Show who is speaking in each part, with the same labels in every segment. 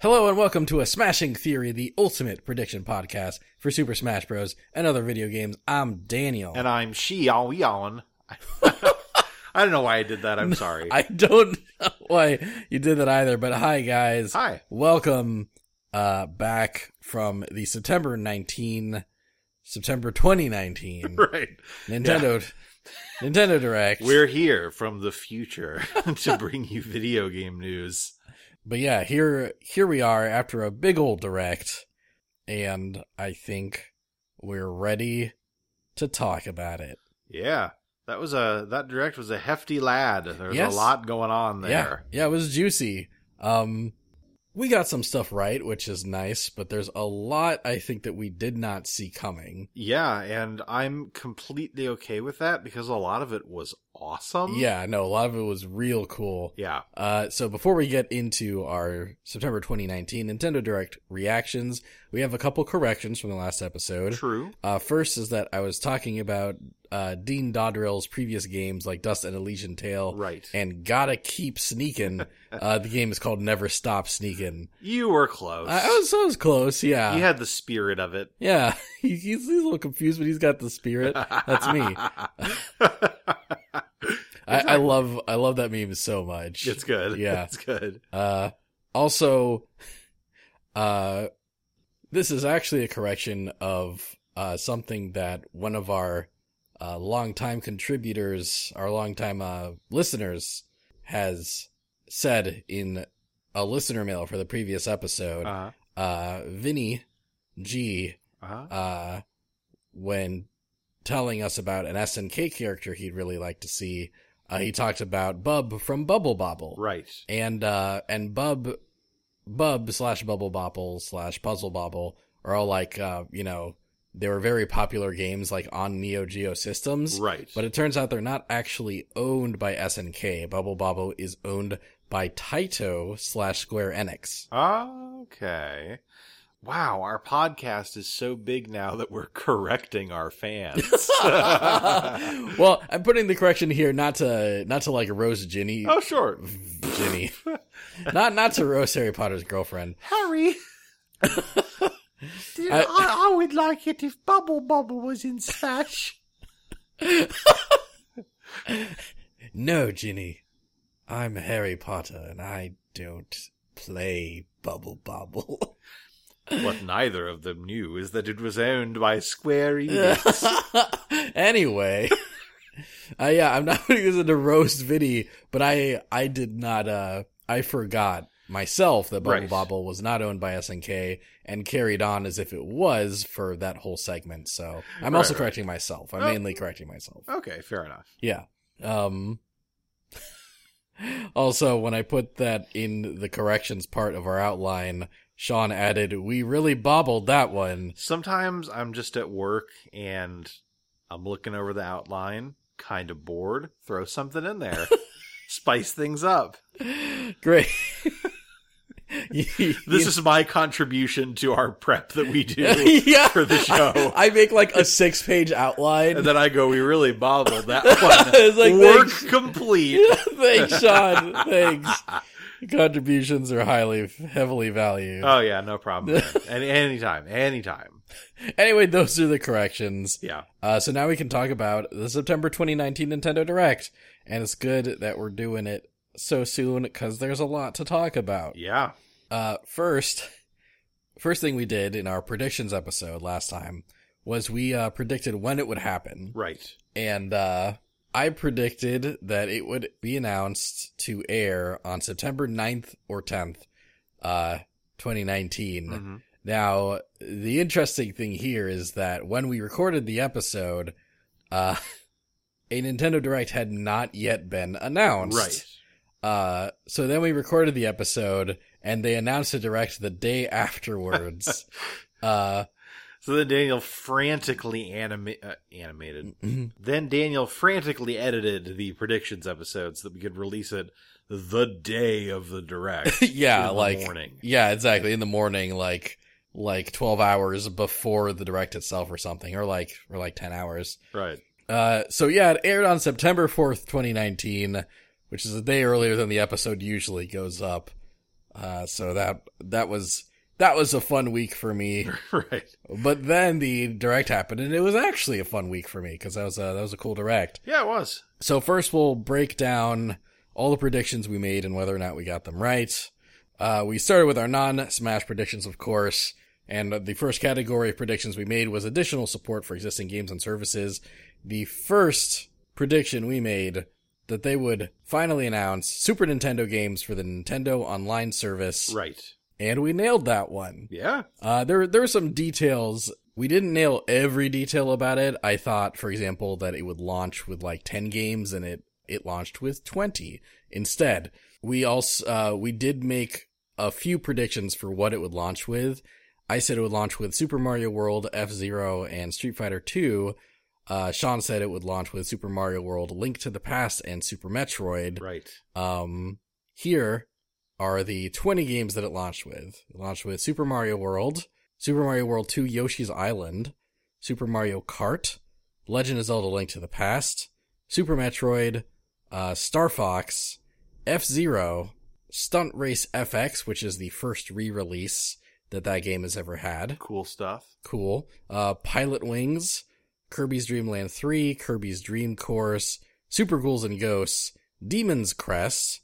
Speaker 1: Hello and welcome to a Smashing Theory, the ultimate prediction podcast for Super Smash Bros. and other video games. I'm Daniel.
Speaker 2: and I'm she all yawn. I don't know why I did that. I'm sorry.
Speaker 1: I don't know why you did that either, but hi guys.
Speaker 2: Hi.
Speaker 1: Welcome uh back from the September 19 September 2019
Speaker 2: Right.
Speaker 1: Nintendo Nintendo Direct.
Speaker 2: We're here from the future to bring you video game news.
Speaker 1: but yeah, here here we are after a big old direct and I think we're ready to talk about it.
Speaker 2: Yeah. That was a that direct was a hefty lad. There's
Speaker 1: Yes.
Speaker 2: a lot going on there.
Speaker 1: Yeah, yeah, it was juicy. Um, we got some stuff right, which is nice, but there's a lot I think that we did not see coming.
Speaker 2: Yeah. and I'm completely okay with that because a lot of it was awesome.
Speaker 1: yeah, no, a lot of it was real cool.
Speaker 2: Yeah.
Speaker 1: Uh, so before we get into our September 2019 Nintendo Direct reactions, we have a couple corrections from the last episode.
Speaker 2: True.
Speaker 1: Uh, first is that I was talking about uh, Dean Dodrell's previous games like Dust and Elysian Tale.
Speaker 2: Right.
Speaker 1: And gotta keep sneaking. Uh, the game is called Never Stop Sneakin'.
Speaker 2: You were close.
Speaker 1: I, I was I was close, yeah.
Speaker 2: you had the spirit of it.
Speaker 1: Yeah, he, he's, he's a little confused, but he's got the spirit. That's me. I, I love I love that meme so much.
Speaker 2: It's good.
Speaker 1: Yeah.
Speaker 2: It's good.
Speaker 1: Uh, also, uh, this is actually a correction of uh, something that one of our uh, longtime contributors, our longtime uh, listeners, has said in a listener mail for the previous episode.
Speaker 2: Uh-huh.
Speaker 1: Uh, Vinny G
Speaker 2: Uh-huh.
Speaker 1: uh, when telling us about an SNK character he'd really like to see, uh, he talked about Bub from Bubble Bobble,
Speaker 2: Right.
Speaker 1: and uh, and Bub, Bub slash Bubble Bobble slash Puzzle Bobble are all like uh, you know they were very popular games like on Neo Geo systems,
Speaker 2: Right.
Speaker 1: but it turns out they're not actually owned by SNK. Bubble Bobble is owned by Taito slash Square Enix.
Speaker 2: Okay. Wow, our podcast is so big now that we're correcting our fans. oh,
Speaker 1: well, I'm putting the correction here not to not to like rose Ginny
Speaker 2: Oh, sure.
Speaker 1: Ginny. not not to roast Harry Potter's girlfriend.
Speaker 2: Harry. Dude,
Speaker 1: I-
Speaker 2: I, I would like it if Bubble Bubble was in Smash.
Speaker 1: No, Ginny. I'm Harry Potter and I don't play bubble bobble.
Speaker 2: What neither of them knew is that it was owned by Square Enix.
Speaker 1: anyway. Uh, yeah, I'm not putting this into roast Vinny, but I I did not uh I forgot myself that Bubble
Speaker 2: Right.
Speaker 1: Bobble was not owned by SNK and carried on as if it was for that whole segment. So I'm
Speaker 2: Right,
Speaker 1: also
Speaker 2: right.
Speaker 1: correcting myself. I'm
Speaker 2: Oh.
Speaker 1: mainly correcting myself.
Speaker 2: okay, fair enough.
Speaker 1: Yeah. Um also when I put that in the corrections part of our outline, Sean added, We really bobbled that one.
Speaker 2: Sometimes I'm just at work and I'm looking over the outline, kind of bored. Throw something in there, spice things up.
Speaker 1: Great. You-
Speaker 2: This is my contribution to our prep that we do
Speaker 1: yeah.
Speaker 2: for the show.
Speaker 1: I make like a six page outline.
Speaker 2: and then I go, we really bobbled that one.
Speaker 1: it's like
Speaker 2: Work
Speaker 1: thanks,
Speaker 2: complete.
Speaker 1: thanks, Sean. Thanks. Contributions are highly heavily valued.
Speaker 2: Oh yeah, no problem. man. And anytime, anytime.
Speaker 1: anyway, those are the corrections.
Speaker 2: Yeah.
Speaker 1: Uh, so now we can talk about the September 2019 Nintendo Direct, and it's good that we're doing it so soon because there's a lot to talk about.
Speaker 2: Yeah.
Speaker 1: Uh, first, first thing we did in our predictions episode last time was we uh, predicted when it would happen,
Speaker 2: Right.
Speaker 1: and uh, I predicted that it would be announced to air on September 9th or 10th, uh, 2019.
Speaker 2: Mhm.
Speaker 1: Now, the interesting thing here is that when we recorded the episode, uh, a Nintendo Direct had not yet been announced.
Speaker 2: Right.
Speaker 1: Uh, so then we recorded the episode and they announced a Direct the day afterwards. uh,
Speaker 2: So then Daniel frantically anima- uh, animated.
Speaker 1: mhm.
Speaker 2: Then Daniel frantically edited the predictions episode so that we could release it the day of the direct.
Speaker 1: yeah,
Speaker 2: in the
Speaker 1: like,
Speaker 2: morning.
Speaker 1: yeah, exactly. In the morning, like, like 12 hours before the Direct itself or something, or like, or like 10 hours.
Speaker 2: Right.
Speaker 1: Uh, so yeah, it aired on September 4th, 2019. which is a day earlier than the episode usually goes up. Uh, so that that was that was a fun week for me.
Speaker 2: right.
Speaker 1: But then the direct happened, and it was actually a fun week for me because that was a, that was a cool direct.
Speaker 2: Yeah, it was.
Speaker 1: So first, we'll break down all the predictions we made and whether or not we got them right. Uh, we started with our non-smash predictions, of course, and the first category of predictions we made was additional support for existing games and services. The first prediction we made that they would finally announce Super Nintendo games for the Nintendo Online service,
Speaker 2: Right.
Speaker 1: and we nailed that one.
Speaker 2: Yeah.
Speaker 1: Uh, there, there were some details. We didn't nail every detail about it. I thought, for example, that it would launch with like 10 games and it, it launched with 20 instead. We also, uh, we did make a few predictions for what it would launch with. I said it would launch with Super Mario World, F Zero, and Street Fighter 2. Uh, Sean said it would launch with Super Mario World, Link to the Past, and Super Metroid.
Speaker 2: Right.
Speaker 1: Um, here are the 20 games that it launched with. It launched with Super Mario World, Super Mario World 2 Yoshi's Island, Super Mario Kart, Legend of Zelda Link to the Past, Super Metroid, uh, Star Fox, F Zero, Stunt Race FX, which is the first re release that that game has ever had.
Speaker 2: Cool stuff.
Speaker 1: Cool. Uh, Pilot Wings, Kirby's Dream Land 3, Kirby's Dream Course, Super Ghouls and Ghosts, Demon's Crest,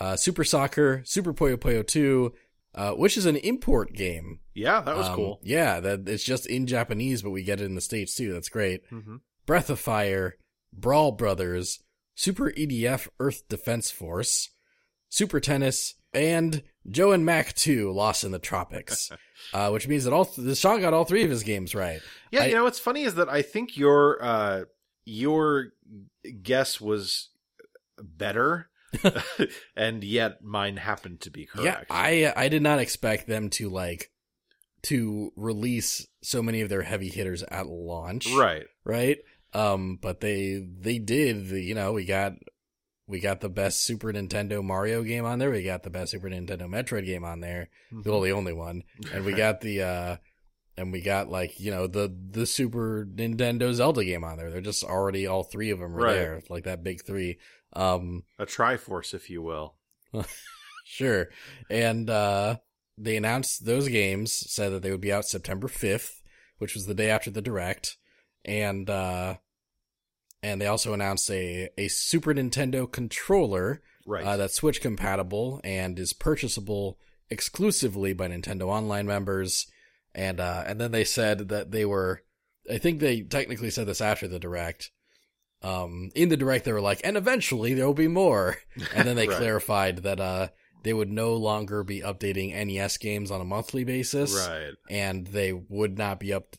Speaker 1: uh, Super Soccer, Super Puyo Puyo 2, uh, which is an import game.
Speaker 2: Yeah, that was
Speaker 1: Um,
Speaker 2: cool.
Speaker 1: Yeah, that it's just in Japanese, but we get it in the States too. That's great.
Speaker 2: hmm
Speaker 1: Breath of Fire, Brawl Brothers, Super EDF Earth Defense Force, Super Tennis, and Joe and Mac 2 Lost in the Tropics. uh, which means that all th- Sean got all three of his games right.
Speaker 2: Yeah,
Speaker 1: I-
Speaker 2: you know what's funny is that I think your uh, your guess was better, and yet mine happened to be correct.
Speaker 1: Yeah, I I did not expect them to like to release so many of their heavy hitters at launch.
Speaker 2: right.
Speaker 1: Right? Um but they they did, you know, we got we got the best Super Nintendo Mario game on there. We got the best Super Nintendo Metroid game on there. Mm-hmm. well the only one and we got the uh and we got like you know the the super nintendo zelda game on there they're just already all three of them are
Speaker 2: Right.
Speaker 1: there like that big three um
Speaker 2: a Triforce, if you will.
Speaker 1: sure and uh they announced those games said that they would be out september 5th which was the day after the direct and uh and they also announced a a super nintendo controller
Speaker 2: Right.
Speaker 1: uh, that's Switch compatible and is purchasable exclusively by Nintendo Online members. And uh, and then they said that they were, I think they technically said this after the direct. Um, in the direct, they were like, and eventually there will be more. And then they
Speaker 2: Right.
Speaker 1: clarified that uh, they would no longer be updating NES games on a monthly basis,
Speaker 2: right.
Speaker 1: and they would not be up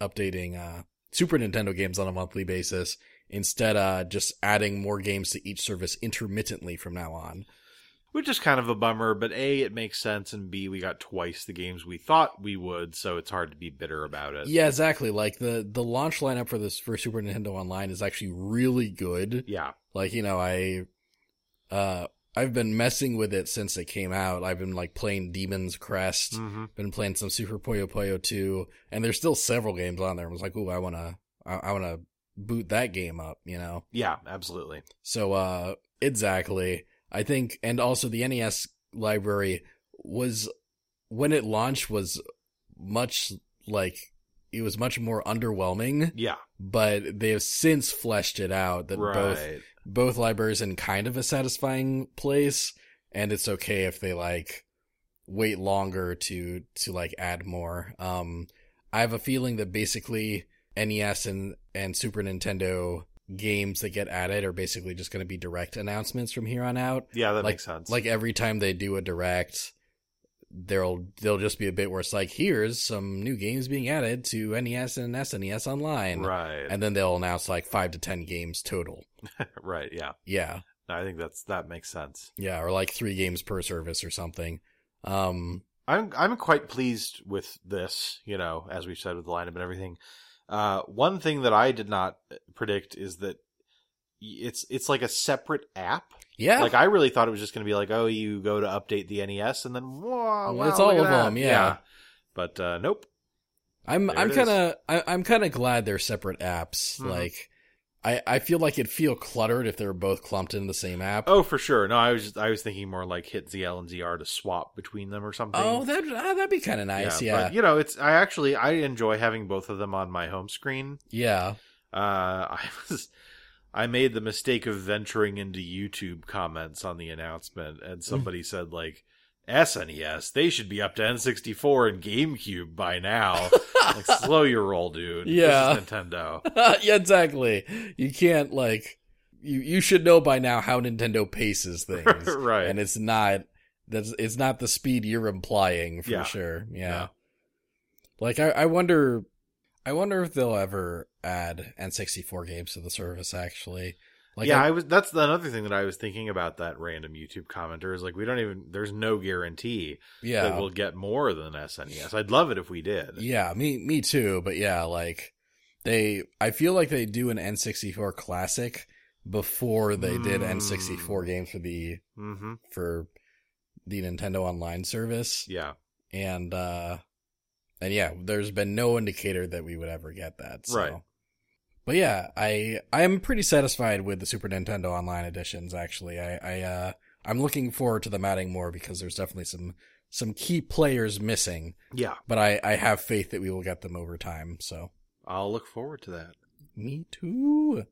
Speaker 1: updating uh, Super Nintendo games on a monthly basis. Instead, uh, just adding more games to each service intermittently from now on.
Speaker 2: Which is kind of a bummer, but A, it makes sense, and B, we got twice the games we thought we would, so it's hard to be bitter about it.
Speaker 1: Yeah, exactly. Like the the launch lineup for this for Super Nintendo Online is actually really good.
Speaker 2: Yeah.
Speaker 1: Like you know, I uh I've been messing with it since it came out. I've been like playing Demon's Crest,
Speaker 2: hmm
Speaker 1: been playing some Super Puyo Puyo 2, and there's still several games on there. I was like, ooh, I wanna I, I wanna boot that game up, you know.
Speaker 2: Yeah, absolutely.
Speaker 1: So uh exactly. I think and also the NES library was when it launched was much like it was much more underwhelming,
Speaker 2: Yeah.
Speaker 1: but they have since fleshed it out that
Speaker 2: Right.
Speaker 1: both both libraries in kind of a satisfying place and it's okay if they like wait longer to to like add more um i have a feeling that basically nes and and super nintendo games that get added are basically just going to be direct announcements from here on out
Speaker 2: Yeah, that
Speaker 1: like-
Speaker 2: makes sense.
Speaker 1: like every time they do a direct there'll there'll just be a bit where it's like here's some new games being added to nes and snes online
Speaker 2: right.
Speaker 1: and then they'll announce like five to ten games total
Speaker 2: right. Yeah.
Speaker 1: yeah
Speaker 2: No, I think that's that makes sense.
Speaker 1: Yeah, or like three games per service or something. Um,
Speaker 2: I'm I'm quite pleased with this, you know, as we've said with the lineup and everything. Uh, one thing that I did not predict is that y- it's it's like a separate app.
Speaker 1: yeah,
Speaker 2: Like I really thought it was just going to be like, oh, you go to update the NES and then whoa,
Speaker 1: Well,
Speaker 2: wow,
Speaker 1: it's all
Speaker 2: look at
Speaker 1: of
Speaker 2: that.
Speaker 1: them, yeah.
Speaker 2: But uh, nope.
Speaker 1: I'm
Speaker 2: there
Speaker 1: I'm
Speaker 2: it
Speaker 1: kind of I'm kind of glad they're separate apps.
Speaker 2: Mhm.
Speaker 1: Like, I, I feel like it'd feel cluttered if they were both clumped in the same app.
Speaker 2: Oh, for sure. No, I was just, I was thinking more like hit ZL and ZR to swap between them or something.
Speaker 1: Oh, that ah, that'd be kind of nice.
Speaker 2: yeah.
Speaker 1: Yeah,
Speaker 2: But, you know, it's I actually I enjoy having both of them on my home screen.
Speaker 1: yeah.
Speaker 2: Uh, I was I made the mistake of venturing into YouTube comments on the announcement,
Speaker 1: Hmm.
Speaker 2: and somebody said like SNES, they should be up to N64 and GameCube by now. like, slow your roll, dude. This is
Speaker 1: Yeah.
Speaker 2: Nintendo.
Speaker 1: Yeah. exactly. You can't like you you should know by now how Nintendo paces things,
Speaker 2: right.
Speaker 1: and it's not that's it's not the speed you're implying for
Speaker 2: Yeah.
Speaker 1: sure. Yeah.
Speaker 2: No.
Speaker 1: Like I, I wonder, I wonder if they'll ever add N64 games to the service. Actually, like
Speaker 2: yeah, I, was. That's the- another thing that I was thinking about. That random YouTube commenter is like, we don't even. There's no guarantee
Speaker 1: yeah,
Speaker 2: that we'll get more than SNES. I'd love it if we did.
Speaker 1: Yeah, me me too, but yeah, like they I feel like they do an N64 classic before they did
Speaker 2: Mm.
Speaker 1: N64 games for the
Speaker 2: Mm-hmm.
Speaker 1: for the Nintendo online service
Speaker 2: Yeah.
Speaker 1: and uh and yeah, there's been no indicator that we would ever get that. So.
Speaker 2: Right.
Speaker 1: But yeah, I I am pretty satisfied with the Super Nintendo online editions actually. I I uh I'm looking forward to them adding more because there's definitely some some key players missing
Speaker 2: Yeah.
Speaker 1: but I, I have faith that we will get them over time. So
Speaker 2: I'll look forward to that.
Speaker 1: me too.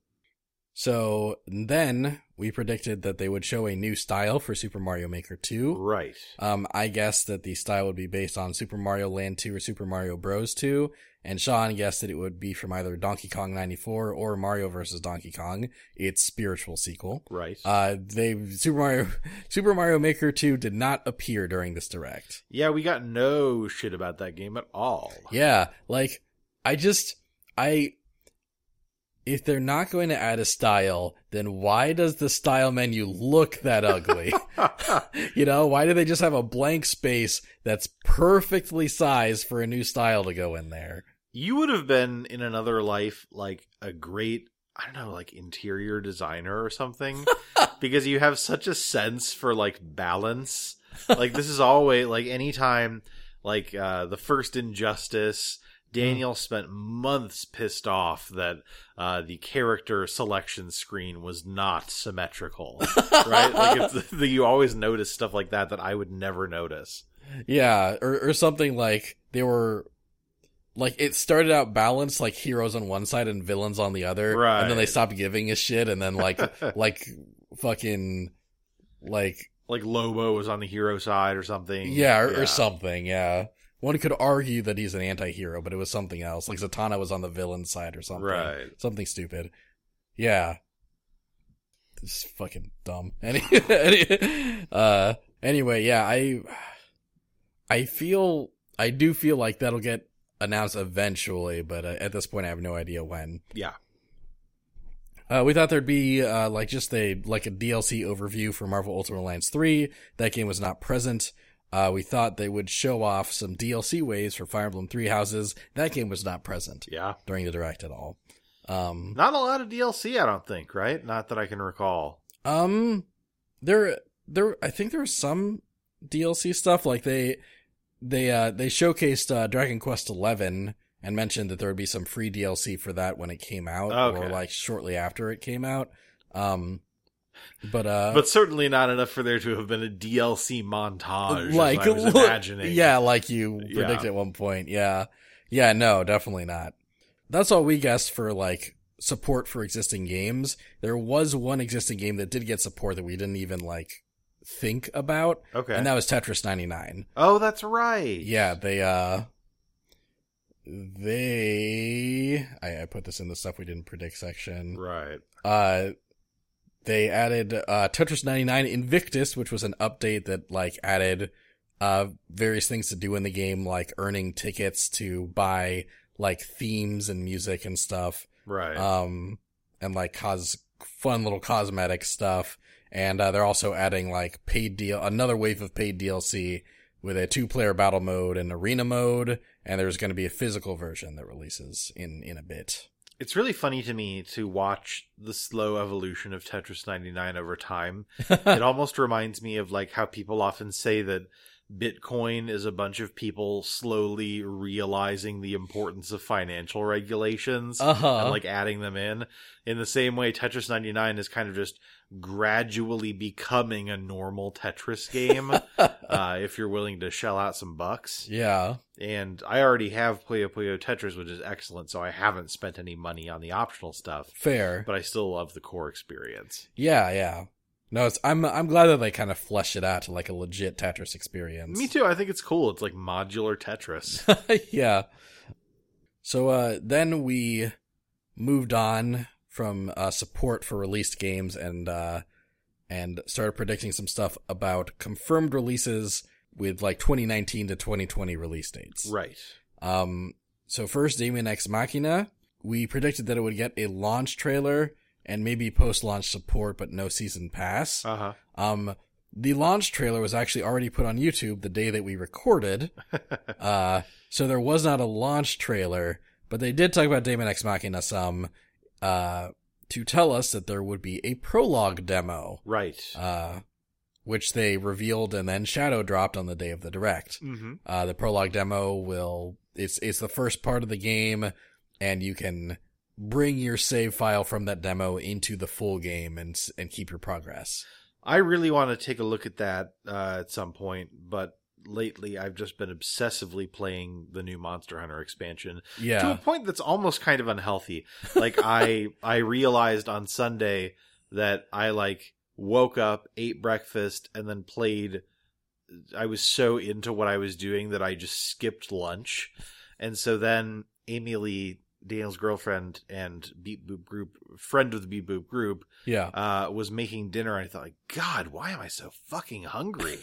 Speaker 1: So then we predicted that they would show a new style for Super Mario Maker 2.
Speaker 2: Right.
Speaker 1: Um, I guessed that the style would be based on Super Mario Land 2 or Super Mario Bros 2, and Sean guessed that it would be from either Donkey Kong 94 or Mario vs. Donkey Kong, its spiritual sequel.
Speaker 2: Right.
Speaker 1: Uh, they, Super Mario, Super Mario Maker 2 did not appear during this direct.
Speaker 2: yeah, we got no shit about that game at all.
Speaker 1: Yeah, like I just I if they're not going to add a style, then why does the style menu look that ugly? you know, why do they just have a blank space that's perfectly sized for a new style to go in there?
Speaker 2: you would have been in another life like a great I don't know, like interior designer or something, because you have such a sense for like balance. Like this is always like anytime, like uh, the first injustice. Daniel spent months pissed off that uh, the character selection screen was not symmetrical, right? Like it's, you always notice stuff like that that I would never notice.
Speaker 1: Yeah, or or something like they were like it started out balanced, like heroes on one side and villains on the other, and then they
Speaker 2: Right.
Speaker 1: stopped giving a shit, and then like like fucking like
Speaker 2: like Lobo was on the hero side or something.
Speaker 1: Yeah, or, or something. Yeah, one could argue that he's an anti-hero, but it was something else. Like Zatanna was on the villain side or something.
Speaker 2: Right.
Speaker 1: Something stupid. Yeah. This is fucking dumb. Any, any, uh, anyway, yeah, I, I feel, I do feel like that'll get announced eventually, but uh, at this point, I have no idea when.
Speaker 2: Yeah.
Speaker 1: Uh, we thought there'd be uh, like just a like a DLC overview for Marvel Ultimate Alliance three. That game was not present. Uh, we thought they would show off some DLC waves for Fire Emblem Three Houses. That game was not present
Speaker 2: Yeah.
Speaker 1: during the direct at all. Um,
Speaker 2: Not a lot of DLC, I don't think, right? Not that I can recall.
Speaker 1: um, there, there. I think there was some DLC stuff like they, they, uh, they showcased uh, Dragon Quest Eleven and mentioned that there would be some free DLC for that when it came out, or
Speaker 2: Okay.
Speaker 1: like shortly after it came out. Um, but uh,
Speaker 2: but certainly not enough for there to have been a DLC montage. as
Speaker 1: like
Speaker 2: I was
Speaker 1: look-
Speaker 2: imagining.
Speaker 1: yeah like you
Speaker 2: Yeah.
Speaker 1: predicted at one point yeah yeah no definitely not that's all we guessed for like support for existing games there was one existing game that did get support that we didn't even like think about
Speaker 2: Okay.
Speaker 1: and that was tetris 99
Speaker 2: oh, that's right.
Speaker 1: yeah they uh they I, I put this in the stuff we didn't predict section
Speaker 2: Right.
Speaker 1: uh they added uh Tetris 99 Invictus, which was an update that like added uh various things to do in the game like earning tickets to buy like themes and music and stuff.
Speaker 2: Right.
Speaker 1: Um and like cause fun little cosmetic stuff and uh, they're also adding like paid deal another wave of paid DLC with a two player battle mode and arena mode and there's going to be a physical version that releases in in a bit.
Speaker 2: it's really funny to me to watch the slow evolution of Tetris 99 over time. it almost reminds me of like how people often say that Bitcoin is a bunch of people slowly realizing the importance of financial regulations
Speaker 1: Uh-huh.
Speaker 2: and like adding them in. In the same way, Tetris 99 is kind of just gradually becoming a normal Tetris game uh, if you're willing to shell out some bucks.
Speaker 1: yeah.
Speaker 2: And I already have Puyo Puyo Tetris, which is excellent, so I haven't spent any money on the optional stuff,
Speaker 1: Fair.
Speaker 2: but I still love the core experience.
Speaker 1: yeah, yeah. No, it's, I'm I'm glad that they kind of fleshed it out to like a legit Tetris experience.
Speaker 2: Me too. I think it's cool. It's like modular Tetris.
Speaker 1: yeah. So uh, then we moved on from uh, support for released games and uh, and started predicting some stuff about confirmed releases with like 2019 to 2020 release dates.
Speaker 2: right.
Speaker 1: Um, so first, Damien X Machina. We predicted that it would get a launch trailer and maybe post-launch support, but no season pass.
Speaker 2: Uh
Speaker 1: Um, the launch trailer was actually already put on YouTube the day that we recorded.
Speaker 2: huh.
Speaker 1: Uh, so there was not a launch trailer, but they did talk about Damon X Machina some, uh, to tell us that there would be a prologue demo,
Speaker 2: right.
Speaker 1: uh, which they revealed and then shadow dropped on the day of the direct.
Speaker 2: hmm
Speaker 1: Uh, the prologue demo will, it's, it's the first part of the game and you can bring your save file from that demo into the full game and, s- and keep your progress.
Speaker 2: I really want to take a look at that uh, at some point, but lately I've just been obsessively playing the new Monster Hunter expansion to a
Speaker 1: Yeah.
Speaker 2: point that's almost kind of unhealthy. Like I I realized on Sunday that I like woke up, ate breakfast, and then played. I was so into what I was doing that I just skipped lunch, and so then Amy Lee, Daniel's girlfriend and Beep Boop Group, friend of the Beep Boop Group,
Speaker 1: Yeah.
Speaker 2: uh, was making dinner, and I thought, like, God, why am I so fucking hungry?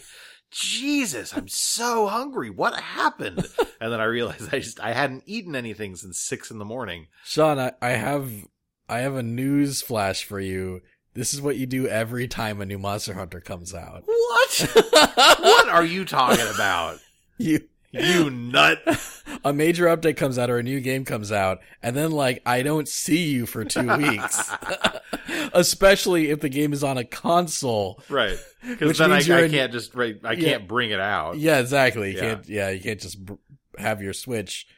Speaker 2: Jesus, I'm so hungry. What happened? And then I realized I just I hadn't eaten anything since six in the morning.
Speaker 1: Sean, I, I have I have a news flash for you. This is what you do every time a new Monster Hunter comes out.
Speaker 2: What? what are you talking about?
Speaker 1: you
Speaker 2: You nut.
Speaker 1: a major update comes out or a new game comes out, and then like I don't see you for two weeks. Especially if the game is on a console.
Speaker 2: Right.
Speaker 1: Which
Speaker 2: Because then I,
Speaker 1: means you're
Speaker 2: I
Speaker 1: in-
Speaker 2: can't just right I
Speaker 1: Yeah.
Speaker 2: can't bring it out.
Speaker 1: Yeah, exactly. You
Speaker 2: Yeah.
Speaker 1: can't yeah, you can't just br- have your Switch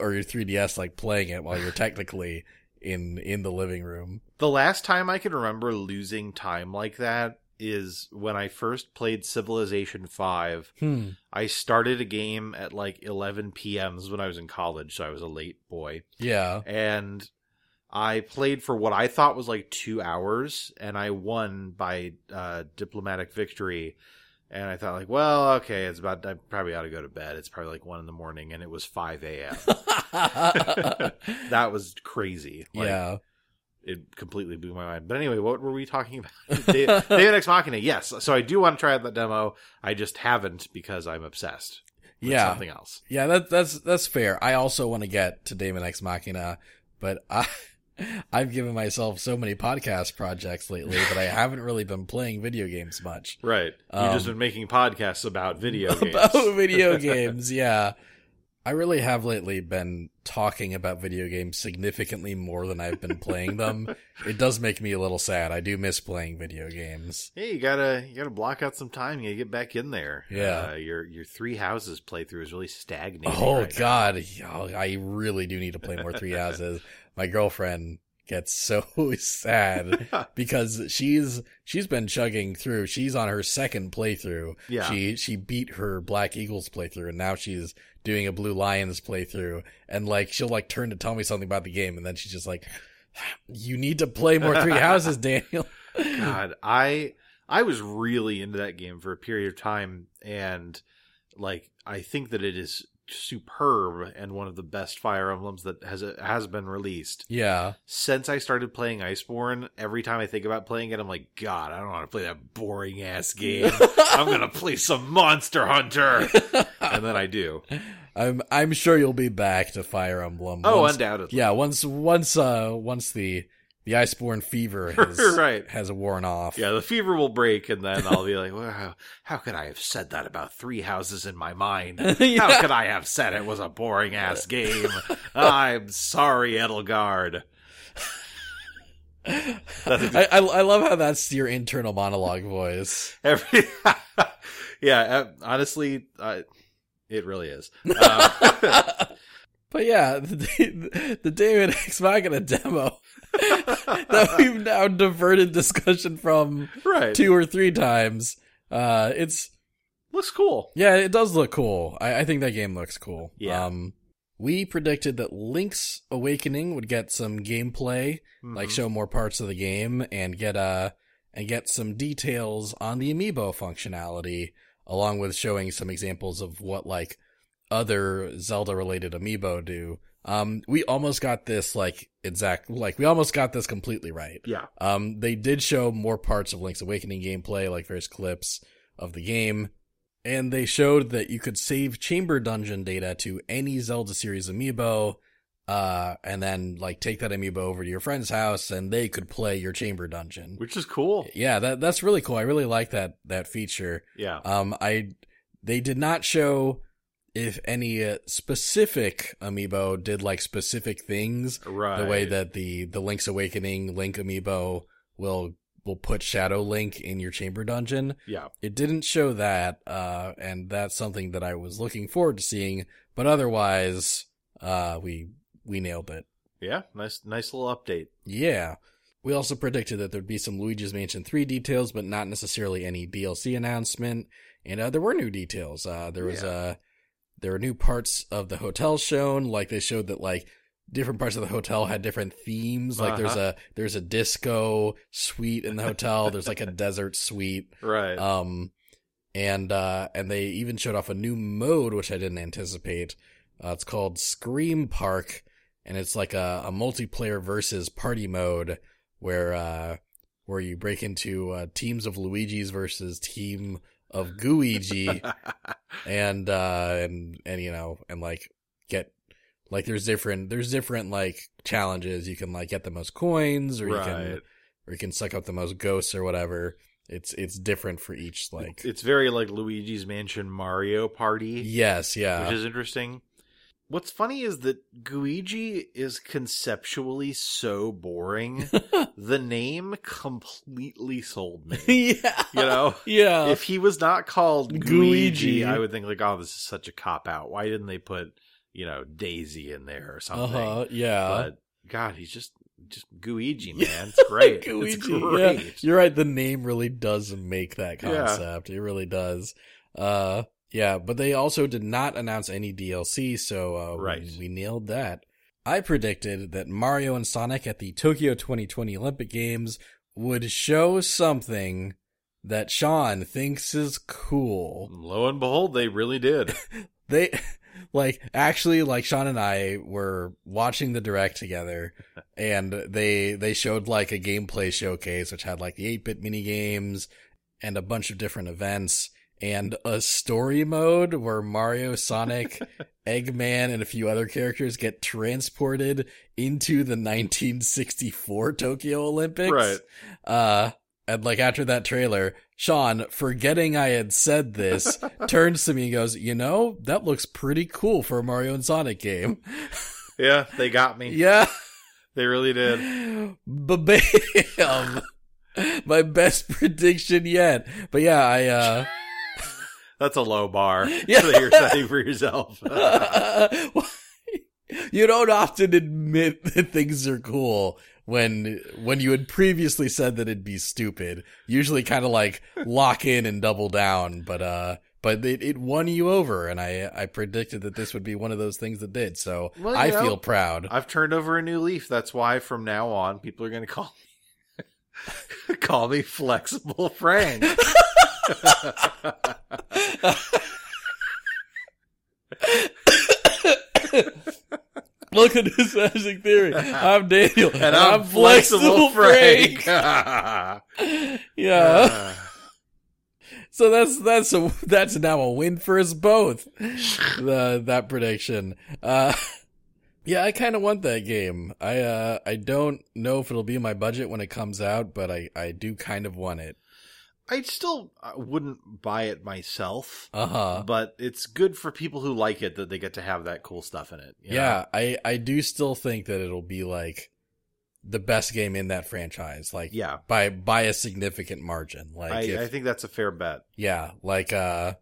Speaker 1: or your 3DS like playing it while you're technically in in the living room.
Speaker 2: The last time I can remember losing time like that is when I first played Civilization Five
Speaker 1: Hmm.
Speaker 2: I started a game at like 11 p.m. This is when I was in college, so I was a late boy.
Speaker 1: Yeah.
Speaker 2: And I played for what I thought was like two hours, and I won by uh, diplomatic victory. And I thought, like, well, okay, it's about, I probably ought to go to bed. It's probably like one in the morning, and it was 5 a.m. that was crazy. Like,
Speaker 1: yeah.
Speaker 2: It completely blew my mind. But anyway, what were we talking about? Da- David X Machina, yes. So I do want to try out that demo. I just haven't because I'm obsessed with
Speaker 1: Yeah.
Speaker 2: something else.
Speaker 1: Yeah, that that's that's fair. I also want to get to Damon X Machina, but I I've given myself so many podcast projects lately that I haven't really been playing video games much.
Speaker 2: Right. You've just
Speaker 1: Um,
Speaker 2: been making podcasts about video games.
Speaker 1: About Oh, video games, yeah. I really have lately been talking about video games significantly more than I've been playing them. It does make me a little sad. I do miss playing video games.
Speaker 2: Hey, you gotta you gotta block out some time. You gotta get back in there.
Speaker 1: Yeah.
Speaker 2: Uh, your your three houses playthrough is really stagnating.
Speaker 1: Oh
Speaker 2: right now.
Speaker 1: God, y'all, I really do need to play more Three Houses. My girlfriend gets so sad because she's she's been chugging through. She's on her second playthrough.
Speaker 2: Yeah.
Speaker 1: She she beat her Black Eagles playthrough, and now she's doing a Blue Lions playthrough. And like she'll like turn to tell me something about the game, and then she's just like, "You need to play more Three Houses, Daniel."
Speaker 2: God, I I was really into that game for a period of time, and like I think that it is superb and one of the best Fire Emblems that has has been released.
Speaker 1: yeah,
Speaker 2: Since I started playing Iceborne, every time I think about playing it, I'm like, God, I don't want to play that boring ass game. I'm gonna play some Monster Hunter, and then I do.
Speaker 1: I'm I'm sure you'll be back to Fire Emblem.
Speaker 2: Oh,
Speaker 1: once-
Speaker 2: undoubtedly.
Speaker 1: Yeah, once once uh once the the iceborne fever has
Speaker 2: Right.
Speaker 1: has worn off.
Speaker 2: Yeah, the fever will break, and then I'll be like, wow, how could I have said that about Three Houses in my mind? How
Speaker 1: Yeah.
Speaker 2: could I have said it was a boring ass game? I'm sorry, Edelgard.
Speaker 1: I, I I love how that's your internal monologue voice.
Speaker 2: Every yeah, uh, honestly, uh, it really is. Uh,
Speaker 1: But yeah, the, the David X Machina demo that we've now diverted discussion from
Speaker 2: right.
Speaker 1: two or three times. Uh, it's
Speaker 2: Looks cool.
Speaker 1: yeah, it does look cool. I, I think that game looks cool.
Speaker 2: Yeah.
Speaker 1: Um, we predicted that Link's Awakening would get some gameplay, like
Speaker 2: Mhm.
Speaker 1: show more parts of the game and get uh and get some details on the amiibo functionality, along with showing some examples of what like other Zelda related amiibo do. Um, we almost got this like exact like we almost got this completely right.
Speaker 2: Yeah.
Speaker 1: Um, they did show more parts of Link's Awakening gameplay, like various clips of the game, and they showed that you could save chamber dungeon data to any Zelda series amiibo, uh, and then like take that amiibo over to your friend's house and they could play your chamber dungeon.
Speaker 2: Which is cool.
Speaker 1: Yeah, that that's really cool. I really like that that feature.
Speaker 2: Yeah.
Speaker 1: Um, I they did not show if any uh, specific amiibo did like specific things
Speaker 2: Right.
Speaker 1: the way that the the Link's Awakening Link amiibo will will put Shadow Link in your chamber dungeon.
Speaker 2: Yeah.
Speaker 1: It didn't show that, uh, and that's something that I was looking forward to seeing. But otherwise, uh, we we nailed it.
Speaker 2: Yeah. Nice nice little update.
Speaker 1: Yeah. We also predicted that there'd be some Luigi's Mansion 3 details, but not necessarily any DLC announcement. And uh, there were new details. Uh, there was
Speaker 2: Yeah.
Speaker 1: uh, there were new parts of the hotel shown. Like they showed that like different parts of the hotel had different themes. Like there's a there's a disco suite in the hotel. there's like a desert suite.
Speaker 2: Right.
Speaker 1: Um, and uh, and they even showed off a new mode which I didn't anticipate. Uh, it's called Scream Park, and it's like a, a multiplayer versus party mode where uh, where you break into uh, teams of Luigi's versus team of Gooigi, and uh, and and you know and like get like there's different there's different like challenges. You can like get the most coins, or you can
Speaker 2: right.
Speaker 1: or you can suck up the most ghosts or whatever. It's it's different for each like.
Speaker 2: It's very like Luigi's Mansion Mario Party,
Speaker 1: yes,
Speaker 2: which
Speaker 1: yeah,
Speaker 2: is interesting. What's funny is that Guigi is conceptually so boring. the name completely sold me.
Speaker 1: yeah,
Speaker 2: You know?
Speaker 1: yeah.
Speaker 2: if he was not called
Speaker 1: Uh, Guigi.
Speaker 2: Guigi, I would think like, oh, this is such a cop out. Why didn't they put, you know, Daisy in there or
Speaker 1: uh
Speaker 2: something?
Speaker 1: huh. Yeah.
Speaker 2: But God, he's just just Guigi,
Speaker 1: Uh, Yeah.
Speaker 2: man. It's great.
Speaker 1: Gooey
Speaker 2: it's
Speaker 1: G,
Speaker 2: great.
Speaker 1: Yeah. You're right. The name really does make that
Speaker 2: Yeah.
Speaker 1: concept. It really does. Uh, yeah. But they also did not announce any DLC, so uh, we-
Speaker 2: Right.
Speaker 1: we, nailed that. I predicted that Mario and Sonic at the Tokyo 2020 Olympic Games would show something that Sean thinks is cool.
Speaker 2: Lo and behold, they really did.
Speaker 1: they like actually like Sean and I were watching the direct together and they they showed like a gameplay showcase which had like the 8-bit mini games and a bunch of different events and a story mode where Mario, Sonic, Eggman and a few other characters get transported into the 1964 Tokyo Olympics.
Speaker 2: Right.
Speaker 1: Uh and like after that trailer, Sean, forgetting I had said this, turns to me and goes, "You know, that looks pretty cool for a Mario and Sonic game."
Speaker 2: Yeah, they got me.
Speaker 1: yeah,
Speaker 2: They really did.
Speaker 1: bam, my best prediction yet. But yeah, I uh,
Speaker 2: That's a low bar
Speaker 1: Yeah.
Speaker 2: that you're setting for yourself.
Speaker 1: you don't often admit that things are cool when when you had previously said that it'd be stupid. Usually, kind of like lock in and double down, but uh. But it, it won you over, and I I predicted that this would be one of those things that did. So
Speaker 2: Well, you
Speaker 1: I
Speaker 2: know,
Speaker 1: feel proud.
Speaker 2: I've turned over a new leaf. That's why from now on, people are going to call me call me flexible Frank.
Speaker 1: Welcome to Smashing Theory. I'm Daniel,
Speaker 2: and I'm, flexible, Frank. Uh,
Speaker 1: yeah. So that's that's a that's now a win for us both. The that prediction. Uh, yeah, I kind of want that game. I uh, I don't know if it'll be in my budget when it comes out, but I I do kind of want it.
Speaker 2: I still uh, wouldn't buy it myself,
Speaker 1: Uh huh.
Speaker 2: but it's good for people who like it that they get to have that cool stuff in it. you know?
Speaker 1: Yeah, I I do still think that it'll be like the best game in that franchise, like
Speaker 2: Yeah,
Speaker 1: by by a significant margin. Like
Speaker 2: I,
Speaker 1: if,
Speaker 2: I think that's a fair bet.
Speaker 1: yeah, like uh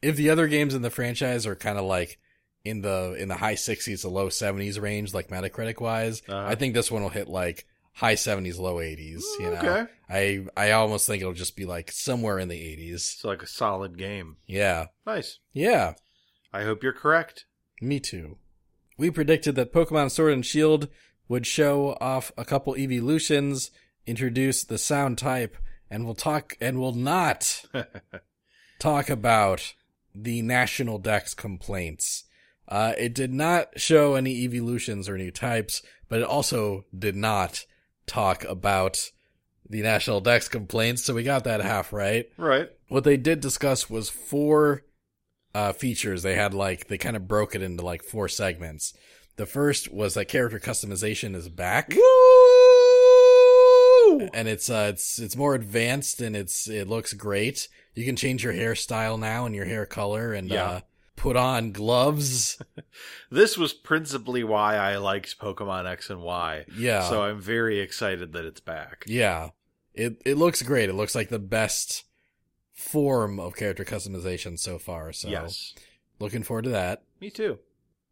Speaker 1: if the other games in the franchise are kind of like in the in the high 60s to low 70s range like Metacritic wise,
Speaker 2: Uh,
Speaker 1: I think this one will hit like high 70s low 80s, you know.
Speaker 2: mm, okay,
Speaker 1: I I almost think it'll just be like somewhere in the 80s.
Speaker 2: it's like a solid game.
Speaker 1: Yeah.
Speaker 2: Nice.
Speaker 1: Yeah.
Speaker 2: I hope you're correct.
Speaker 1: Me too. We predicted that Pokemon Sword and Shield would show off a couple evolutions, introduce the sound type, and we'll talk and will not talk about the national dex complaints. Uh, it did not show any evolutions or new types, but it also did not talk about the national dex complaints, so we got that half right
Speaker 2: Right.
Speaker 1: what they did discuss was four uh, features. They had like they kind of broke it into like four segments. The first was that character customization is back,
Speaker 2: Woo!
Speaker 1: and it's uh, it's it's more advanced and it's it looks great. You can change your hairstyle now and your hair color, and
Speaker 2: Yeah.
Speaker 1: uh, put on gloves.
Speaker 2: This was principally why I liked Pokemon X and Y.
Speaker 1: Yeah,
Speaker 2: So I'm very excited that it's back.
Speaker 1: yeah. It it looks great. It looks like the best form of character customization so far. So
Speaker 2: Yes.
Speaker 1: looking forward to that.
Speaker 2: Me too.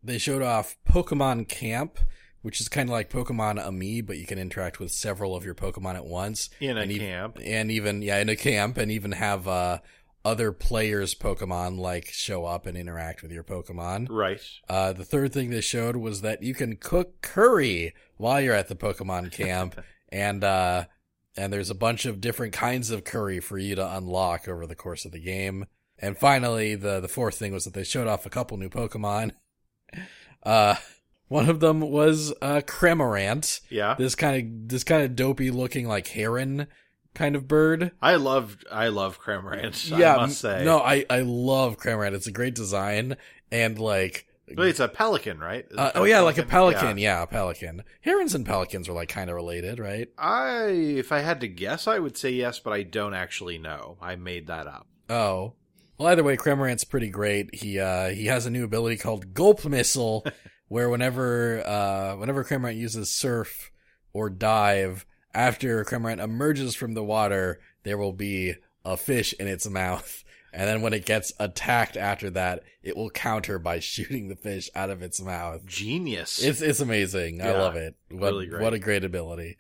Speaker 1: they showed off Pokemon Camp, which is kind of like Pokemon Ami, but you can interact with several of your Pokemon at once,
Speaker 2: In a
Speaker 1: And you-
Speaker 2: camp.
Speaker 1: and even yeah, in a camp, and even have uh, other players' Pokemon like show up and interact with your Pokemon.
Speaker 2: Right.
Speaker 1: Uh, the third thing they showed was that you can cook curry while you're at the Pokemon Camp, and uh, and there's a bunch of different kinds of curry for you to unlock over the course of the game. And finally, the the fourth thing was that they showed off a couple new Pokemon. Uh, one of them was uh, Cramorant,
Speaker 2: Yeah.
Speaker 1: this kind of this kind of dopey looking like heron kind of bird.
Speaker 2: I loved I love Cramorant, I must
Speaker 1: m-
Speaker 2: say.
Speaker 1: no, I I love Cramorant. It's a great design and like
Speaker 2: Wait, it's a pelican, right? Is it
Speaker 1: Uh, oh yeah, like a pelican.
Speaker 2: Yeah.
Speaker 1: Yeah, a pelican. Herons and pelicans are like kind of related, right?
Speaker 2: I if I had to guess I would say yes, but I don't actually know. I made that up.
Speaker 1: Oh. Well, either way, Cramorant's pretty great. He uh he has a new ability called Gulp Missile, where whenever uh whenever Cramorant uses surf or dive, after Cramorant emerges from the water, there will be a fish in its mouth. And then when it gets attacked after that, it will counter by shooting the fish out of its mouth.
Speaker 2: Genius.
Speaker 1: It's it's amazing. I
Speaker 2: Yeah,
Speaker 1: love it. What
Speaker 2: really great.
Speaker 1: what a great ability.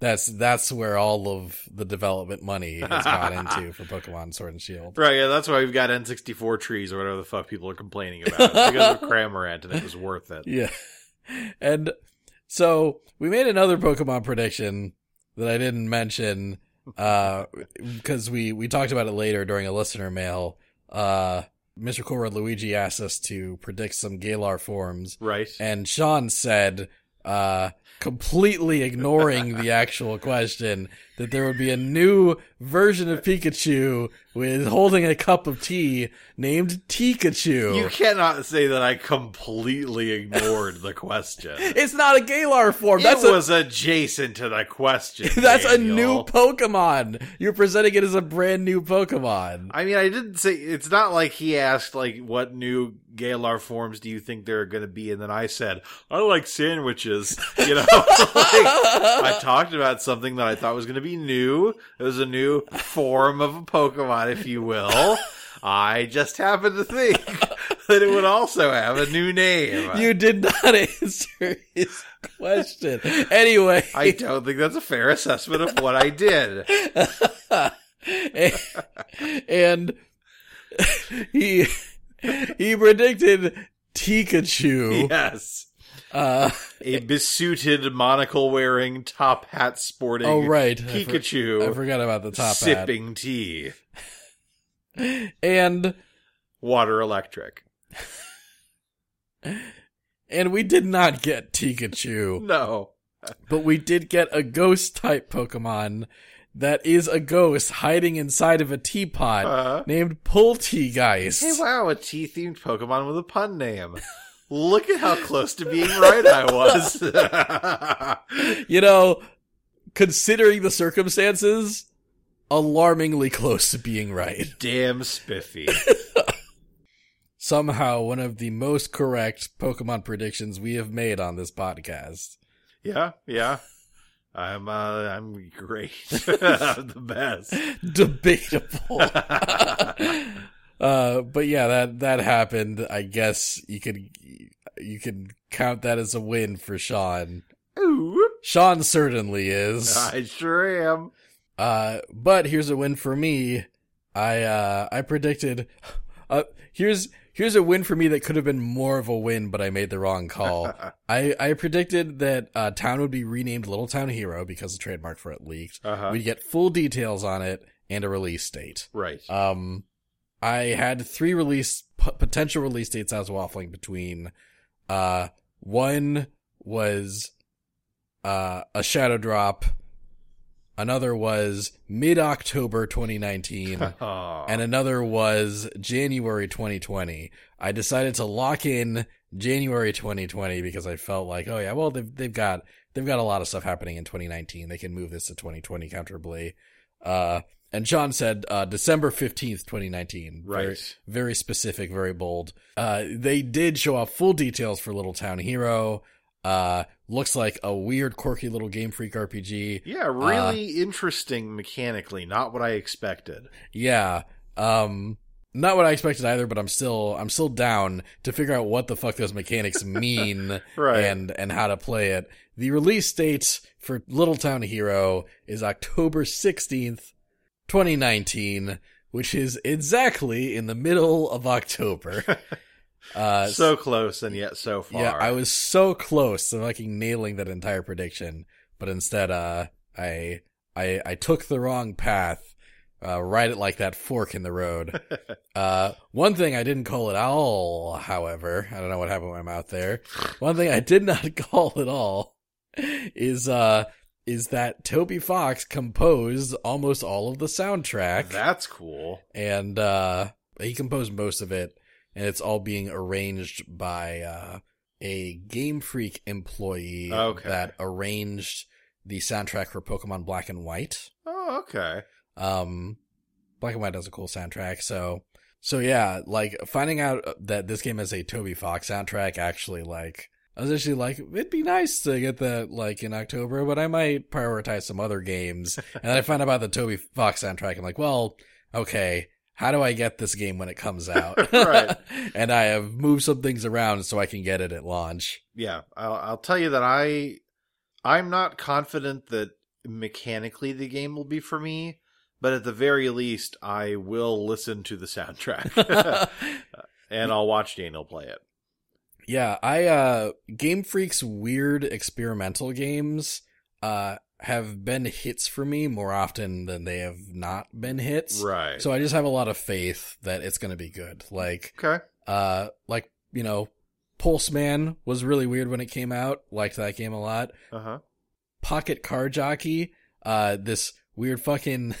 Speaker 1: That's that's where all of the development money has gone into for Pokemon Sword and Shield.
Speaker 2: Right, yeah, that's why we've got N64 trees or whatever the fuck people are complaining about. It's because of Cramorant and it was worth it.
Speaker 1: Yeah. And so we made another Pokemon prediction that I didn't mention uh because we we talked about it later during a listener mail. Uh Mr. Cool Red Luigi asked us to predict some Galar forms
Speaker 2: Right?
Speaker 1: and Sean said, uh, completely ignoring the actual question, that there would be a new version of Pikachu with holding a cup of tea named
Speaker 2: You
Speaker 1: Tikachu.
Speaker 2: cannot say that I completely ignored the question.
Speaker 1: It's not a Galar form. Oh, That's
Speaker 2: it
Speaker 1: a
Speaker 2: was adjacent to the question.
Speaker 1: that's a
Speaker 2: Daniel.
Speaker 1: new Pokemon. You're presenting it as a brand new Pokemon.
Speaker 2: I mean, I didn't say it's not like he asked like what new Galar forms do you think there are going to be, and then I said I like sandwiches. You know, Like, I talked about something that I thought was going to be new. It was a new form of a Pokemon, if you will. I just happened to think that it would also have a new name.
Speaker 1: you did not answer his question. Anyway,
Speaker 2: I don't think that's a fair assessment of what I did.
Speaker 1: and, and he he predicted Tikachu.
Speaker 2: Yes.
Speaker 1: Uh,
Speaker 2: A besuited, monocle wearing, top hat sporting
Speaker 1: oh right, I for- I,
Speaker 2: Pikachu
Speaker 1: forgot about the top hat.
Speaker 2: sipping tea.
Speaker 1: And
Speaker 2: Water electric.
Speaker 1: and we did not get Tikachu,
Speaker 2: No.
Speaker 1: but we did get a ghost type Pokemon that is a ghost hiding inside of a teapot
Speaker 2: Uh,
Speaker 1: named Poltegeist.
Speaker 2: hey, wow, a tea themed Pokemon with a pun name. Look at how close to being right I was.
Speaker 1: You know, considering the circumstances, alarmingly close to being right.
Speaker 2: Damn spiffy.
Speaker 1: somehow one of the most correct Pokemon predictions we have made on this podcast.
Speaker 2: Yeah, yeah. I'm uh, I'm great. I'm the best.
Speaker 1: Debatable. uh, but yeah, that that happened. I guess you could you could count that as a win for Sean.
Speaker 2: Ooh,
Speaker 1: Sean certainly is.
Speaker 2: I sure am.
Speaker 1: Uh, but here's a win for me. I uh, I predicted. Uh, here's here's a win for me that could have been more of a win, but I made the wrong call. I I predicted that uh, town would be renamed Little Town Hero because the trademark for it leaked.
Speaker 2: Uh-huh.
Speaker 1: We'd get full details on it and a release date.
Speaker 2: right.
Speaker 1: Um, I had three release p- potential release dates I was waffling between. Uh, one was uh a shadow drop. Another was mid October 2019,
Speaker 2: Aw.
Speaker 1: and another was January 2020. I decided to lock in January 2020 because I felt like, oh yeah, well they've they've got they've got a lot of stuff happening in 2019. They can move this to 2020 comfortably. Uh, and John said uh, December 15th, 2019. Very-
Speaker 2: right.
Speaker 1: very specific, very bold. Uh, they did show off full details for Little Town Hero. Uh, looks like a weird, quirky little Game Freak RPG.
Speaker 2: Yeah, really interesting mechanically. Not what I expected.
Speaker 1: Yeah, um, not what I expected either, but I'm still I'm still down to figure out what the fuck those mechanics mean
Speaker 2: Right.
Speaker 1: and and how to play it. The release date for Little Town Hero is October 16th, 2019, which is exactly in the middle of October. Uh,
Speaker 2: so close and yet so far.
Speaker 1: Yeah, I was so close to fucking nailing that entire prediction, but instead, uh, I, I, I took the wrong path, uh, right at like that fork in the road. uh, one thing I didn't call at all, however, I don't know what happened with my mouth there. One thing I did not call at all is, uh, is that Toby Fox composed almost all of the soundtrack
Speaker 2: That's cool.
Speaker 1: and uh he composed most of it and it's all being arranged by uh a game freak employee
Speaker 2: Okay.
Speaker 1: that arranged the soundtrack for Pokemon Black and White.
Speaker 2: Oh, okay.
Speaker 1: Um Black and White does a cool soundtrack, so so yeah, like finding out that this game has a Toby Fox soundtrack actually like I was actually like, it'd be nice to get that like in October, but I might prioritize some other games and then I found out about the Toby Fox soundtrack. I'm like, well, okay, how do I get this game when it comes out?
Speaker 2: Right.
Speaker 1: and I have moved some things around so I can get it at launch.
Speaker 2: Yeah, I'll, I'll tell you that I, I'm not confident that mechanically the game will be for me, but at the very least, I will listen to the soundtrack and I'll watch Daniel play it.
Speaker 1: yeah, I uh Game Freak's weird experimental games uh have been hits for me more often than they have not been hits.
Speaker 2: Right.
Speaker 1: So I just have a lot of faith that it's going to be good. Like
Speaker 2: okay.
Speaker 1: uh like, you know, Pulse Man was really weird when it came out. Liked that game a lot.
Speaker 2: Uh huh.
Speaker 1: pocket car jockey, uh, this weird fucking,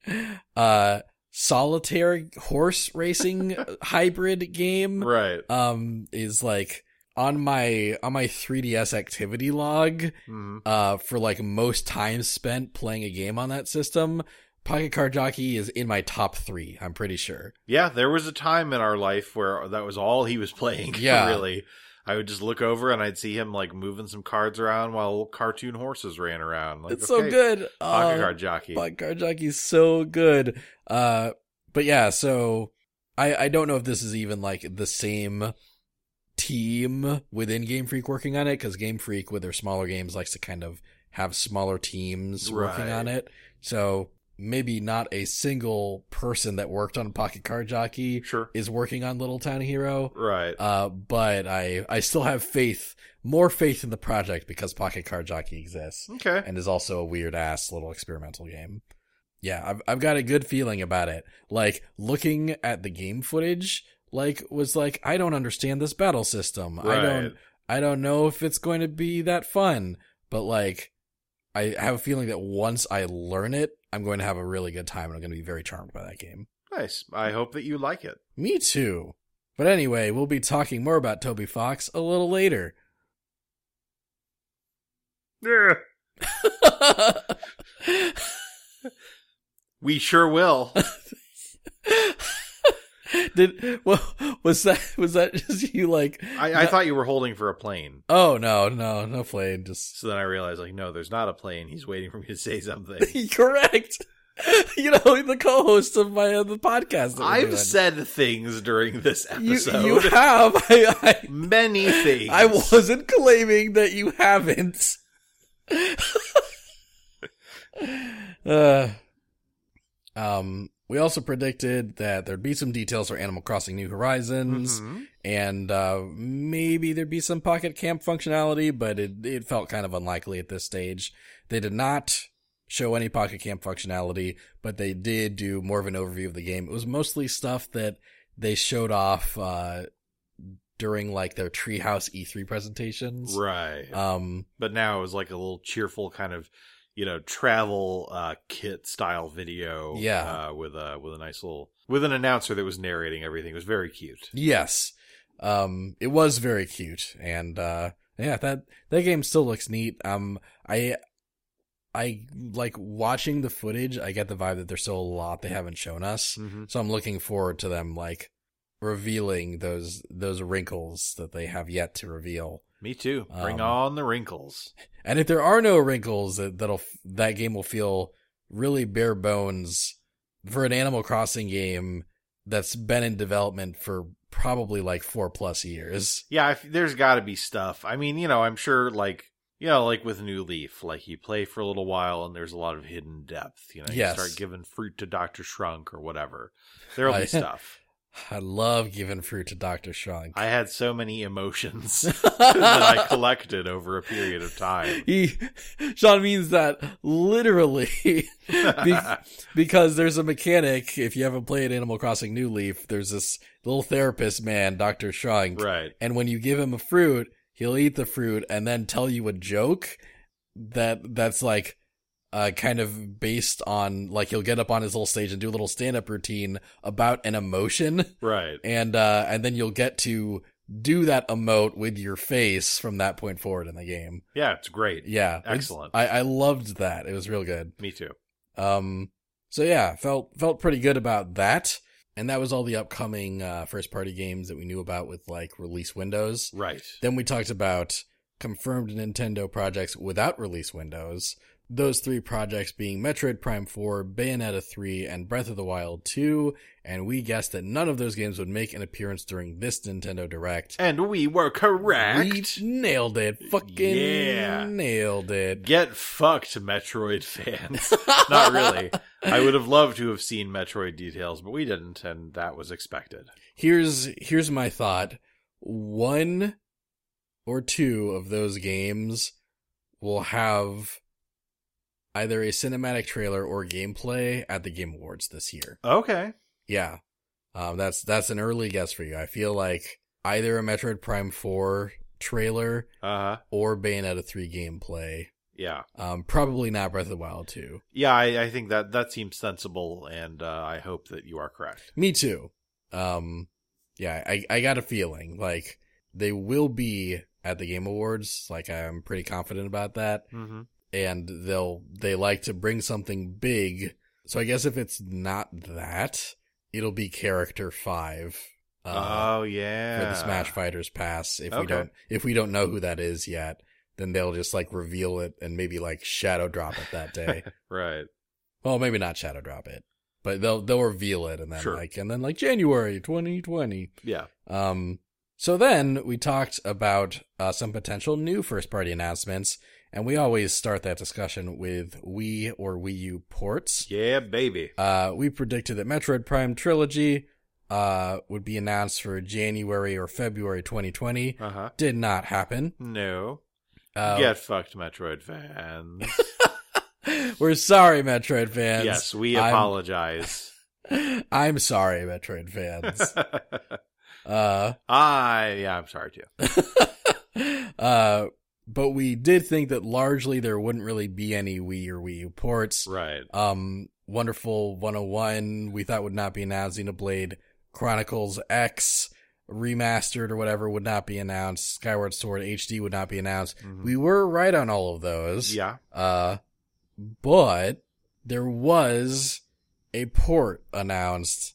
Speaker 1: uh, solitaire horse racing hybrid game,
Speaker 2: Right.
Speaker 1: um, is like on my, on my 3DS activity log,
Speaker 2: hmm
Speaker 1: uh, for like most time spent playing a game on that system. Pocket Car Jockey is in my top three, I'm pretty sure.
Speaker 2: Yeah, there was a time in our life where that was all he was playing.
Speaker 1: Yeah.
Speaker 2: Really. I would just look over and I'd see him like moving some cards around while cartoon horses ran around. Like,
Speaker 1: It's so
Speaker 2: okay,
Speaker 1: good.
Speaker 2: Pocket
Speaker 1: Uh,
Speaker 2: card jockey.
Speaker 1: Fuck, Car Jockey's so good. Uh, but yeah, so I I don't know if this is even like the same team within Game Freak working on it because Game Freak with their smaller games likes to kind of have smaller teams working
Speaker 2: Right.
Speaker 1: on it. So maybe not a single person that worked on Pocket Car Jockey
Speaker 2: Sure.
Speaker 1: is working on Little Town Hero.
Speaker 2: Right.
Speaker 1: Uh, but I I still have faith, more faith in the project because Pocket Car Jockey exists
Speaker 2: okay.
Speaker 1: and is also a weird ass little experimental game. Yeah, I've I've got a good feeling about it. Like looking at the game footage, like was like I don't understand this battle system. I
Speaker 2: Right.
Speaker 1: don't I don't know if it's going to be that fun, but like I have a feeling that once I learn it, I'm going to have a really good time and I'm going to be very charmed by that game.
Speaker 2: Nice. I hope that you like it.
Speaker 1: Me too. But anyway, we'll be talking more about Toby Fox a little later.
Speaker 2: Yeah. We sure will.
Speaker 1: Did what, Was that was that just you like
Speaker 2: I, I thought you were holding for a plane.
Speaker 1: Oh no, no, no plane. Just
Speaker 2: So then I realized, like, no, there's not a plane. He's waiting for me to say something.
Speaker 1: correct. You know, the co-host of my other podcast. that we're doing.
Speaker 2: I've said things during this
Speaker 1: you,
Speaker 2: episode.
Speaker 1: you have. I,
Speaker 2: Many things.
Speaker 1: I, I wasn't claiming that you haven't. uh, um, we also predicted that there'd be some details for Animal Crossing New Horizons.
Speaker 2: Mhm.
Speaker 1: and uh, maybe there'd be some pocket camp functionality, but it, it felt kind of unlikely at this stage. They did not show any pocket camp functionality, but they did do more of an overview of the game. It was mostly stuff that they showed off uh, during like their Treehouse E3 presentations.
Speaker 2: Right.
Speaker 1: Um,
Speaker 2: but now it was like a little cheerful kind of you know travel uh kit style video
Speaker 1: Yeah.
Speaker 2: uh, with a with a nice little with an announcer that was narrating everything it was very cute
Speaker 1: yes, um, it was very cute, and uh, yeah, that that game still looks neat. Um, I I like watching the footage. I get the vibe that there's still a lot they haven't shown us,
Speaker 2: mm-hmm.
Speaker 1: so I'm looking forward to them like revealing those those wrinkles that they have yet to reveal.
Speaker 2: me too bring
Speaker 1: Um,
Speaker 2: on the wrinkles
Speaker 1: And if there are no wrinkles, that that'll that game will feel really bare bones for an Animal Crossing game that's been in development for probably like four plus years.
Speaker 2: yeah if, there's got to be stuff i mean you know i'm sure like you know like with new leaf like you play for a little while and there's a lot of hidden depth you know
Speaker 1: Yes.
Speaker 2: you start giving fruit to dr shrunk or whatever there'll
Speaker 1: I-
Speaker 2: be stuff
Speaker 1: I love giving fruit to Doctor Shrunk.
Speaker 2: i had so many emotions that i collected over a period of time
Speaker 1: he Sean means that literally Be- because there's a mechanic. If you haven't played Animal Crossing New Leaf, there's this little therapist man, Doctor Shrunk,
Speaker 2: Right.
Speaker 1: and when you give him a fruit, he'll eat the fruit and then tell you a joke that that's like uh, kind of based on like he'll get up on his little stage and do a little stand up routine about an emotion,
Speaker 2: Right.
Speaker 1: and uh, and then you'll get to do that emote with your face from that point forward in the game.
Speaker 2: Yeah, it's great.
Speaker 1: Yeah, it's-
Speaker 2: Excellent.
Speaker 1: I, I loved that. It was real good.
Speaker 2: Me too.
Speaker 1: Um, so yeah, felt felt pretty good about that. And that was all the upcoming uh, first party games that we knew about with like release windows.
Speaker 2: Right.
Speaker 1: Then we talked about confirmed Nintendo projects without release windows. Those three projects being Metroid Prime 4, Bayonetta 3, and Breath of the Wild 2. And we guessed that none of those games would make an appearance during this Nintendo Direct.
Speaker 2: And we were correct.
Speaker 1: We nailed it. Fucking
Speaker 2: Yeah.
Speaker 1: nailed it.
Speaker 2: Get fucked, Metroid fans. Not really. I would have loved to have seen Metroid details, but we didn't, and that was expected.
Speaker 1: here's here's my thought one or two of those games will have either a cinematic trailer or gameplay at the game awards this year
Speaker 2: Okay.
Speaker 1: yeah um, that's that's an early guess for you i feel like either a metroid prime 4 trailer
Speaker 2: Uh huh.
Speaker 1: or bayonetta 3 gameplay
Speaker 2: Yeah.
Speaker 1: um, probably not breath of the wild 2
Speaker 2: Yeah, I, I think that that seems sensible, and uh, I hope that you are correct.
Speaker 1: Me too. Um, yeah, I, I got a feeling like they will be at the Game Awards. Like I'm pretty confident about that.
Speaker 2: Mm-hmm.
Speaker 1: And they'll, they like to bring something big. So I guess if it's not that, it'll be character five. Uh,
Speaker 2: oh yeah.
Speaker 1: For the Smash Fighters Pass, if we
Speaker 2: Okay.
Speaker 1: don't, if we don't know who that is yet, then they'll just like reveal it and maybe like shadow drop it that day.
Speaker 2: Right.
Speaker 1: well, maybe not shadow drop it, but they'll they'll reveal it and then
Speaker 2: Sure.
Speaker 1: like and then like January 2020.
Speaker 2: Yeah.
Speaker 1: Um, so then we talked about uh, some potential new first party announcements, and we always start that discussion with Wii or Wii U ports.
Speaker 2: Yeah, baby.
Speaker 1: Uh, we predicted that Metroid Prime Trilogy uh, would be announced for January or February 2020.
Speaker 2: Uh huh.
Speaker 1: Did not happen.
Speaker 2: No.
Speaker 1: Uh,
Speaker 2: Get fucked, Metroid fans.
Speaker 1: We're sorry, Metroid fans.
Speaker 2: yes, we
Speaker 1: I'm-
Speaker 2: apologize.
Speaker 1: I'm sorry, Metroid fans. uh,
Speaker 2: Ah, yeah, I'm sorry too.
Speaker 1: uh, but we did think that largely there wouldn't really be any Wii or Wii U ports.
Speaker 2: Right.
Speaker 1: Um, Wonderful 101, we thought would not be announced. Xenoblade Chronicles X remastered or whatever would not be announced. Skyward Sword HD would not be announced.
Speaker 2: Mhm.
Speaker 1: We were right on all of those.
Speaker 2: yeah.
Speaker 1: Uh, but there was a port announced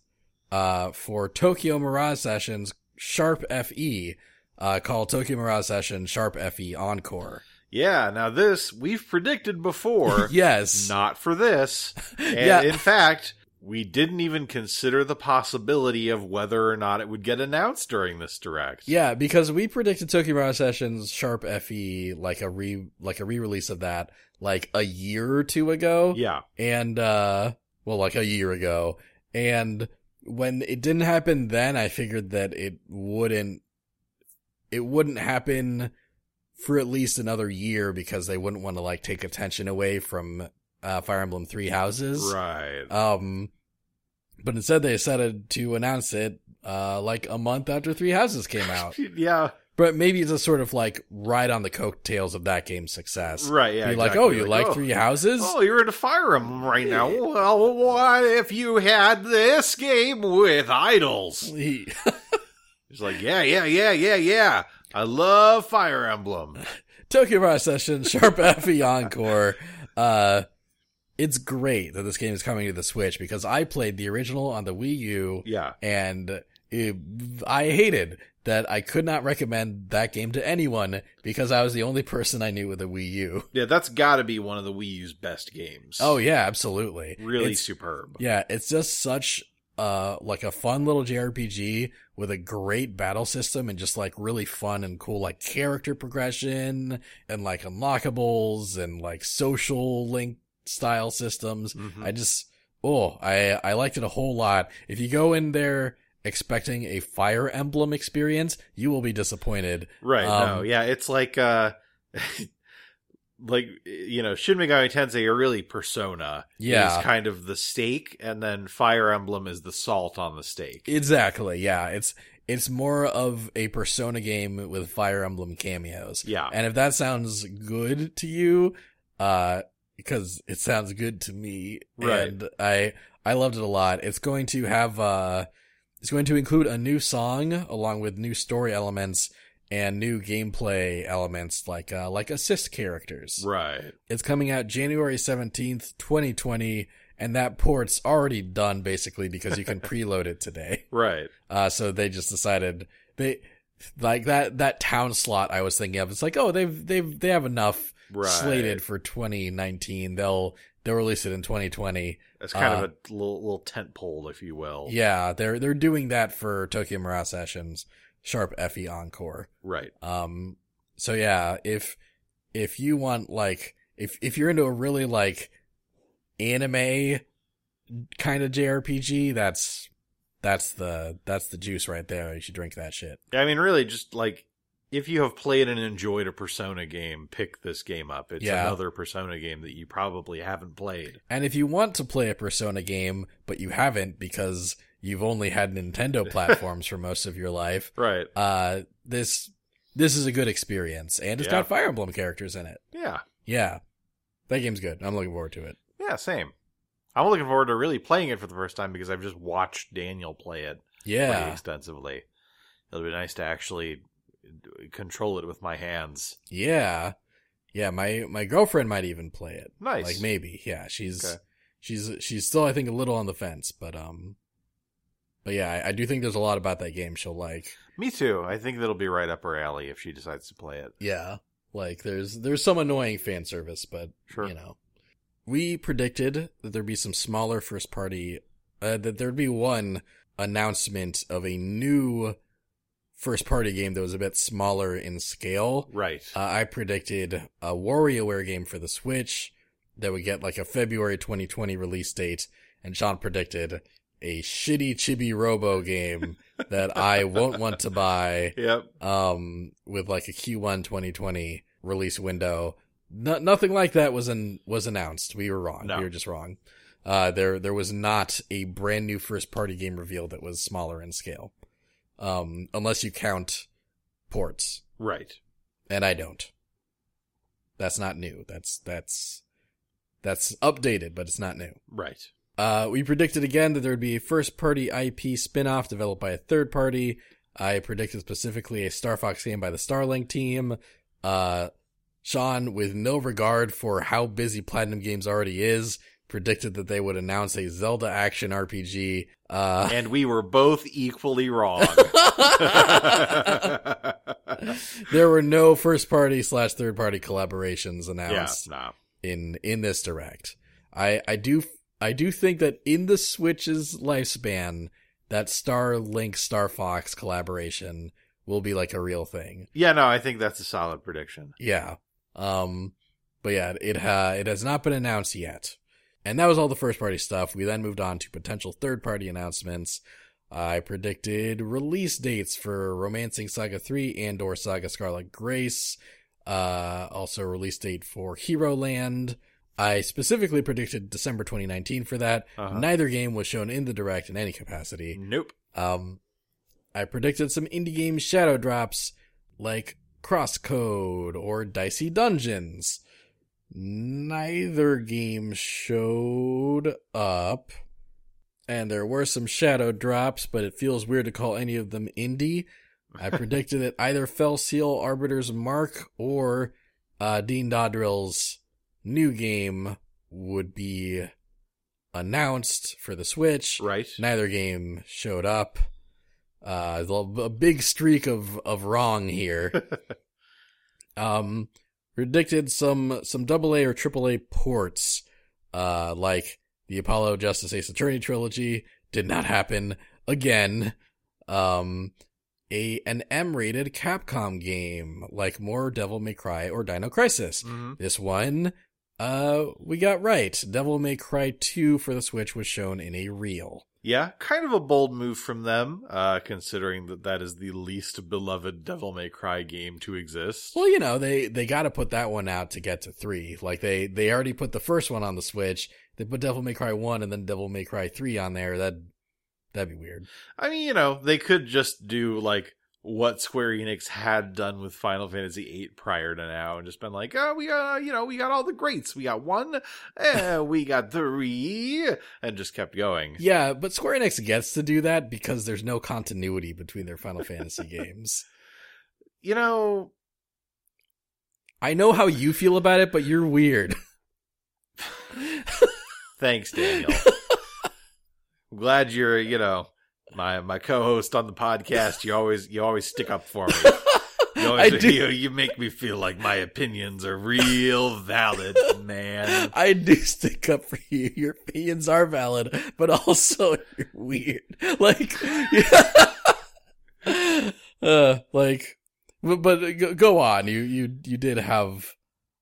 Speaker 1: uh, for Tokyo Mirage Sessions Sharp FE. Uh, called Tokyo Mirage Sessions Sharp FE Encore.
Speaker 2: Yeah, now this we've predicted before.
Speaker 1: yes.
Speaker 2: Not for this. And
Speaker 1: Yeah.
Speaker 2: in fact, we didn't even consider the possibility of whether or not it would get announced during this direct.
Speaker 1: Yeah, because we predicted Tokyo Mirage Sessions Sharp FE like a re like a re-release of that like a year or two ago.
Speaker 2: Yeah.
Speaker 1: And uh well like a year ago. And when it didn't happen then I figured that it wouldn't it wouldn't happen for at least another year because they wouldn't want to like take attention away from uh Fire Emblem Three Houses.
Speaker 2: Right.
Speaker 1: Um, but instead they decided to announce it, uh, like a month after Three Houses came out.
Speaker 2: yeah.
Speaker 1: but maybe it's a sort of like ride on the coattails of that game's success.
Speaker 2: Right. Yeah.
Speaker 1: Be like,
Speaker 2: exactly.
Speaker 1: oh, you like Three Houses?
Speaker 2: Oh, you're into Fire Emblem right now. Well, what if you had this game with idols?
Speaker 1: He-
Speaker 2: He's like, yeah, yeah, yeah, yeah, yeah. I love Fire Emblem.
Speaker 1: Tokyo Mirage Session, Sharp Effie Encore. Uh, it's great that this game is coming to the Switch because I played the original on the Wii U
Speaker 2: Yeah.
Speaker 1: and it, I hated that I could not recommend that game to anyone because I was the only person I knew with a Wii U.
Speaker 2: Yeah, that's got to be one of the Wii U's best games.
Speaker 1: Oh yeah, absolutely.
Speaker 2: really
Speaker 1: It's-
Speaker 2: superb.
Speaker 1: yeah, it's just such uh like a fun little JRPG with a great battle system and just like really fun and cool like character progression and like unlockables and like social link style systems.
Speaker 2: Mhm.
Speaker 1: I just oh, I I liked it a whole lot. If you go in there expecting a Fire Emblem experience, you will be disappointed.
Speaker 2: Right. no.
Speaker 1: Um,
Speaker 2: Yeah. It's like, uh, like you know, Shin Megami Tensei are really Persona.
Speaker 1: Yeah.
Speaker 2: Is kind of the steak, and then Fire Emblem is the salt on the steak.
Speaker 1: Exactly. Yeah, it's it's more of a persona game with Fire Emblem cameos.
Speaker 2: yeah.
Speaker 1: And if that sounds good to you, uh, because it sounds good to me,
Speaker 2: Right.
Speaker 1: and I I loved it a lot. It's going to have uh, it's going to include a new song along with new story elements and new gameplay elements like uh, like assist characters.
Speaker 2: Right.
Speaker 1: It's coming out January seventeenth, twenty twenty, and that port's already done basically because you can preload it today.
Speaker 2: Right.
Speaker 1: Uh, so they just decided they like that that town slot I was thinking of. It's like, oh, they've they've they have enough
Speaker 2: Right.
Speaker 1: slated for 2019. They'll they'll release it in 2020.
Speaker 2: That's kind
Speaker 1: uh,
Speaker 2: of a little little tent pole, if you will.
Speaker 1: Yeah, they're they're doing that for Tokyo Mirage Sessions Sharp Effie Encore.
Speaker 2: Right.
Speaker 1: Um, so yeah, if if you want like if if you're into a really like anime kind of JRPG, that's that's the that's the juice right there. You should drink that shit.
Speaker 2: I mean, really, just like if you have played and enjoyed a Persona game, pick this game up. It's
Speaker 1: Yeah.
Speaker 2: another Persona game that you probably haven't played.
Speaker 1: And if you want to play a Persona game, but you haven't because you've only had Nintendo platforms for most of your life,
Speaker 2: Right.
Speaker 1: uh, this this is a good experience, and it's
Speaker 2: Yeah.
Speaker 1: got Fire Emblem characters in it.
Speaker 2: Yeah.
Speaker 1: Yeah, that game's good. I'm looking forward to it.
Speaker 2: Yeah, same. I'm looking forward to really playing it for the first time because I've just watched Daniel play it pretty
Speaker 1: Yeah,
Speaker 2: extensively. It'll be nice to actually d- control it with my hands.
Speaker 1: yeah, yeah. My my girlfriend might even play it.
Speaker 2: Nice.
Speaker 1: Like maybe, yeah. She's
Speaker 2: Okay.
Speaker 1: she's she's still I think a little on the fence, but um, but yeah, I, I do think there's a lot about that game she'll like.
Speaker 2: Me too. I think that'll be right up her alley if she decides to play it.
Speaker 1: Yeah, like there's there's some annoying fan service, but
Speaker 2: Sure.
Speaker 1: you know. We predicted that there'd be some smaller first party, uh, that there'd be one announcement of a new first party game that was a bit smaller in scale.
Speaker 2: Right.
Speaker 1: Uh, I predicted a WarioWare game for the Switch that would get like a February 2020 release date, and Sean predicted a shitty chibi robo game that I won't want to buy
Speaker 2: yep.
Speaker 1: um, with like a Q1 2020 release window. No, nothing like that was an, was announced. We were wrong.
Speaker 2: No.
Speaker 1: We were just wrong. Uh, there there was not a brand new first party game reveal that was smaller in scale, um, unless you count ports,
Speaker 2: Right.
Speaker 1: and I don't. That's not new. That's that's that's updated, but it's not new.
Speaker 2: Right.
Speaker 1: Uh, we predicted again that there would be a first party IP spin off developed by a third party. I predicted specifically a Star Fox game by the Starlink team. Uh, Sean, with no regard for how busy Platinum Games already is, predicted that they would announce a Zelda action RPG. Uh,
Speaker 2: and we were both equally wrong.
Speaker 1: there were no first party slash third party collaborations
Speaker 2: yeah,
Speaker 1: announced
Speaker 2: nah.
Speaker 1: in in this direct. I I do I do think that in the Switch's lifespan, that Star Link Star Fox collaboration will be like a real thing.
Speaker 2: Yeah, no, I think that's a solid prediction.
Speaker 1: Yeah. Um, but yeah, it uh, it has not been announced yet. And that was all the first party stuff. We then moved on to potential third party announcements. I predicted release dates for Romancing Saga 3 and or Saga Scarlet Grace. Uh, also release date for Hero Land. I specifically predicted December 2019 for that.
Speaker 2: Uh-huh.
Speaker 1: Neither game was shown in the direct in any capacity.
Speaker 2: Nope.
Speaker 1: Um, I predicted some indie game shadow drops like Crosscode or Dicey Dungeons. Neither game showed up, and there were some shadow drops, but it feels weird to call any of them indie. I predicted that either Fell Seal Arbiter's Mark or uh, Dean Dodrill's new game would be announced for the Switch.
Speaker 2: Right.
Speaker 1: Neither game showed up. Uh, the- a big streak of, of wrong here. um, predicted some some double A or triple A ports, uh, like the Apollo Justice Ace Attorney trilogy did not happen again. Um, a an M rated Capcom game like more Devil May Cry or Dino Crisis.
Speaker 2: hmm
Speaker 1: This one, uh, we got right. Devil May Cry 2 for the Switch was shown in a reel.
Speaker 2: Yeah, kind of a bold move from them, uh, considering that that is the least beloved Devil May Cry game to exist.
Speaker 1: Well, you know, they, they gotta put that one out to get to three. Like they, they already put the first one on the Switch. They put Devil May Cry 1 and then Devil May Cry 3 on there. That, that'd be weird.
Speaker 2: I mean, you know, they could just do like what Square Enix had done with Final Fantasy VIII prior to now, and just been like, oh, we got, you know, we got all the greats. We got one, eh, we got three, and just kept going.
Speaker 1: Yeah, but Square Enix gets to do that because there's no continuity between their Final Fantasy games.
Speaker 2: You know,
Speaker 1: I know how you feel about it, but you're weird.
Speaker 2: thanks, Daniel. I'm glad you're, you know, my my co-host on the podcast. You always you always stick up for me. You, always,
Speaker 1: I do.
Speaker 2: you, you make me feel like my opinions are real valid, man.
Speaker 1: I do stick up for you. Your opinions are valid, but also you're weird. Like, uh, like, but, but go- go on. You you you did have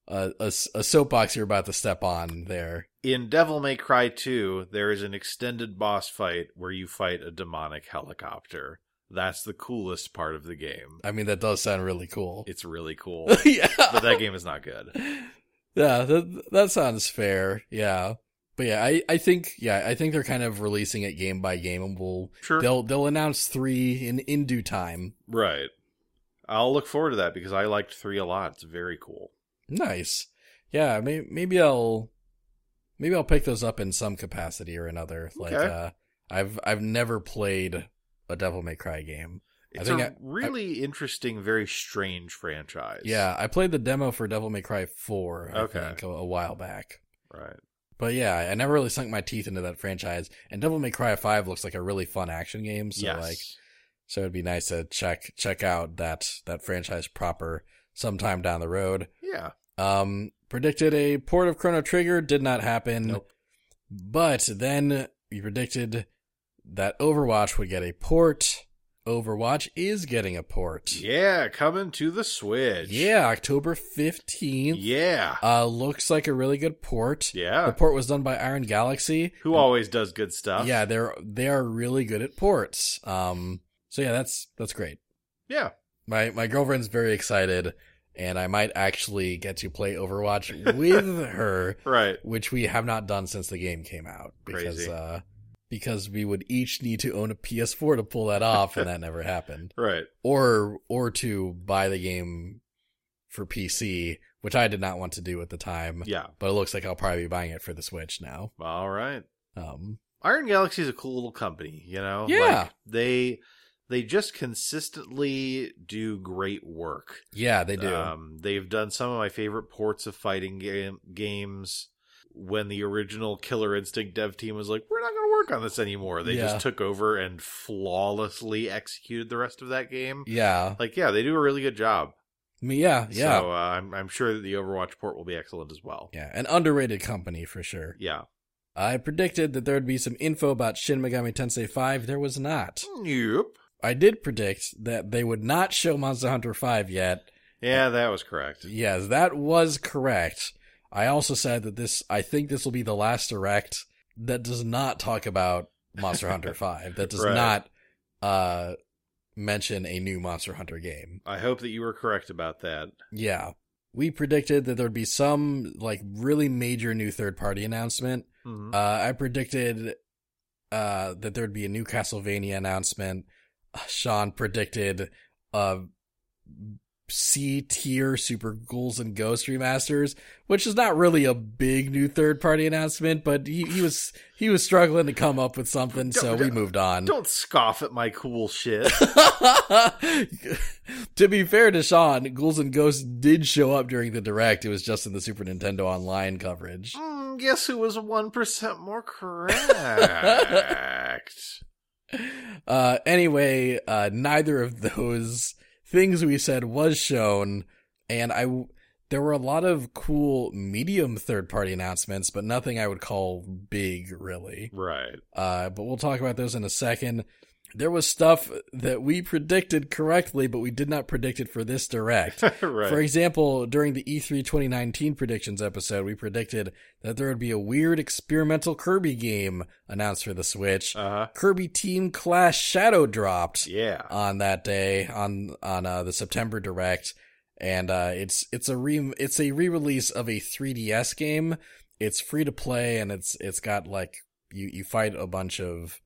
Speaker 1: a, a s- a soapbox you're about to step on there.
Speaker 2: In Devil May Cry 2, there is an extended boss fight where you fight a demonic helicopter. That's the coolest part of the game.
Speaker 1: I mean, that does sound really cool.
Speaker 2: It's really cool,
Speaker 1: yeah,
Speaker 2: but that game is not good.
Speaker 1: yeah. That that sounds fair. Yeah. But yeah, I, I think yeah, I think they're kind of releasing it game by game, and we'll
Speaker 2: Sure.
Speaker 1: they'll they'll announce three in in due time.
Speaker 2: Right. I'll look forward to that because I liked 3 a lot. It's very cool.
Speaker 1: Nice. Yeah, may- maybe I'll maybe I'll pick those up in some capacity or another. Like
Speaker 2: Okay.
Speaker 1: uh I've I've never played a Devil May Cry game. I
Speaker 2: It's a
Speaker 1: think I-
Speaker 2: really interesting, very strange franchise.
Speaker 1: Yeah, I played the demo for Devil May Cry 4 I
Speaker 2: Okay.
Speaker 1: think, a, a while back.
Speaker 2: Right.
Speaker 1: But yeah, I never really sunk my teeth into that franchise. And Devil May Cry 5 looks like a really fun action game, so
Speaker 2: yes.
Speaker 1: like so it'd be nice to check check out that that franchise proper sometime down the road.
Speaker 2: yeah.
Speaker 1: Um, predicted a port of Chrono Trigger did not happen.
Speaker 2: Nope.
Speaker 1: But then you predicted that Overwatch would get a port. Overwatch is getting a port.
Speaker 2: Yeah, coming to the Switch.
Speaker 1: Yeah, October 15th.
Speaker 2: Yeah.
Speaker 1: Uh, looks like a really good port. The
Speaker 2: Yeah.
Speaker 1: port was done by Iron Galaxy.
Speaker 2: Who always does good stuff.
Speaker 1: Yeah, they're they are really good at ports. Um, so yeah, that's that's great.
Speaker 2: Yeah.
Speaker 1: My my girlfriend's very excited, and I might actually get to play Overwatch with her
Speaker 2: Right.
Speaker 1: which we have not done since the game came out because
Speaker 2: Crazy.
Speaker 1: uh because we would each need to own a PS4 to pull that off and that never happened
Speaker 2: Right.
Speaker 1: or or to buy the game for PC which I did not want to do at the time
Speaker 2: Yeah.
Speaker 1: but it looks like I'll probably be buying it for the Switch now
Speaker 2: All right.
Speaker 1: um
Speaker 2: Iron Galaxy is a cool little company, you know.
Speaker 1: Yeah.
Speaker 2: like, they they just consistently do great work.
Speaker 1: yeah they do
Speaker 2: Um, they've done some of my favorite ports of fighting game games. when the original Killer Instinct dev team was like, we're not going to work on this anymore. They
Speaker 1: Yeah.
Speaker 2: just took over and flawlessly executed the rest of that game.
Speaker 1: Yeah.
Speaker 2: Like, yeah, they do a really good job.
Speaker 1: I mean, yeah. Yeah.
Speaker 2: So uh, I'm, I'm sure that the Overwatch port will be excellent as well.
Speaker 1: Yeah. An underrated company for sure.
Speaker 2: Yeah.
Speaker 1: I predicted that there'd be some info about Shin Megami Tensei 5. There was not.
Speaker 2: Yep.
Speaker 1: I did predict that they would not show Monster Hunter 5 yet.
Speaker 2: Yeah, that was correct.
Speaker 1: Yes, that was correct. I also said that this, I think this will be the last direct that does not talk about Monster Hunter 5, that does
Speaker 2: Right.
Speaker 1: not uh, mention a new Monster Hunter game.
Speaker 2: I hope that you were correct about that.
Speaker 1: Yeah. We predicted that there'd be some, like, really major new third party announcement.
Speaker 2: Mhm.
Speaker 1: Uh, I predicted uh, that there'd be a new Castlevania announcement. Uh, Sean predicted uh, C tier Super Ghouls and Ghost remasters, which is not really a big new third party announcement, but he, he was he was struggling to come up with something, so we moved on.
Speaker 2: Don't scoff at my cool shit.
Speaker 1: to be fair to Sean, Ghouls and Ghosts did show up during the direct. It was just in the Super Nintendo Online coverage.
Speaker 2: mm, guess who was 1% more correct?
Speaker 1: Uh, anyway, uh, neither of those things we said was shown, and I w- there were a lot of cool medium third party announcements, but nothing I would call big really.
Speaker 2: right.
Speaker 1: Uh, but we'll talk about those in a second. There was stuff that we predicted correctly, but we did not predict it for this direct.
Speaker 2: right.
Speaker 1: For example, during the E E3 2019 predictions episode, we predicted that there would be a weird experimental Kirby game announced for the Switch.
Speaker 2: uh-huh.
Speaker 1: Kirby Team Clash Shadow dropped
Speaker 2: Yeah.
Speaker 1: on that day on on uh, the September Direct, and uh, it's it's a re it's a re release of a 3DS game. It's free to play, and it's it's got like you you fight a bunch of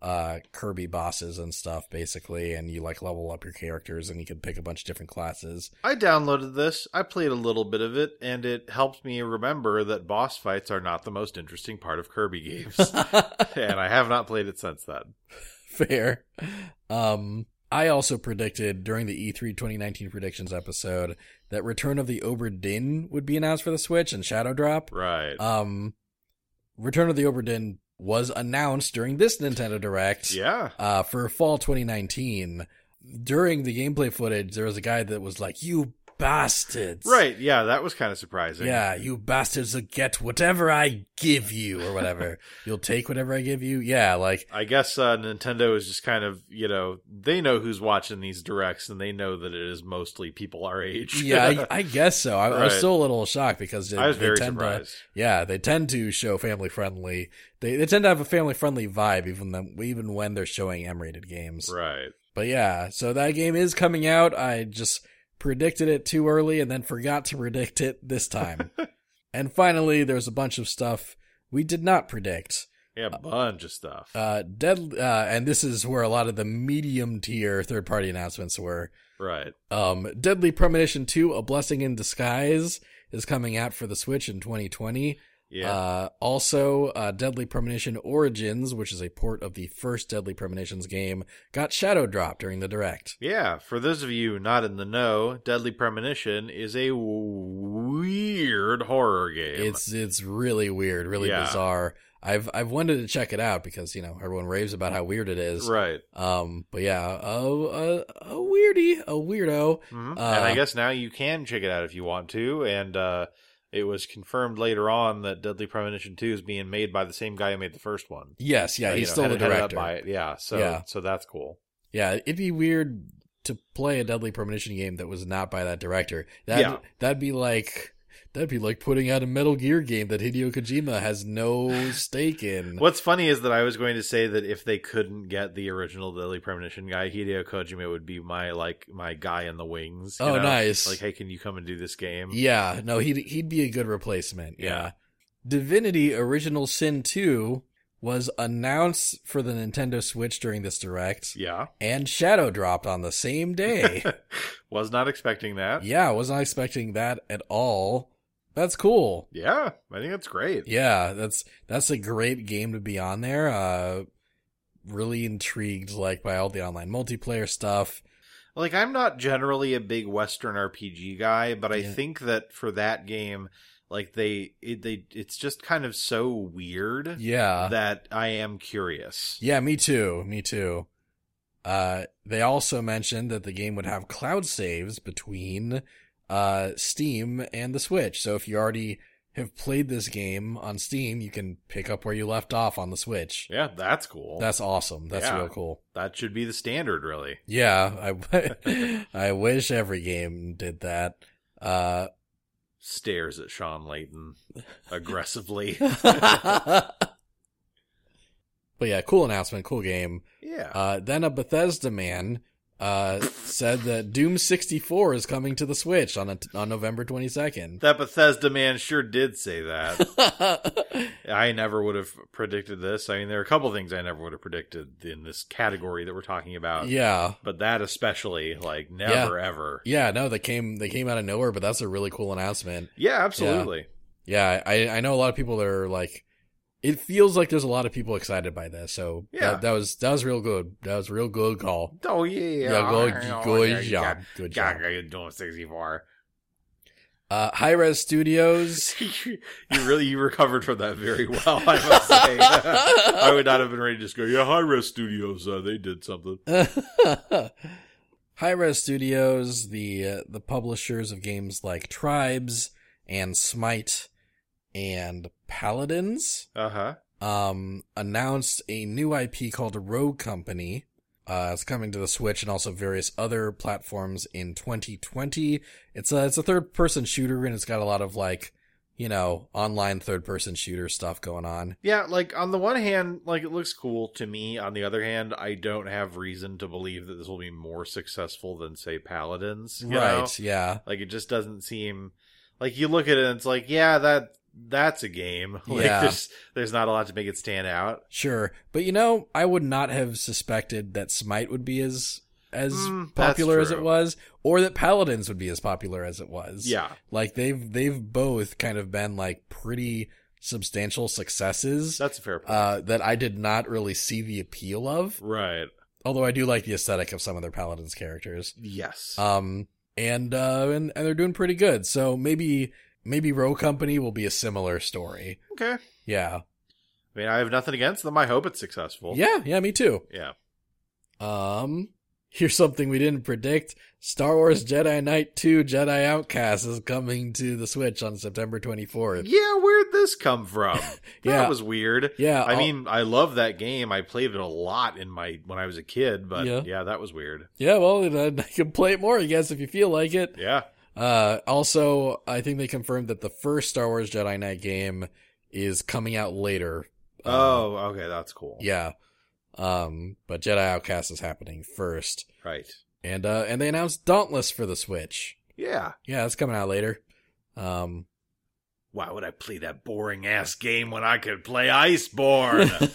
Speaker 1: uh Kirby bosses and stuff basically, and you like level up your characters, and you can pick a bunch of different classes.
Speaker 2: I downloaded this. I played a little bit of it, and it helped me remember that boss fights are not the most interesting part of Kirby games. and I have not played it since then.
Speaker 1: Fair. Um, I also predicted during the E E3 2019 predictions episode that Return of the Obra Dinn would be announced for the Switch and Shadow Drop.
Speaker 2: Right.
Speaker 1: Um, Return of the Obra Dinn was announced during this Nintendo Direct
Speaker 2: yeah.
Speaker 1: uh, for fall 2019. During the gameplay footage, there was a guy that was like, "You bastards!"
Speaker 2: Right. Yeah, that was kind of surprising.
Speaker 1: Yeah, you bastards will get whatever I give you, or whatever. You'll take whatever I give you. Yeah, like
Speaker 2: I guess uh, Nintendo is just kind of, you know, they know who's watching these directs and they know that it is mostly people our age.
Speaker 1: yeah, I, I guess so. I, I was
Speaker 2: Right.
Speaker 1: still a little shocked because they,
Speaker 2: I was
Speaker 1: they
Speaker 2: very
Speaker 1: tend to,
Speaker 2: surprised.
Speaker 1: yeah, they tend to show family friendly. They they tend to have a family friendly vibe even them even when they're showing M rated games.
Speaker 2: Right.
Speaker 1: But yeah, so that game is coming out. I just predicted it too early and then forgot to predict it this time. and finally, there's a bunch of stuff we did not predict.
Speaker 2: Yeah, a bunch of stuff.
Speaker 1: Uh, dead, uh, and this is where a lot of the medium tier third party announcements were.
Speaker 2: right.
Speaker 1: Um, Deadly Premonition 2, A Blessing in Disguise, is coming out for the Switch in 2020.
Speaker 2: Yeah.
Speaker 1: Uh, also, uh, Deadly Premonition Origins, which is a port of the first Deadly Premonitions game, got shadow dropped during the direct.
Speaker 2: yeah. For those of you not in the know, Deadly Premonition is a weird horror game.
Speaker 1: It's it's really weird, really
Speaker 2: Yeah.
Speaker 1: bizarre. I've I've wanted to check it out because you know everyone raves about how weird it is.
Speaker 2: right.
Speaker 1: Um, but yeah, a, a, a weirdie, a weirdo.
Speaker 2: Mhm.
Speaker 1: Uh,
Speaker 2: and I guess now you can check it out if you want to. And uh, it was confirmed later on that Deadly Premonition 2 is being made by the same guy who made the first one.
Speaker 1: Yes, yeah,
Speaker 2: Uh, you
Speaker 1: he's
Speaker 2: know,
Speaker 1: still
Speaker 2: headed-
Speaker 1: the
Speaker 2: headed up
Speaker 1: director.
Speaker 2: by it. Yeah. So
Speaker 1: Yeah.
Speaker 2: so that's cool.
Speaker 1: Yeah, it'd be weird to play a Deadly Premonition game that was not by that director. That
Speaker 2: Yeah.
Speaker 1: that'd be like that'd be like putting out a Metal Gear game that Hideo Kojima has no stake in.
Speaker 2: What's funny is that I was going to say that if they couldn't get the original Deadly Premonition guy, Hideo Kojima would be my like my guy in the wings. you
Speaker 1: Oh,
Speaker 2: know?
Speaker 1: nice.
Speaker 2: Like, hey, can you come and do this game?
Speaker 1: Yeah, no, he'd he'd be a good replacement. Yeah.
Speaker 2: Yeah.
Speaker 1: Divinity Original Sin 2 was announced for the Nintendo Switch during this direct
Speaker 2: Yeah.
Speaker 1: and shadow dropped on the same day.
Speaker 2: was not expecting that.
Speaker 1: yeah, was not expecting that at all. That's cool.
Speaker 2: Yeah, I think that's great.
Speaker 1: Yeah, that's that's a great game to be on there. Uh really intrigued like by all the online multiplayer stuff.
Speaker 2: Like I'm not generally a big Western RPG guy, but I
Speaker 1: Yeah.
Speaker 2: think that for that game, Like they it, they it's just kind of so weird
Speaker 1: Yeah.
Speaker 2: Mm-hmm. that I am curious.
Speaker 1: Yeah, me too. Me too. Uh, they also mentioned that the game would have cloud saves between uh, Steam and the Switch. So if you already have played this game on Steam, you can pick up where you left off on the Switch.
Speaker 2: Yeah, that's cool.
Speaker 1: That's awesome. That's
Speaker 2: Yeah.
Speaker 1: real cool.
Speaker 2: that should be the standard really.
Speaker 1: Yeah, I, I wish every game did that. Uh,
Speaker 2: Stares at Sean Layton aggressively.
Speaker 1: but yeah, cool announcement, cool game.
Speaker 2: yeah.
Speaker 1: Uh, then a Bethesda man uh, said that Doom 64 is coming to the Switch on a, on November 22nd.
Speaker 2: that Bethesda man sure did say that. I never would have predicted this. I mean, there are a couple things I never would have predicted in this category that we're talking about.
Speaker 1: yeah,
Speaker 2: But that especially, like, never ever.
Speaker 1: yeah, no, they came they came out of nowhere, but that's a really cool announcement.
Speaker 2: Yeah, absolutely.
Speaker 1: Yeah, I I know a lot of people that are like, it feels like there's a lot of people excited by this. So
Speaker 2: Yeah.
Speaker 1: that, that was that was real good. That was real good call.
Speaker 2: Oh yeah, oh,
Speaker 1: yeah, good, good job, good job.
Speaker 2: Yeah, you're doing sixty four.
Speaker 1: Uh, High Res Studios.
Speaker 2: you really you recovered from that very well, I must say. I would not have been ready to just go. Yeah, High Res Studios, uh, they did something.
Speaker 1: High Res Studios, the uh, the publishers of games like Tribes and Smite and Paladins,
Speaker 2: Uh huh.
Speaker 1: um, announced a new IP called Rogue Company. Uh, it's coming to the Switch and also various other platforms in 2020. It's a it's a third person shooter and it's got a lot of like you know online third person shooter stuff going on.
Speaker 2: Yeah, like on the one hand, like it looks cool to me. On the other hand, I don't have reason to believe that this will be more successful than say Paladins. you know?
Speaker 1: Right? Yeah.
Speaker 2: Like it just doesn't seem like you look at it and it's like, yeah, that that's a game. Like
Speaker 1: Yeah.
Speaker 2: there's there's not a lot to make it stand out.
Speaker 1: Sure, but you know, I would not have suspected that Smite would be as as
Speaker 2: Mm, that's
Speaker 1: popular as it
Speaker 2: true.
Speaker 1: was, or that Paladins would be as popular as it was.
Speaker 2: Yeah.
Speaker 1: like they've they've both kind of been like pretty substantial successes
Speaker 2: That's a fair point.
Speaker 1: uh, that I did not really see the appeal of.
Speaker 2: right.
Speaker 1: Although I do like the aesthetic of some of their Paladins characters.
Speaker 2: Yes.
Speaker 1: Um, and uh, and and they're doing pretty good. So maybe maybe Row Company will be a similar story.
Speaker 2: okay. I
Speaker 1: Yeah,
Speaker 2: mean, I have nothing against them. I hope it's successful.
Speaker 1: yeah, yeah. Me too.
Speaker 2: Yeah.
Speaker 1: Um, here's something we didn't predict. Star Wars Jedi Knight 2 Jedi Outcast is coming to the Switch on September 24th.
Speaker 2: Yeah, where'd this come from?
Speaker 1: Yeah.
Speaker 2: That was weird.
Speaker 1: Yeah.
Speaker 2: I
Speaker 1: I'll-
Speaker 2: mean, I love that game. I played it a lot in my when I was a kid, but
Speaker 1: Yeah.
Speaker 2: yeah, that was weird.
Speaker 1: yeah, well, then I can play it more, I guess, if you feel like it.
Speaker 2: Yeah.
Speaker 1: Uh, also, I think they confirmed that the first Star Wars Jedi Knight game is coming out later. Um,
Speaker 2: Oh, okay, that's cool.
Speaker 1: yeah. Um, but Jedi Outcast is happening first.
Speaker 2: Right.
Speaker 1: And, uh, and they announced Dauntless for the Switch.
Speaker 2: Yeah.
Speaker 1: Yeah, it's coming out later. Um,
Speaker 2: Why would I play that boring ass game when I could play Iceborne?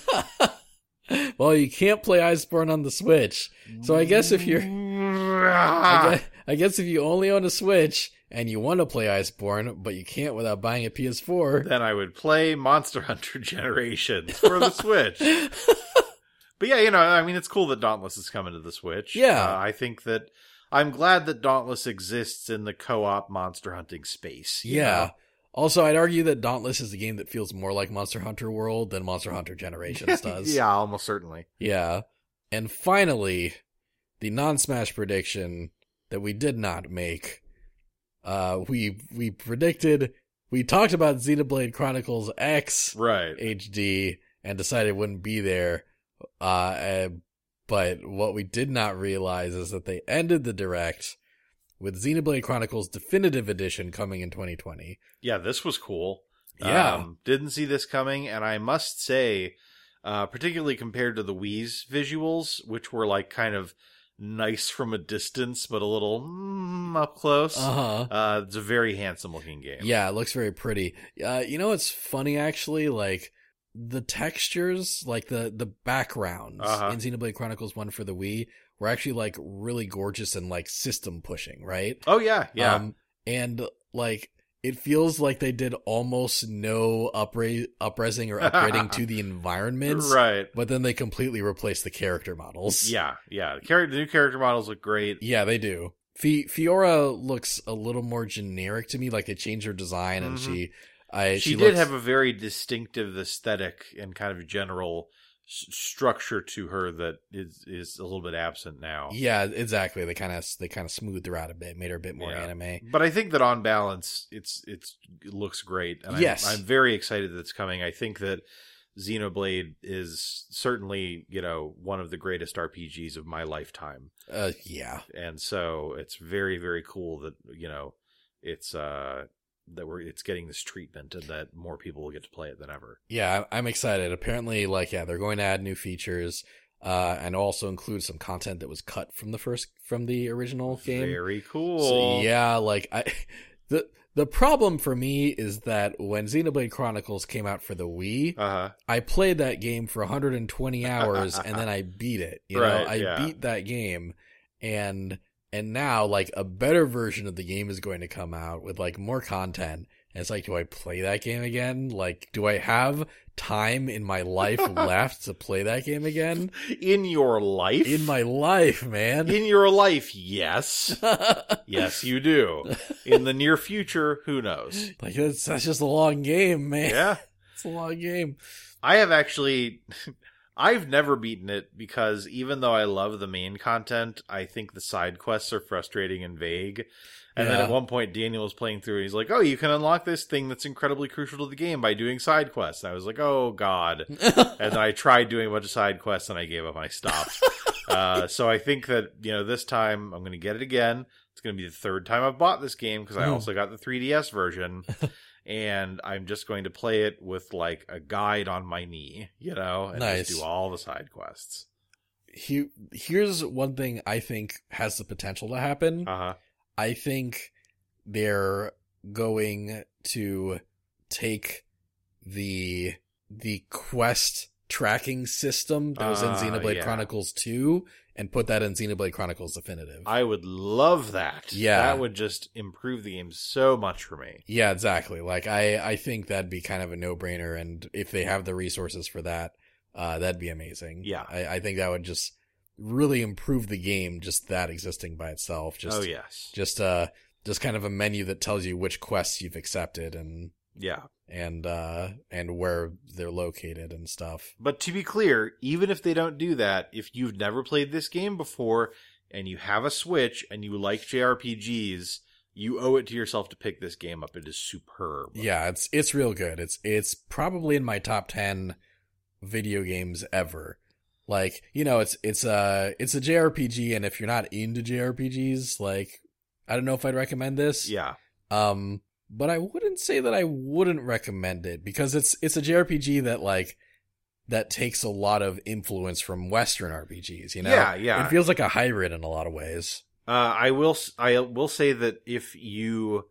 Speaker 1: well, you can't play Iceborne on the Switch. So I guess if you're-
Speaker 2: Ah.
Speaker 1: I, guess, I guess if you only own a Switch and you want to play Iceborne, but you can't without buying a PS4.
Speaker 2: then I would play Monster Hunter Generations for the Switch. But yeah, you know, I mean, it's cool that Dauntless is coming to the Switch.
Speaker 1: Yeah.
Speaker 2: Uh, I think that I'm glad that Dauntless exists in the co-op monster hunting space. you
Speaker 1: yeah.
Speaker 2: know?
Speaker 1: Also, I'd argue that Dauntless is a game that feels more like Monster Hunter World than Monster Hunter Generations does.
Speaker 2: yeah, almost certainly.
Speaker 1: Yeah. And finally, the non-smash prediction that we did not make. Uh, we we predicted we talked about Xenoblade Chronicles X.
Speaker 2: Right.
Speaker 1: HD and decided it wouldn't be there. Uh, uh, but what we did not realize is that they ended the direct with Xenoblade Chronicles Definitive Edition coming in 2020.
Speaker 2: Yeah, this was cool.
Speaker 1: Yeah.
Speaker 2: Um, didn't see this coming, and I must say, uh, particularly compared to the Wii's visuals, which were like kind of nice from a distance, but a little mm, up close.
Speaker 1: Uh
Speaker 2: uh
Speaker 1: huh.
Speaker 2: it's a very handsome looking game.
Speaker 1: Yeah, it looks very pretty. Uh, you know what's funny actually? Like the textures, like the the backgrounds
Speaker 2: Uh-huh.
Speaker 1: in Xenoblade Chronicles One for the Wii were actually like really gorgeous and like system pushing, right?
Speaker 2: Oh yeah, yeah.
Speaker 1: Um, and like it feels like they did almost no upra- upresing or upgrading to the environments,
Speaker 2: right.
Speaker 1: but then they completely replaced the character models.
Speaker 2: Yeah, yeah. The, character, the new character models look great.
Speaker 1: Yeah, they do. Fi Fiora looks a little more generic to me. Like they changed her design, and
Speaker 2: Mhm.
Speaker 1: she, I
Speaker 2: she,
Speaker 1: she,
Speaker 2: did
Speaker 1: looks-
Speaker 2: have a very distinctive aesthetic and kind of general s- structure to her that is is a little bit absent now.
Speaker 1: yeah, exactly. They kind of they kind of smoothed her out a bit, made her a bit more
Speaker 2: Yeah.
Speaker 1: anime.
Speaker 2: But I think that on balance, it's it's it looks great. And I'm-
Speaker 1: Yes.
Speaker 2: I'm, very excited that it's coming. I think that Xenoblade is certainly you know one of the greatest RPGs of my lifetime,
Speaker 1: Uh, yeah,
Speaker 2: and so it's very very cool that you know it's uh that we're it's getting this treatment and that more people will get to play it than ever.
Speaker 1: yeah, I- I'm excited. Apparently, like yeah, they're going to add new features. Uh, and also include some content that was cut from the first from the original game.
Speaker 2: Very cool.
Speaker 1: So, yeah, like I the the problem for me is that when Xenoblade Chronicles came out for the Wii,
Speaker 2: Uh huh.
Speaker 1: I played that game for 120 hours and then I beat it. You know,
Speaker 2: Right,
Speaker 1: I
Speaker 2: yeah.
Speaker 1: beat that game and and now like a better version of the game is going to come out with like more content. And it's like, do I play that game again? Like, do I have time in my life left to play that game again?
Speaker 2: In your life.
Speaker 1: In my life, man.
Speaker 2: In your life, yes. Yes, you do. In the near future, who knows?
Speaker 1: Like that's, that's just a long game, man.
Speaker 2: Yeah.
Speaker 1: It's a long game.
Speaker 2: I have actually I've never beaten it because even though I love the main content, I think the side quests are frustrating and vague. And then
Speaker 1: Yeah.
Speaker 2: at one point Daniel was playing through and he's like, "Oh, you can unlock this thing that's incredibly crucial to the game by doing side quests." And I was like, "Oh god." and I tried doing a bunch of side quests and I gave up and I stopped. uh, so I think that you know this time I'm going to get it again. It's going to be the third time I've bought this game because I
Speaker 1: Mhm.
Speaker 2: also got the 3DS version, and I'm just going to play it with like a guide on my knee, you know, and
Speaker 1: Nice.
Speaker 2: just do all the side quests.
Speaker 1: He, here's one thing I think has the potential to happen.
Speaker 2: Uh huh.
Speaker 1: I think they're going to take the the quest tracking system that was in
Speaker 2: Ah,
Speaker 1: Xenoblade
Speaker 2: yeah.
Speaker 1: Chronicles 2 and put that in Xenoblade Chronicles Definitive.
Speaker 2: I would love that.
Speaker 1: Yeah.
Speaker 2: that would just improve the game so much for me.
Speaker 1: yeah, exactly. Like I I think that'd be kind of a no-brainer and if they have the resources for that, uh that'd be amazing.
Speaker 2: Yeah.
Speaker 1: I, I think that would just really improve the game just that existing by itself. Just
Speaker 2: oh yes,
Speaker 1: just uh just kind of a menu that tells you which quests you've accepted and
Speaker 2: yeah.
Speaker 1: and uh and where they're located and stuff.
Speaker 2: But to be clear, even if they don't do that, if you've never played this game before and you have a Switch and you like JRPGs, you owe it to yourself to pick this game up. It is superb.
Speaker 1: Yeah, it's it's real good. It's it's probably in my top 10 video games ever. Like, you know, it's it's a it's a JRPG and if you're not into JRPGs, like I don't know if I'd recommend this.
Speaker 2: Yeah.
Speaker 1: Um, but I wouldn't say that I wouldn't recommend it because it's it's a JRPG that like that takes a lot of influence from Western RPGs. You know,
Speaker 2: Yeah, yeah.
Speaker 1: It feels like a hybrid in a lot of ways.
Speaker 2: Uh, I will s- I will say that if you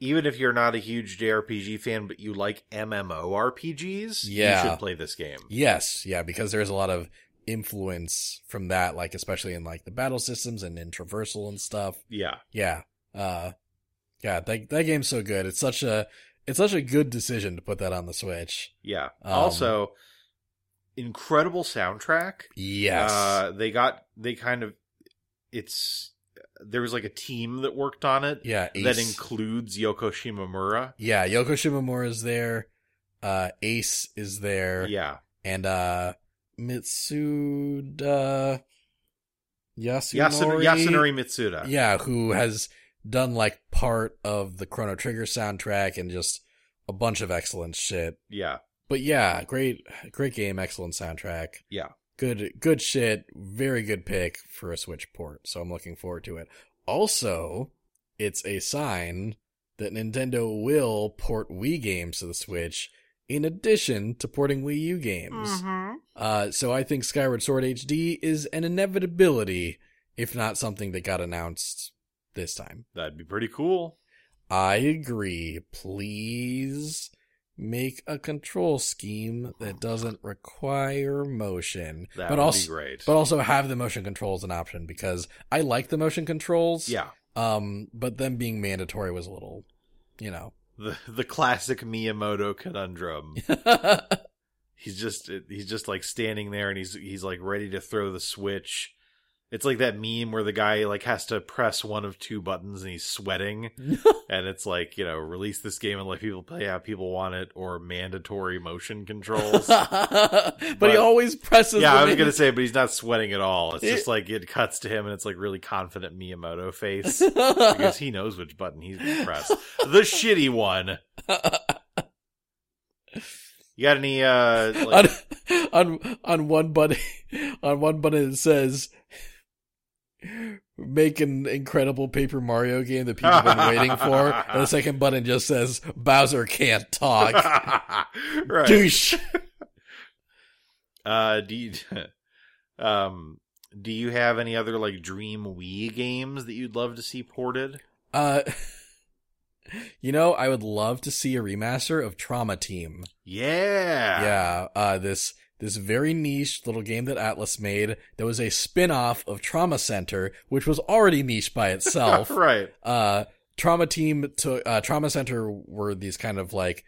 Speaker 2: even if you're not a huge JRPG fan but you like MMORPGs,
Speaker 1: Yeah.
Speaker 2: you should play this game.
Speaker 1: Yes, yeah, because there's a lot of influence from that, like especially in like the battle systems and in traversal and stuff.
Speaker 2: Yeah.
Speaker 1: Yeah, uh, yeah, that that game's so good. It's such a it's such a good decision to put that on the Switch.
Speaker 2: Yeah.
Speaker 1: Um,
Speaker 2: also incredible soundtrack.
Speaker 1: Yes.
Speaker 2: Uh, they got they kind of it's there was like a team that worked on it
Speaker 1: yeah.
Speaker 2: that
Speaker 1: Ace.
Speaker 2: includes Yoko Shimomura.
Speaker 1: Yeah, Yoko Shimomura is there. Uh, Ace is there.
Speaker 2: Yeah,
Speaker 1: And uh, Mitsuda
Speaker 2: Yasun-
Speaker 1: Yasunori.
Speaker 2: Yasunori Mitsuda.
Speaker 1: Yeah, who has done like part of the Chrono Trigger soundtrack and just a bunch of excellent shit.
Speaker 2: yeah,
Speaker 1: But yeah, great, great game, excellent soundtrack.
Speaker 2: Yeah.
Speaker 1: Good, good shit. Very good pick for a Switch port. So I'm looking forward to it. Also, it's a sign that Nintendo will port Wii games to the Switch in addition to porting Wii U games. Uh, so I think Skyward Sword HD is an inevitability, if not something that got announced this time.
Speaker 2: that'd be pretty cool.
Speaker 1: I agree. Please make a control scheme that doesn't require motion,
Speaker 2: That
Speaker 1: but
Speaker 2: would
Speaker 1: also
Speaker 2: be great.
Speaker 1: but also have the motion controls an option because I like the motion controls.
Speaker 2: yeah,
Speaker 1: Um, but them being mandatory was a little, you know.
Speaker 2: the the classic Miyamoto conundrum. he's just he's just like standing there and he's he's like ready to throw the switch, It's like that meme where the guy like has to press one of two buttons and he's sweating, and it's like you know release this game and let people play how people want it or mandatory motion controls.
Speaker 1: but, he
Speaker 2: But-
Speaker 1: always presses.
Speaker 2: yeah,
Speaker 1: the
Speaker 2: I was
Speaker 1: main-
Speaker 2: gonna say, but he's not sweating at all. It's
Speaker 1: It-
Speaker 2: just like it cuts to him and it's like really confident Miyamoto face because he knows which button he's gonna press. the shitty one. You got any uh like,
Speaker 1: on, on on one button, on one button it says, "Make an incredible Paper Mario game that people have been waiting for," and the second button just says, "Bowser can't talk."
Speaker 2: right.
Speaker 1: Douche.
Speaker 2: Uh, do you, um, do you have any other like Dream Wii games that you'd love to see ported?
Speaker 1: Uh, you know, I would love to see a remaster of Trauma Team.
Speaker 2: Yeah,
Speaker 1: Yeah, uh, this this very niche little game that Atlas made that was a spin-off of Trauma Center, which was already niche by itself.
Speaker 2: right.
Speaker 1: uh trauma team to uh trauma center were these kind of like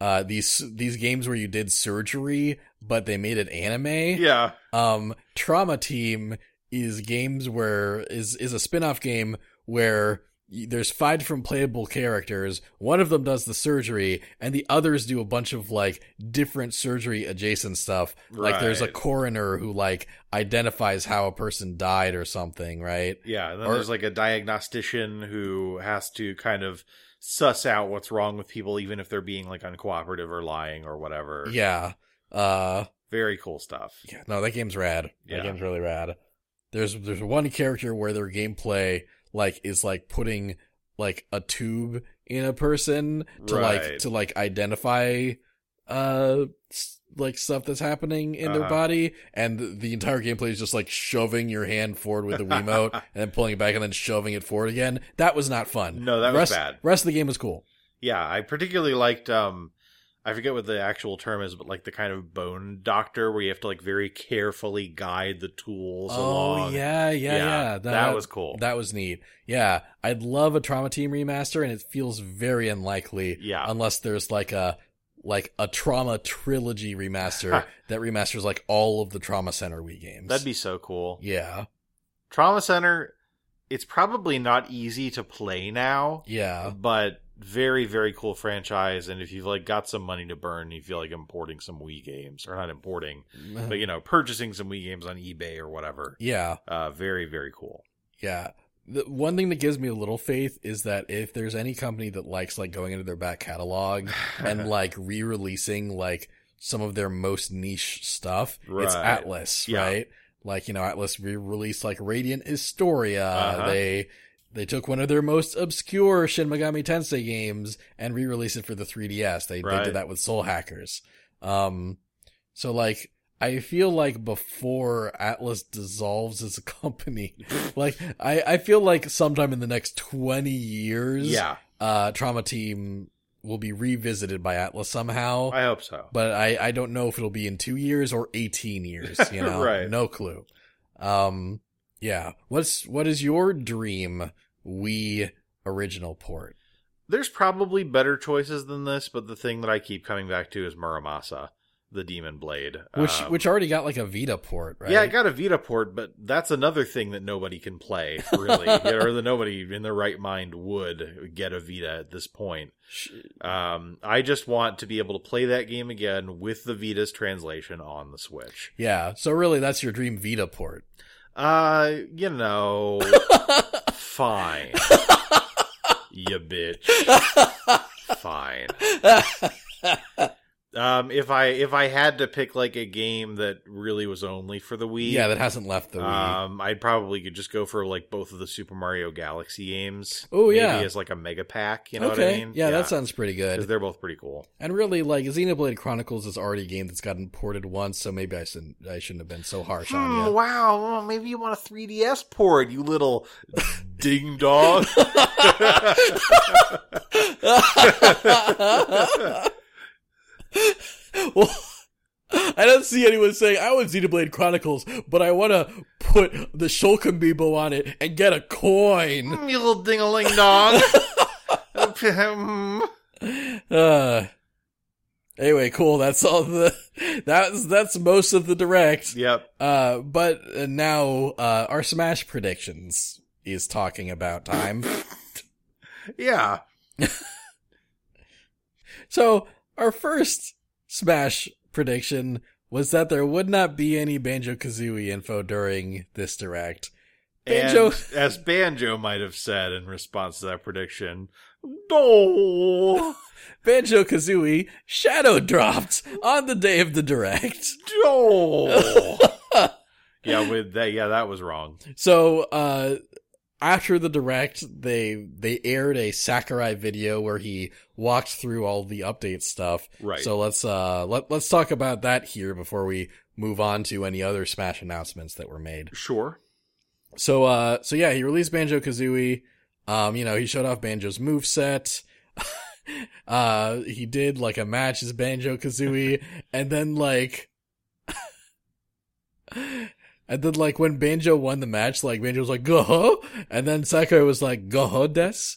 Speaker 1: uh these these games where you did surgery but they made it anime
Speaker 2: Yeah,
Speaker 1: um trauma team is games where is is a spin-off game where y- there's five different playable characters one of them does the surgery and the others do a bunch of like different surgery adjacent stuff like there's a
Speaker 2: Right.
Speaker 1: coroner who like identifies how a person died or something right
Speaker 2: yeah. And then
Speaker 1: Or-
Speaker 2: there's like a diagnostician who has to kind of suss out what's wrong with people, even if they're being like uncooperative or lying or whatever.
Speaker 1: yeah uh
Speaker 2: very cool stuff.
Speaker 1: Yeah, no, that game's rad.
Speaker 2: Yeah.
Speaker 1: That game's really rad. There's there's one character where their gameplay like is like putting like a tube in a person to like
Speaker 2: Right.
Speaker 1: to like identify uh s- like stuff that's happening in their
Speaker 2: Uh-huh.
Speaker 1: body and the, the entire gameplay is just like shoving your hand forward with the Wiimote and then pulling it back and then shoving it forward again. That was not fun.
Speaker 2: No, that was
Speaker 1: rest,
Speaker 2: bad.
Speaker 1: Rest of the game was cool.
Speaker 2: Yeah, I particularly liked um I forget what the actual term is, but like the kind of bone doctor where you have to like very carefully guide the tools
Speaker 1: Oh
Speaker 2: along.
Speaker 1: yeah, yeah, yeah.
Speaker 2: that, was cool.
Speaker 1: That was neat. Yeah, I'd love a Trauma Team remaster, and it feels very unlikely
Speaker 2: yeah.
Speaker 1: unless there's like a like a Trauma trilogy remaster that remasters like all of the Trauma Center Wii games.
Speaker 2: That'd be so cool.
Speaker 1: yeah,
Speaker 2: Trauma Center, it's probably not easy to play now,
Speaker 1: yeah,
Speaker 2: but very, very cool franchise. And if you've like got some money to burn, you feel like importing some Wii games. Or not importing, but you know, purchasing some Wii games on eBay or whatever.
Speaker 1: yeah,
Speaker 2: Uh very, very cool.
Speaker 1: yeah. The one thing that gives me a little faith is that if there's any company that likes like going into their back catalog and like re-releasing like some of their most niche stuff, it's
Speaker 2: Right.
Speaker 1: Atlas,
Speaker 2: Yeah.
Speaker 1: right? Like you know, Atlas re-released like Radiant Historia.
Speaker 2: Uh-huh.
Speaker 1: They they took one of their most obscure Shin Megami Tensei games and re-released it for the 3DS. They, they
Speaker 2: Right.
Speaker 1: did that with Soul Hackers. Um, so like I feel like before Atlas dissolves as a company, like I I feel like sometime in the next twenty years,
Speaker 2: yeah.
Speaker 1: uh, Trauma Team will be revisited by Atlas somehow
Speaker 2: I hope so.
Speaker 1: but I, I don't know if it'll be in two years or 18 years, you know,
Speaker 2: Right.
Speaker 1: no clue. Um, yeah. What's, what is your dream Wii original port?
Speaker 2: There's probably better choices than this, but the thing that I keep coming back to is Muramasa, the Demon Blade.
Speaker 1: Which,
Speaker 2: Um,
Speaker 1: which already got like a Vita port, right?
Speaker 2: Yeah, I got a Vita port, but that's another thing that nobody can play, really. or that nobody in their right mind would get a Vita at this point.
Speaker 1: Sh-
Speaker 2: Um, I just want to be able to play that game again with the Vita's translation on the Switch.
Speaker 1: yeah. So really that's your dream Vita port.
Speaker 2: Uh, you know, fine. you bitch. Fine. Um, if I if I had to pick like a game that really was only for the Wii,
Speaker 1: yeah. That hasn't left the Wii.
Speaker 2: um, I'd probably could just go for like both of the Super Mario Galaxy games.
Speaker 1: Oh,
Speaker 2: Maybe
Speaker 1: yeah.
Speaker 2: as like a mega pack. You know
Speaker 1: okay.
Speaker 2: what I mean?
Speaker 1: Yeah, That sounds pretty
Speaker 2: because
Speaker 1: good.
Speaker 2: they're both pretty cool.
Speaker 1: And really like Xenoblade Chronicles is already a game that's gotten ported once. So maybe I shouldn't, I shouldn't have been so harsh on
Speaker 2: Hmm,
Speaker 1: you.
Speaker 2: wow, well, maybe you want a 3DS port, you little ding dong.
Speaker 1: well, I don't see anyone saying I want Xenoblade Chronicles, but I want to put the Shulkin Bebo on it and get a coin.
Speaker 2: you little ding a ling dong. Hmm.
Speaker 1: Uh, Anyway, cool. That's all the that's that's most of the direct.
Speaker 2: Yep.
Speaker 1: Uh, but uh, now uh, our Smash predictions is talking about time.
Speaker 2: Yeah.
Speaker 1: so our first Smash prediction was that there would not be any Banjo Kazooie info during this direct. Banjo-
Speaker 2: And as Banjo might have said in response to that prediction, do
Speaker 1: Banjo Kazooie shadow dropped on the day of the direct.
Speaker 2: do. yeah, with that. Yeah, that was wrong.
Speaker 1: So uh after the direct they they aired a Sakurai video where he walked through all the update stuff.
Speaker 2: Right.
Speaker 1: So let's uh let let's talk about that here before we move on to any other smash announcements that were made.
Speaker 2: sure.
Speaker 1: So uh so yeah, he released Banjo Kazooie. Um, you know, he showed off Banjo's moveset. uh he did like a match as Banjo Kazooie, and then like and then like when Banjo won the match, like Banjo was like, Goho and then Sakurai was like, Goho des?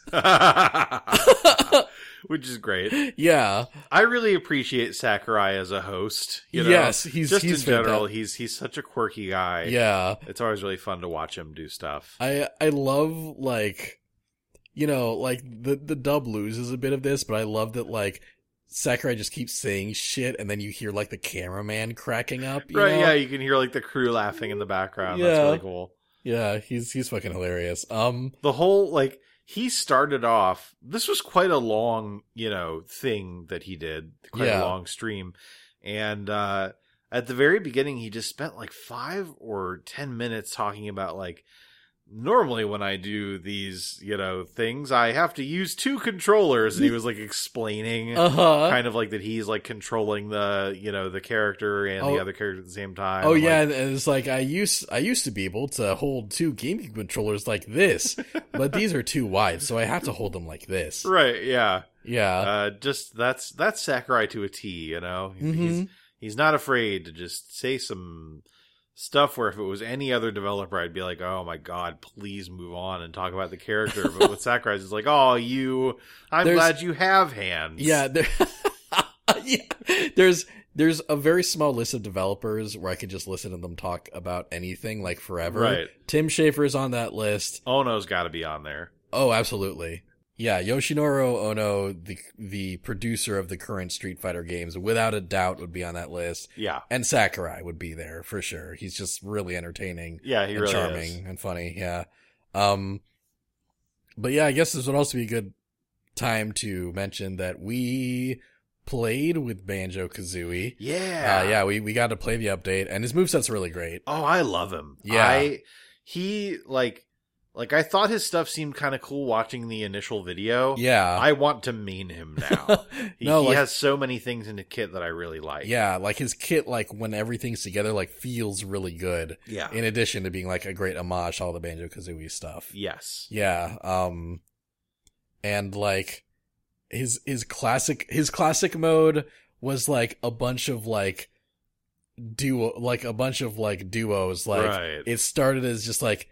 Speaker 2: Which is great.
Speaker 1: yeah.
Speaker 2: I really appreciate Sakurai as a host. You know?
Speaker 1: Yes, he's-
Speaker 2: just
Speaker 1: he's
Speaker 2: in general,
Speaker 1: fantastic.
Speaker 2: he's he's such a quirky guy.
Speaker 1: Yeah.
Speaker 2: It's always really fun to watch him do stuff.
Speaker 1: I I love like you know, like the the dub loses a bit of this, but I love that like Sakurai just keeps saying shit and then you hear like the cameraman cracking up. you
Speaker 2: right,
Speaker 1: know?
Speaker 2: yeah, you can hear like the crew laughing in the background. That's
Speaker 1: Yeah.
Speaker 2: really cool.
Speaker 1: Yeah, he's he's fucking hilarious. Um
Speaker 2: The whole like he started off this was quite a long, you know, thing that he did, quite
Speaker 1: Yeah.
Speaker 2: a long stream. And uh at the very beginning he just spent like 5 or 10 minutes talking about like normally when I do these, you know, things, I have to use two controllers and he was like explaining
Speaker 1: Uh-huh.
Speaker 2: kind of like that he's like controlling the, you know, the character and
Speaker 1: Oh.
Speaker 2: the other character at the same time.
Speaker 1: oh
Speaker 2: Like,
Speaker 1: yeah, and it's like I used I used to be able to hold two gaming controllers like this, but these are too wide, so I have to hold them like this.
Speaker 2: Right, yeah.
Speaker 1: Yeah.
Speaker 2: uh, just that's that's Sakurai to a T. You know, He's- he's
Speaker 1: Mhm.
Speaker 2: he's not afraid to just say some stuff. Where if it was any other developer, I'd be like, oh my god, please move on and talk about the character. But with Sakurai, it's like, oh, you, I'm
Speaker 1: There's-
Speaker 2: glad you have hands.
Speaker 1: Yeah, there, yeah. There's there's a very small list of developers where I could just listen to them talk about anything like forever.
Speaker 2: Right.
Speaker 1: Tim Schafer's on that list.
Speaker 2: Ono's got to be on there.
Speaker 1: Oh, absolutely. Yeah, Yoshinoro Ono, the the producer of the current Street Fighter games, without a doubt would be on that list.
Speaker 2: Yeah,
Speaker 1: And Sakurai would be there for sure. He's just really entertaining
Speaker 2: yeah, he
Speaker 1: and
Speaker 2: really
Speaker 1: charming
Speaker 2: is.
Speaker 1: and funny. Yeah. Um, but yeah, I guess this would also be a good time to mention that we played with Banjo Kazooie.
Speaker 2: Yeah,
Speaker 1: Uh, yeah, we, we got to play the update and his moveset's really great.
Speaker 2: Oh, I love him.
Speaker 1: Yeah.
Speaker 2: I, he like like I thought his stuff seemed kind of cool watching the initial video.
Speaker 1: Yeah.
Speaker 2: I want to mean him now. He,
Speaker 1: no,
Speaker 2: he
Speaker 1: like,
Speaker 2: has so many things in the kit that I really like.
Speaker 1: yeah, like his kit, like when everything's together, like feels really good.
Speaker 2: Yeah.
Speaker 1: In addition to being like a great homage to all the Banjo Kazooie stuff.
Speaker 2: yes.
Speaker 1: Yeah. Um, and like his, his classic, his classic mode was like a bunch of like duo, like a bunch of like duos. Like
Speaker 2: right.
Speaker 1: it started as just like,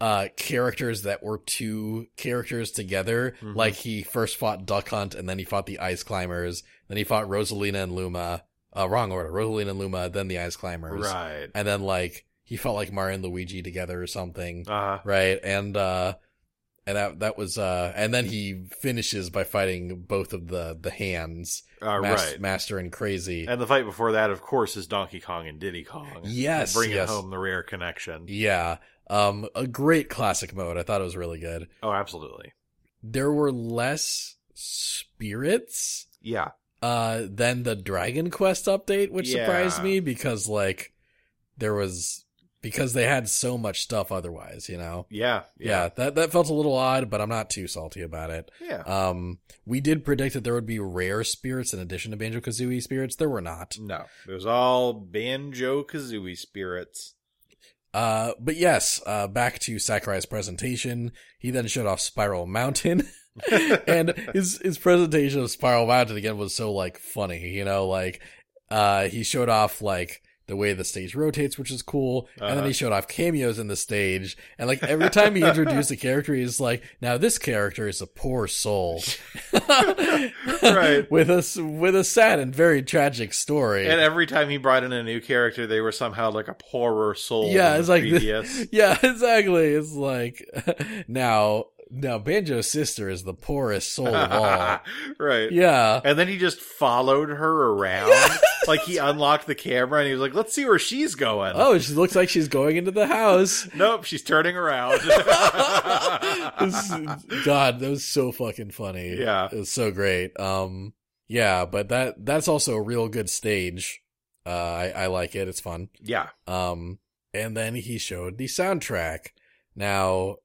Speaker 1: uh, characters that were two characters together.
Speaker 2: Mhm.
Speaker 1: Like he first fought Duck Hunt and then he fought the Ice Climbers. Then he fought Rosalina and Luma. Uh, wrong order. Rosalina and Luma, then the Ice Climbers.
Speaker 2: right.
Speaker 1: And then like he fought like Mario and Luigi together or something
Speaker 2: Uh,
Speaker 1: right and uh and that that was uh and then he finishes by fighting both of the the hands
Speaker 2: uh,
Speaker 1: Mas-
Speaker 2: right.
Speaker 1: master and crazy
Speaker 2: And the fight before that, of course, is Donkey Kong and Diddy Kong.
Speaker 1: Yes,
Speaker 2: Bringing
Speaker 1: yes.
Speaker 2: home the rare connection.
Speaker 1: yeah um a great classic mode i thought it was really good
Speaker 2: Oh, absolutely.
Speaker 1: there were less spirits
Speaker 2: Yeah.
Speaker 1: uh than the dragon quest update which
Speaker 2: Yeah.
Speaker 1: surprised me because like there was because they had so much stuff otherwise you know
Speaker 2: Yeah.
Speaker 1: yeah that that felt a little odd but i'm not too salty about it
Speaker 2: Yeah.
Speaker 1: Um, we did predict that there would be rare spirits in addition to Banjo Kazooie spirits. There were not.
Speaker 2: no. It was all Banjo Kazooie spirits.
Speaker 1: Uh, but yes, uh, back to Sakurai's presentation. He then showed off Spiral Mountain, and his his presentation of Spiral Mountain again was so like funny. You know, like uh, he showed off like the way the stage rotates, which is cool. And then
Speaker 2: Uh-huh.
Speaker 1: he showed off cameos in the stage. And like every time he introduced a character, he's like, now this character is a poor soul.
Speaker 2: Right.
Speaker 1: with a, s- with a sad and very tragic story.
Speaker 2: And every time he brought in a new character, they were somehow like a poorer soul.
Speaker 1: yeah,
Speaker 2: than
Speaker 1: it's
Speaker 2: the
Speaker 1: like,
Speaker 2: previous.
Speaker 1: yeah, exactly. It's like, now, now Banjo's sister is the poorest soul of all.
Speaker 2: right.
Speaker 1: Yeah.
Speaker 2: And then he just followed her around. like he unlocked the camera and he was like, "Let's see where she's going."
Speaker 1: Oh, she looks like she's going into the house.
Speaker 2: nope, she's turning around.
Speaker 1: This is- God, that was so fucking funny.
Speaker 2: Yeah.
Speaker 1: It was so great. Um, yeah, but that, that's also a real good stage. Uh, I, I like it. It's fun.
Speaker 2: yeah.
Speaker 1: Um, and then he showed the soundtrack. Now,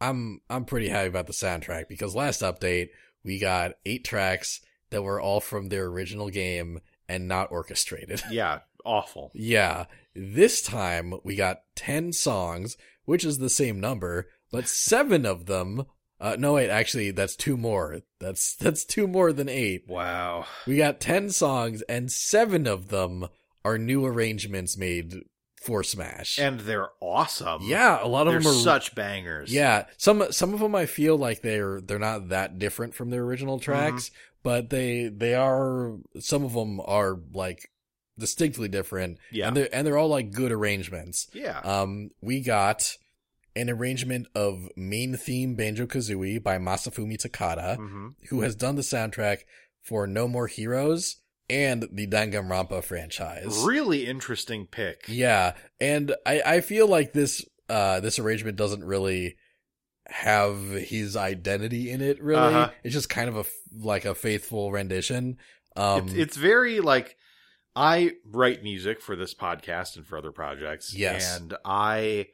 Speaker 1: I'm, I'm pretty happy about the soundtrack because last update, we got eight tracks that were all from their original game and not orchestrated.
Speaker 2: Yeah. Awful.
Speaker 1: Yeah. This time we got 10 songs, which is the same number, but seven of them. Uh, no, wait, actually, that's two more. That's, that's two more than eight.
Speaker 2: Wow.
Speaker 1: We got 10 songs and seven of them are new arrangements made for Smash.
Speaker 2: And they're awesome.
Speaker 1: yeah, a lot of
Speaker 2: They're
Speaker 1: them are
Speaker 2: such bangers.
Speaker 1: yeah, some some of them I feel like they're they're not that different from their original
Speaker 2: Mm-hmm.
Speaker 1: tracks, but they they are some of them are like distinctly different,
Speaker 2: Yeah.
Speaker 1: and they're and they're all like good arrangements.
Speaker 2: yeah.
Speaker 1: Um, we got an arrangement of main theme Banjo Kazooie by Masafumi Takada,
Speaker 2: Mhm.
Speaker 1: who has done the soundtrack for No More Heroes and the Danganronpa franchise.
Speaker 2: Really interesting pick.
Speaker 1: Yeah, and I I feel like this uh this arrangement doesn't really have his identity in it really.
Speaker 2: Uh-huh.
Speaker 1: It's just kind of a f- like a faithful rendition. Um
Speaker 2: it's, it's very like I write music for this podcast and for other projects.
Speaker 1: Yes.
Speaker 2: and I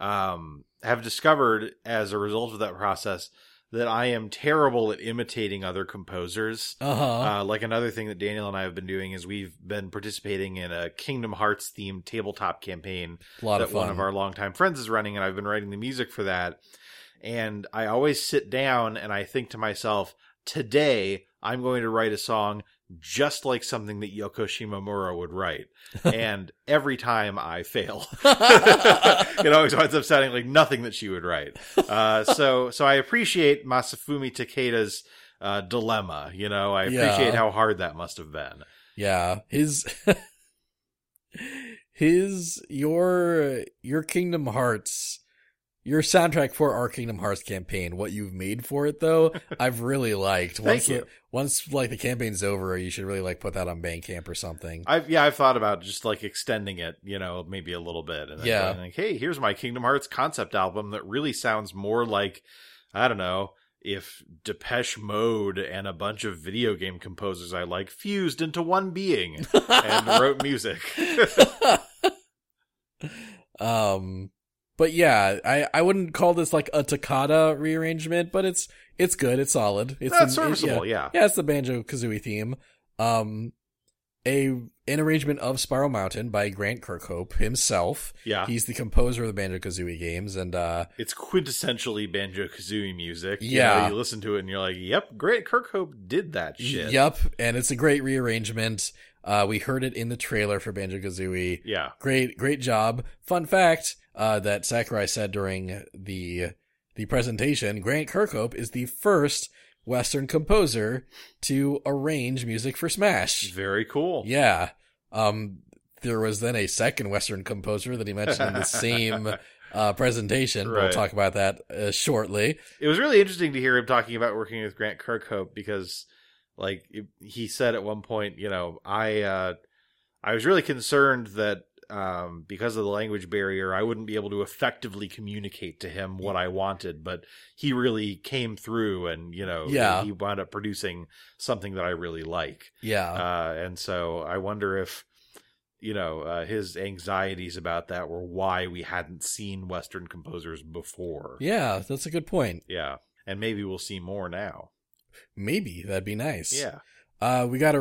Speaker 2: um, have discovered as a result of that process that I am terrible at imitating other composers.
Speaker 1: uh-huh.
Speaker 2: Uh, like another thing that Daniel and I have been doing is we've been participating in a Kingdom Hearts themed tabletop campaign
Speaker 1: a lot
Speaker 2: that
Speaker 1: of fun.
Speaker 2: one of our longtime friends is running, and I've been writing the music for that. And I always sit down and I think to myself, today I'm going to write a song just like something that Yoko Shimomura would write. and every time I fail. it always winds up sounding like nothing that she would write. Uh, so, so I appreciate Masafumi Takeda's uh, dilemma. You know, I
Speaker 1: Yeah.
Speaker 2: appreciate how hard that must have been.
Speaker 1: yeah, his his your your Kingdom Hearts your soundtrack for our Kingdom Hearts campaign, what you've made for it though, I've really liked. Once
Speaker 2: you.
Speaker 1: the- once like the campaign's over, you should really like put that on Bandcamp or something.
Speaker 2: I've yeah, I've thought about just like extending it, you know, maybe a little bit, and then
Speaker 1: Yeah.
Speaker 2: going like, hey, here's my Kingdom Hearts concept album that really sounds more like, I don't know, if Depeche Mode and a bunch of video game composers I like fused into one being and wrote music.
Speaker 1: um but yeah i i wouldn't call this like a toccata rearrangement but it's it's good it's solid it's
Speaker 2: That's
Speaker 1: an- it-
Speaker 2: serviceable,
Speaker 1: yeah.
Speaker 2: yeah.
Speaker 1: yeah it's the banjo kazooie theme um a an arrangement of spiral mountain by grant kirkhope himself
Speaker 2: yeah,
Speaker 1: he's the composer of the banjo kazooie games and uh
Speaker 2: It's quintessentially banjo kazooie music. You
Speaker 1: Yeah.
Speaker 2: know, you listen to it and you're like, yep, Grant Kirkhope did that shit.
Speaker 1: yep and it's a great rearrangement uh we heard it in the trailer for banjo kazooie
Speaker 2: Yeah.
Speaker 1: Great, great job. Fun fact uh, that Sakurai said during the the presentation: Grant Kirkhope is the first Western composer to arrange music for Smash.
Speaker 2: Very cool.
Speaker 1: Yeah. Um, there was then a second Western composer that he mentioned in the same uh, presentation. We'll
Speaker 2: Right.
Speaker 1: talk about that uh, shortly.
Speaker 2: it was really interesting to hear him talking about working with Grant Kirkhope because, like, it- he said at one point, you know, I uh, I was really concerned that um, because of the language barrier, I wouldn't be able to effectively communicate to him what I wanted, but he really came through, and you know,
Speaker 1: Yeah.
Speaker 2: he wound up producing something that I really like
Speaker 1: Yeah.
Speaker 2: uh, and so I wonder if you know uh, his anxieties about that were why we hadn't seen Western composers before.
Speaker 1: yeah, that's a good point.
Speaker 2: Yeah. and maybe we'll see more now.
Speaker 1: Maybe that'd be nice.
Speaker 2: Yeah,
Speaker 1: Uh, we got a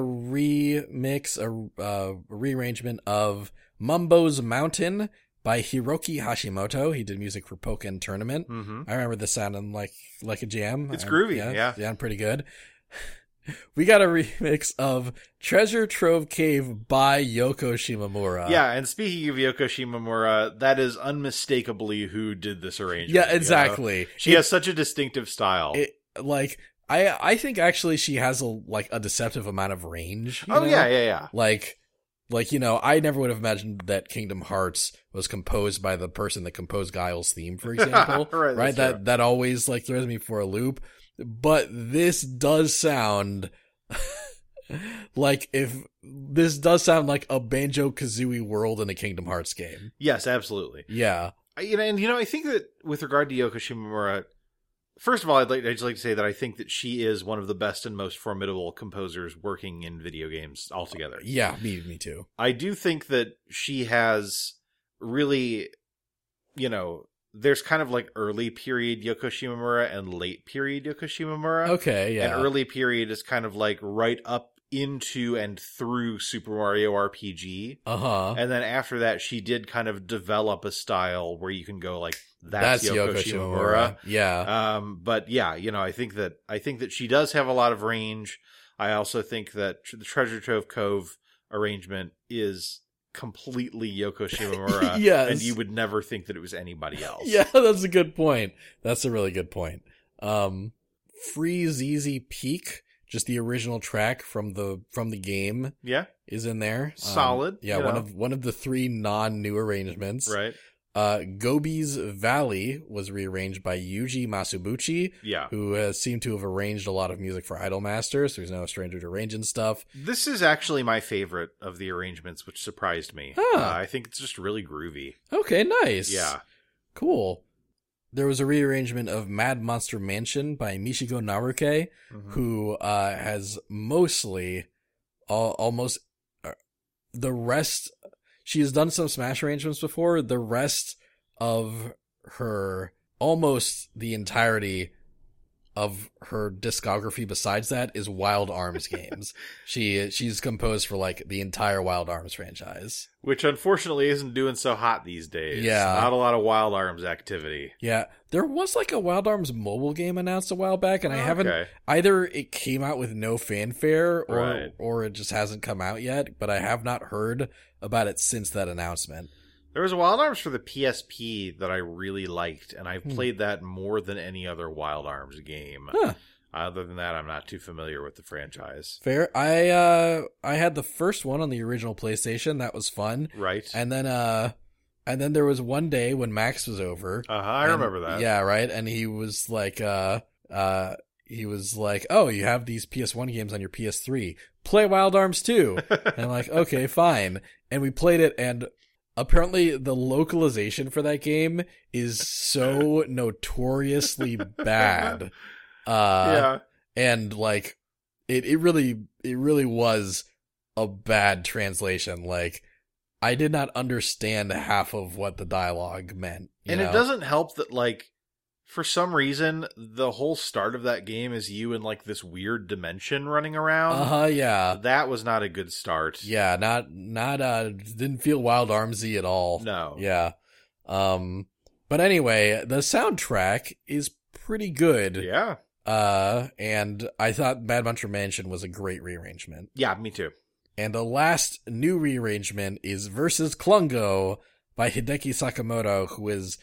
Speaker 1: remix, a uh, rearrangement of Mumbo's Mountain by Hiroki Hashimoto. He did music for Pokken Tournament.
Speaker 2: mm-hmm.
Speaker 1: I remember this sounding like like a jam.
Speaker 2: It's
Speaker 1: Um,
Speaker 2: groovy, yeah.
Speaker 1: yeah, pretty good. We got a remix of Treasure Trove Cave by Yoko Shimomura.
Speaker 2: yeah, and speaking of Yoko Shimomura, that is unmistakably who did this arrangement. you
Speaker 1: Yeah,
Speaker 2: know?
Speaker 1: exactly.
Speaker 2: She has such a distinctive style.
Speaker 1: it, like I I think actually she has a like a deceptive amount of range. you
Speaker 2: oh
Speaker 1: know?
Speaker 2: yeah, yeah, yeah.
Speaker 1: Like like you know, I never would have imagined that Kingdom Hearts was composed by the person that composed Guile's theme, for example.
Speaker 2: Right,
Speaker 1: right?
Speaker 2: that's
Speaker 1: That
Speaker 2: true.
Speaker 1: that always like throws me for a loop. But this does sound like if this does sound like a Banjo Kazooie world in a Kingdom Hearts game.
Speaker 2: Yes, absolutely.
Speaker 1: Yeah.
Speaker 2: I, you know, and you know, I think that with regard to Yoko Shimomura, first of all, I'd like I'd just like to say that I think that she is one of the best and most formidable composers working in video games altogether.
Speaker 1: Yeah, me me too.
Speaker 2: I do think that she has really, you know, there's kind of like early period Yoko Shimomura and late period Yoko Shimomura.
Speaker 1: Okay, yeah.
Speaker 2: And early period is kind of like right up into and through Super Mario RPG.
Speaker 1: uh-huh.
Speaker 2: And then after that, she did kind of develop a style where you can go like, that's,
Speaker 1: That's,
Speaker 2: Yoko, Shimomura.
Speaker 1: Yeah.
Speaker 2: Um, but yeah, you know, I think that I think that she does have a lot of range. I also think that tr- the Treasure Trove Cove arrangement is completely Yoko Shimomura,
Speaker 1: Yes.
Speaker 2: Uh, and you would never think that it was anybody else.
Speaker 1: Yeah, that's a good point. That's a really good point. Um, Freeze Easy Peak, just the original track from the from the game,
Speaker 2: yeah,
Speaker 1: is in there. Um,
Speaker 2: Solid,
Speaker 1: Yeah,
Speaker 2: you
Speaker 1: one
Speaker 2: know.
Speaker 1: of one of the three non new arrangements.
Speaker 2: right,
Speaker 1: Uh, Gobi's Valley was rearranged by Yuji Masubuchi,
Speaker 2: yeah.
Speaker 1: who has seemed to have arranged a lot of music for Idolmaster, so he's no stranger to arranging stuff.
Speaker 2: This is actually my favorite of the arrangements, which surprised me.
Speaker 1: Huh.
Speaker 2: Uh, I think it's just really groovy.
Speaker 1: Okay, nice.
Speaker 2: Yeah,
Speaker 1: cool. There was a rearrangement of Mad Monster Mansion by Michigo Naruke, who uh, has mostly all, almost uh, the rest. She has done some Smash arrangements before. The rest of her, almost the entirety of her discography besides that is Wild Arms games. She she's composed for like the entire Wild Arms franchise.
Speaker 2: which unfortunately isn't doing so hot these days.
Speaker 1: Yeah.
Speaker 2: not a lot of wild arms activity.
Speaker 1: Yeah, there was like a Wild Arms mobile game announced a while back, and I haven't
Speaker 2: Okay.
Speaker 1: either it came out with no fanfare or
Speaker 2: Right.
Speaker 1: or it just hasn't come out yet but i have not heard about it since that announcement
Speaker 2: There was a Wild Arms for the PSP that I really liked, and I've
Speaker 1: Hmm.
Speaker 2: played that more than any other Wild Arms game.
Speaker 1: Huh.
Speaker 2: Other than that, I'm not too familiar with the franchise.
Speaker 1: fair i uh i had the first one on the original playstation that was fun
Speaker 2: Right?
Speaker 1: and then uh and then there was one day when max was over
Speaker 2: Uh huh. I
Speaker 1: and-
Speaker 2: remember that.
Speaker 1: yeah right and he was like uh uh he was like oh you have these ps1 games on your ps3 play wild arms 2 And I'm like, okay, fine. And we played it, and apparently the localization for that game is so notoriously bad. Uh,
Speaker 2: yeah.
Speaker 1: And like, it, it really, it really was a bad translation. Like, I did not understand half of what the dialogue meant. you
Speaker 2: And
Speaker 1: know?
Speaker 2: it doesn't help that, like, for some reason, the whole start of that game is you in, like, this weird dimension running around.
Speaker 1: Uh huh. Yeah.
Speaker 2: That was not a good start.
Speaker 1: Yeah. Not, not, uh, didn't feel wild armsy at all.
Speaker 2: No.
Speaker 1: Yeah. Um but anyway, the soundtrack is pretty good.
Speaker 2: Yeah.
Speaker 1: Uh and I thought Bad Buncher Mansion was a great rearrangement.
Speaker 2: Yeah, me too.
Speaker 1: And the last new rearrangement is Versus Klungo by Hideki Sakamoto who is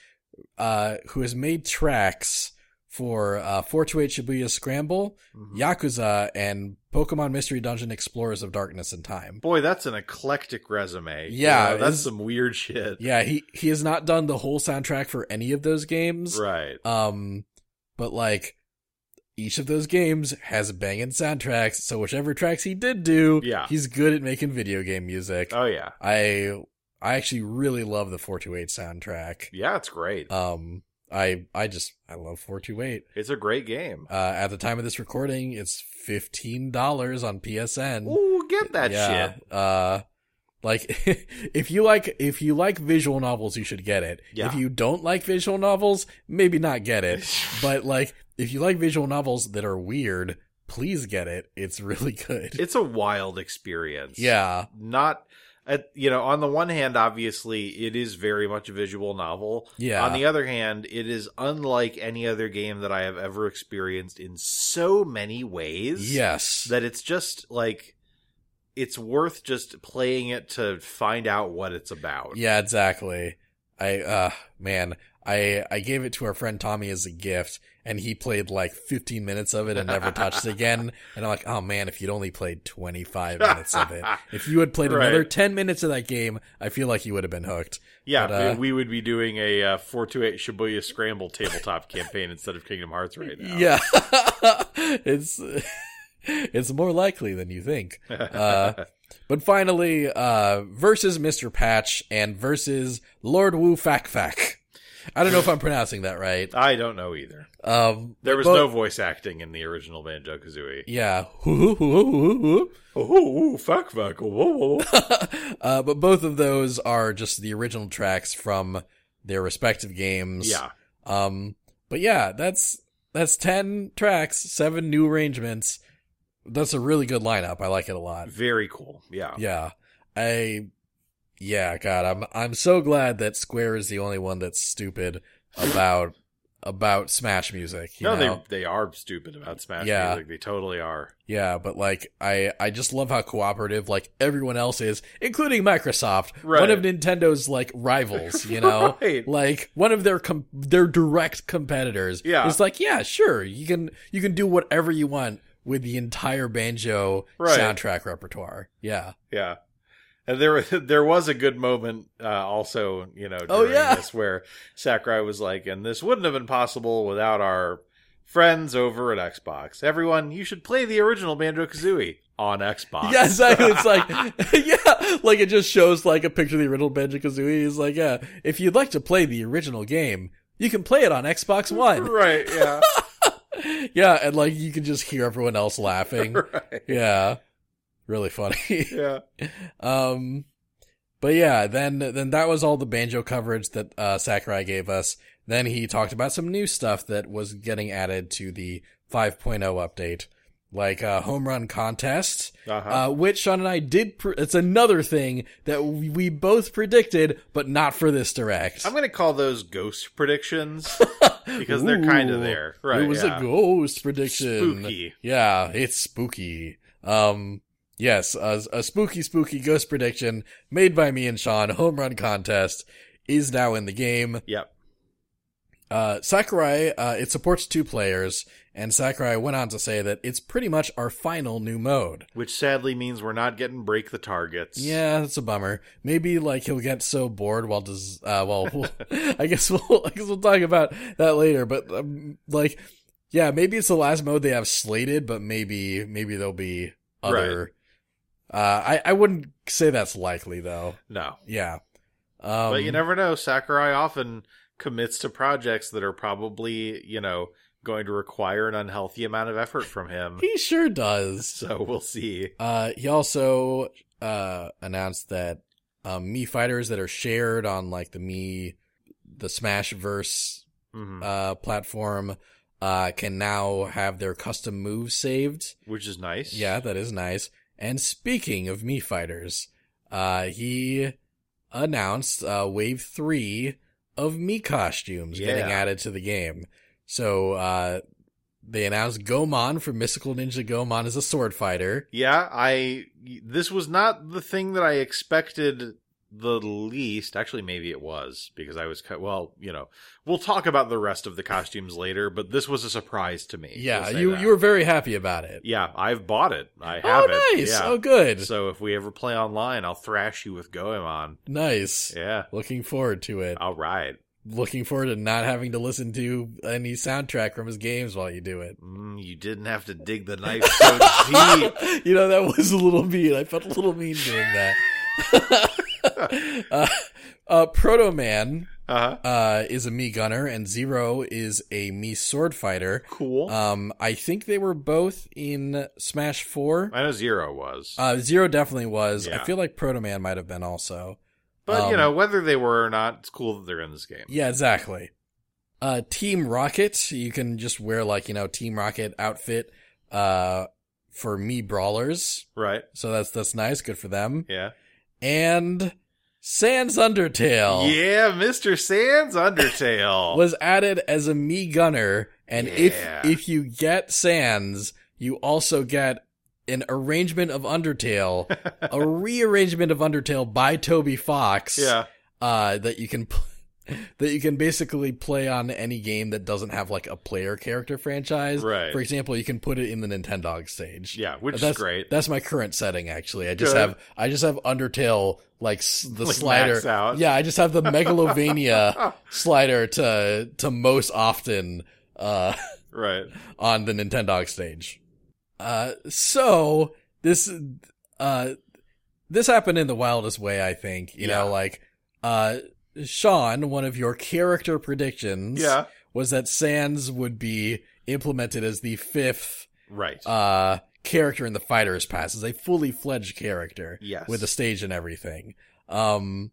Speaker 1: uh who has made tracks for uh 428 Shibuya Scramble,
Speaker 2: Mhm.
Speaker 1: Yakuza and Pokemon Mystery Dungeon Explorers of Darkness and Time.
Speaker 2: Boy, that's an eclectic resume. You
Speaker 1: Yeah,
Speaker 2: know,
Speaker 1: it's-
Speaker 2: that's some weird shit.
Speaker 1: Yeah, he he has not done the whole soundtrack for any of those games.
Speaker 2: Right.
Speaker 1: Um, but like each of those games has banging soundtracks, so whichever tracks he did do,
Speaker 2: Yeah.
Speaker 1: he's good at making video game music.
Speaker 2: Oh, yeah.
Speaker 1: I I actually really love the 428 soundtrack.
Speaker 2: Yeah, it's great.
Speaker 1: Um, I I just I love 428.
Speaker 2: It's a great game.
Speaker 1: Uh, at the time of this recording, it's fifteen dollars on PSN.
Speaker 2: Ooh, get that shit.
Speaker 1: Uh, like if you like if you like visual novels, you should get it.
Speaker 2: Yeah.
Speaker 1: If you don't like visual novels, maybe not get it. but like if you like visual novels that are weird, please get it. It's really good.
Speaker 2: It's a wild experience.
Speaker 1: yeah.
Speaker 2: Not at, you know, on the one hand, obviously, it is very much a visual novel.
Speaker 1: Yeah.
Speaker 2: On the other hand, it is unlike any other game that I have ever experienced in so many ways.
Speaker 1: Yes.
Speaker 2: That it's just like, it's worth just playing it to find out what it's about.
Speaker 1: Yeah, exactly. I uh man, I I gave it to our friend Tommy as a gift and he played like 15 minutes of it and never touched it again and I'm like, "Oh man, if you'd only played 25 minutes of it. If you had played
Speaker 2: Right.
Speaker 1: another 10 minutes of that game, I feel like you would have been hooked."
Speaker 2: Yeah,
Speaker 1: But, uh,
Speaker 2: we we would be doing a uh, 428 Shibuya Scramble tabletop campaign instead of Kingdom Hearts right now.
Speaker 1: Yeah. it's it's more likely than you think. Uh, but finally, uh versus Mr. Patch and versus Lord Wu Fak Fak. I don't know if I'm pronouncing that right.
Speaker 2: I don't know either.
Speaker 1: Um
Speaker 2: There was
Speaker 1: both-
Speaker 2: no voice acting in the original Banjo Kazooie.
Speaker 1: Yeah. uh,
Speaker 2: Oh, fuck, fuck. Whoa, whoa.
Speaker 1: but both of those are just the original tracks from their respective games.
Speaker 2: yeah.
Speaker 1: Um, but yeah, that's, that's 10 tracks, seven new arrangements. That's a really good lineup. I like it a lot.
Speaker 2: Very cool. Yeah.
Speaker 1: Yeah. I, yeah, God, I'm, I'm so glad that Square is the only one that's stupid about, about Smash music. You
Speaker 2: no,
Speaker 1: know?
Speaker 2: they they are stupid about Smash
Speaker 1: Yeah.
Speaker 2: Music. They totally are.
Speaker 1: Yeah, but like I I just love how cooperative like everyone else is, including Microsoft,
Speaker 2: Right.
Speaker 1: one of Nintendo's like rivals, you know?
Speaker 2: Right.
Speaker 1: Like one of their com- their direct competitors.
Speaker 2: Yeah.
Speaker 1: It's like, yeah, sure, you can you can do whatever you want with the entire banjo
Speaker 2: Right.
Speaker 1: soundtrack repertoire. Yeah.
Speaker 2: Yeah. And there, there was a good moment uh, also, you know, during
Speaker 1: Oh, yeah.
Speaker 2: this where Sakurai was like, and this wouldn't have been possible without our friends over at Xbox. Everyone, you should play the original Banjo Kazooie on Xbox.
Speaker 1: Yeah, exactly. It's like, yeah, like it just shows like a picture of the original Banjo Kazooie. It's like, yeah, if you'd like to play the original game, you can play it on Xbox One.
Speaker 2: right, yeah.
Speaker 1: Yeah, and like you can just hear everyone else laughing.
Speaker 2: right.
Speaker 1: Yeah. Really funny.
Speaker 2: Yeah.
Speaker 1: um but yeah, then then that was all the banjo coverage that uh Sakurai gave us. Then he talked about some new stuff that was getting added to the 5.0 update, like uh home run contest.
Speaker 2: Uh-huh.
Speaker 1: Uh, which Sean and I did. Pre- it's another thing that we we both predicted, but not for this direct.
Speaker 2: I'm going to call those ghost predictions because they're kind
Speaker 1: Ooh.
Speaker 2: of there. Right.
Speaker 1: it was
Speaker 2: yeah.
Speaker 1: a ghost prediction.
Speaker 2: Spooky.
Speaker 1: Yeah, it's spooky. Um, yes, a, a spooky, spooky ghost prediction made by me and Sean. Home run contest is now in the game.
Speaker 2: Yep.
Speaker 1: Uh, Sakurai, uh, it supports two players, and Sakurai went on to say that it's pretty much our final new mode.
Speaker 2: Which sadly means we're not getting break the targets.
Speaker 1: Yeah, that's a bummer. Maybe like he'll get so bored while does uh well, we'll I guess we'll I guess we'll talk about that later. But um, like, yeah, maybe it's the last mode they have slated, but maybe maybe there'll be other. Uh, I I wouldn't say that's likely though.
Speaker 2: No.
Speaker 1: Yeah, um,
Speaker 2: but you never know. Sakurai often commits to projects that are probably, you know, going to require an unhealthy amount of effort from him.
Speaker 1: he sure does.
Speaker 2: so we'll see.
Speaker 1: Uh, he also uh announced that um me fighters that are shared on like the me the Smash verse
Speaker 2: hmm
Speaker 1: uh, platform uh, can now have their custom moves saved.
Speaker 2: Which is nice.
Speaker 1: Yeah, that is nice. And speaking of Mii Fighters, uh, he announced uh, Wave 3 of Mii costumes getting
Speaker 2: Yeah.
Speaker 1: added to the game. So uh, they announced Gomon from Mystical Ninja Gomon as a sword fighter.
Speaker 2: Yeah, I this was not the thing that I expected the least. Actually, maybe it was because I was cut. Well, you know, we'll talk about the rest of the costumes later, but this was a surprise to me.
Speaker 1: Yeah,
Speaker 2: We'll say
Speaker 1: you
Speaker 2: that.
Speaker 1: you were very happy about it.
Speaker 2: Yeah, I've bought it. I have
Speaker 1: Oh,
Speaker 2: it.
Speaker 1: nice.
Speaker 2: Yeah.
Speaker 1: Oh, good.
Speaker 2: So if we ever play online, I'll thrash you with Goemon.
Speaker 1: nice.
Speaker 2: Yeah.
Speaker 1: Looking forward to it.
Speaker 2: All right.
Speaker 1: looking forward to not having to listen to any soundtrack from his games while you do it.
Speaker 2: Mm, you didn't have to dig the knife so deep.
Speaker 1: you know, that was a little mean. I felt a little mean doing that. uh, uh, Proto Man
Speaker 2: Uh-huh.
Speaker 1: uh, is a me gunner, and Zero is a me sword fighter.
Speaker 2: Cool.
Speaker 1: Um, I think they were both in Smash 4.
Speaker 2: I know Zero was.
Speaker 1: Uh, Zero definitely was. I
Speaker 2: Yeah.
Speaker 1: feel like Proto Man might have been also.
Speaker 2: but, you
Speaker 1: um,
Speaker 2: know, whether they were or not, it's cool that they're in this game.
Speaker 1: Yeah, exactly. Uh, Team Rocket, you can just wear like, you know, Team Rocket outfit, uh, for me brawlers.
Speaker 2: Right?
Speaker 1: So that's, that's nice. Good for them.
Speaker 2: Yeah.
Speaker 1: and Sans Undertale
Speaker 2: Yeah, Mr. Sans Undertale.
Speaker 1: was added as a me gunner, and
Speaker 2: Yeah.
Speaker 1: if if you get Sans, you also get an arrangement of Undertale, a rearrangement of Undertale by Toby Fox.
Speaker 2: yeah.
Speaker 1: uh, that you can pl- that you can basically play on any game that doesn't have like a player character franchise.
Speaker 2: Right.
Speaker 1: For example, you can put it in the Nintendog stage.
Speaker 2: Yeah, which
Speaker 1: that's
Speaker 2: is great.
Speaker 1: That's my current setting actually. I just
Speaker 2: Good.
Speaker 1: have I just have Undertale like s- the
Speaker 2: Like,
Speaker 1: slider.
Speaker 2: max out.
Speaker 1: Yeah, I just have the Megalovania slider to to most often uh
Speaker 2: right.
Speaker 1: on the Nintendog stage. Uh, so this, uh, this happened in the wildest way, I think. You
Speaker 2: Yeah.
Speaker 1: know, like, uh, Sean, one of your character predictions
Speaker 2: Yeah.
Speaker 1: was that Sans would be implemented as the fifth,
Speaker 2: Right.
Speaker 1: uh, character in the Fighter's Pass, as a fully fledged character
Speaker 2: yes.
Speaker 1: with a stage and everything. Um,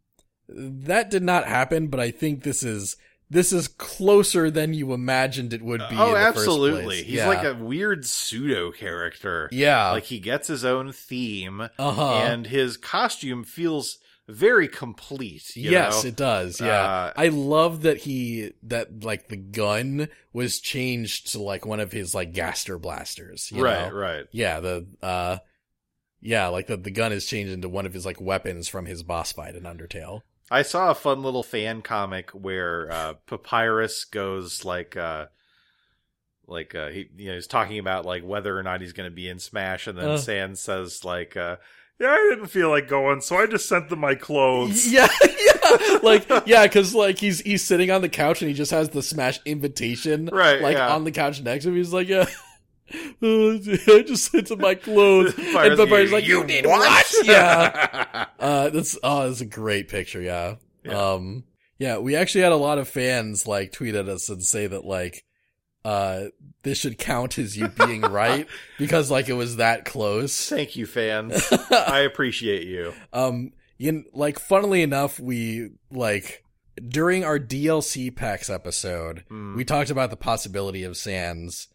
Speaker 1: that did not happen, but I think this is this is closer than you imagined it would be. in
Speaker 2: oh,
Speaker 1: the first
Speaker 2: absolutely.
Speaker 1: place.
Speaker 2: He's
Speaker 1: yeah.
Speaker 2: like a weird pseudo character.
Speaker 1: yeah,
Speaker 2: Like he gets his own theme
Speaker 1: uh huh,
Speaker 2: and his costume feels very complete. you
Speaker 1: yes,
Speaker 2: know?
Speaker 1: it does. Yeah,
Speaker 2: Uh,
Speaker 1: I love that he that like the gun was changed to like one of his like gaster blasters. You
Speaker 2: right,
Speaker 1: know?
Speaker 2: right.
Speaker 1: Yeah, the uh, yeah, like the the gun is changed into one of his like weapons from his boss fight in Undertale.
Speaker 2: I saw a fun little fan comic where uh, Papyrus goes like, uh, like uh, he you know he's talking about like whether or not he's going to be in Smash, and then
Speaker 1: Uh.
Speaker 2: Sans says like, uh, "Yeah, I didn't feel like going, so I just sent them my clothes."
Speaker 1: Yeah, yeah, like yeah, because like he's he's sitting on the couch and he just has the smash invitation
Speaker 2: Right,
Speaker 1: like
Speaker 2: yeah.
Speaker 1: on the couch next to him. He's like, yeah, uh, I just sent to my clothes, and Papyrus like, you did what? yeah,
Speaker 2: yeah,
Speaker 1: uh, that's oh, that's a great picture. Yeah.
Speaker 2: Yeah.
Speaker 1: um, yeah, we actually had a lot of fans like tweet at us and say that like. Uh, this should count as you being right because like it was that close.
Speaker 2: thank you, fans. I appreciate you.
Speaker 1: Um, you kn- like, funnily enough, we like during our DLC packs episode,
Speaker 2: Mm,
Speaker 1: we talked about the possibility of Sans,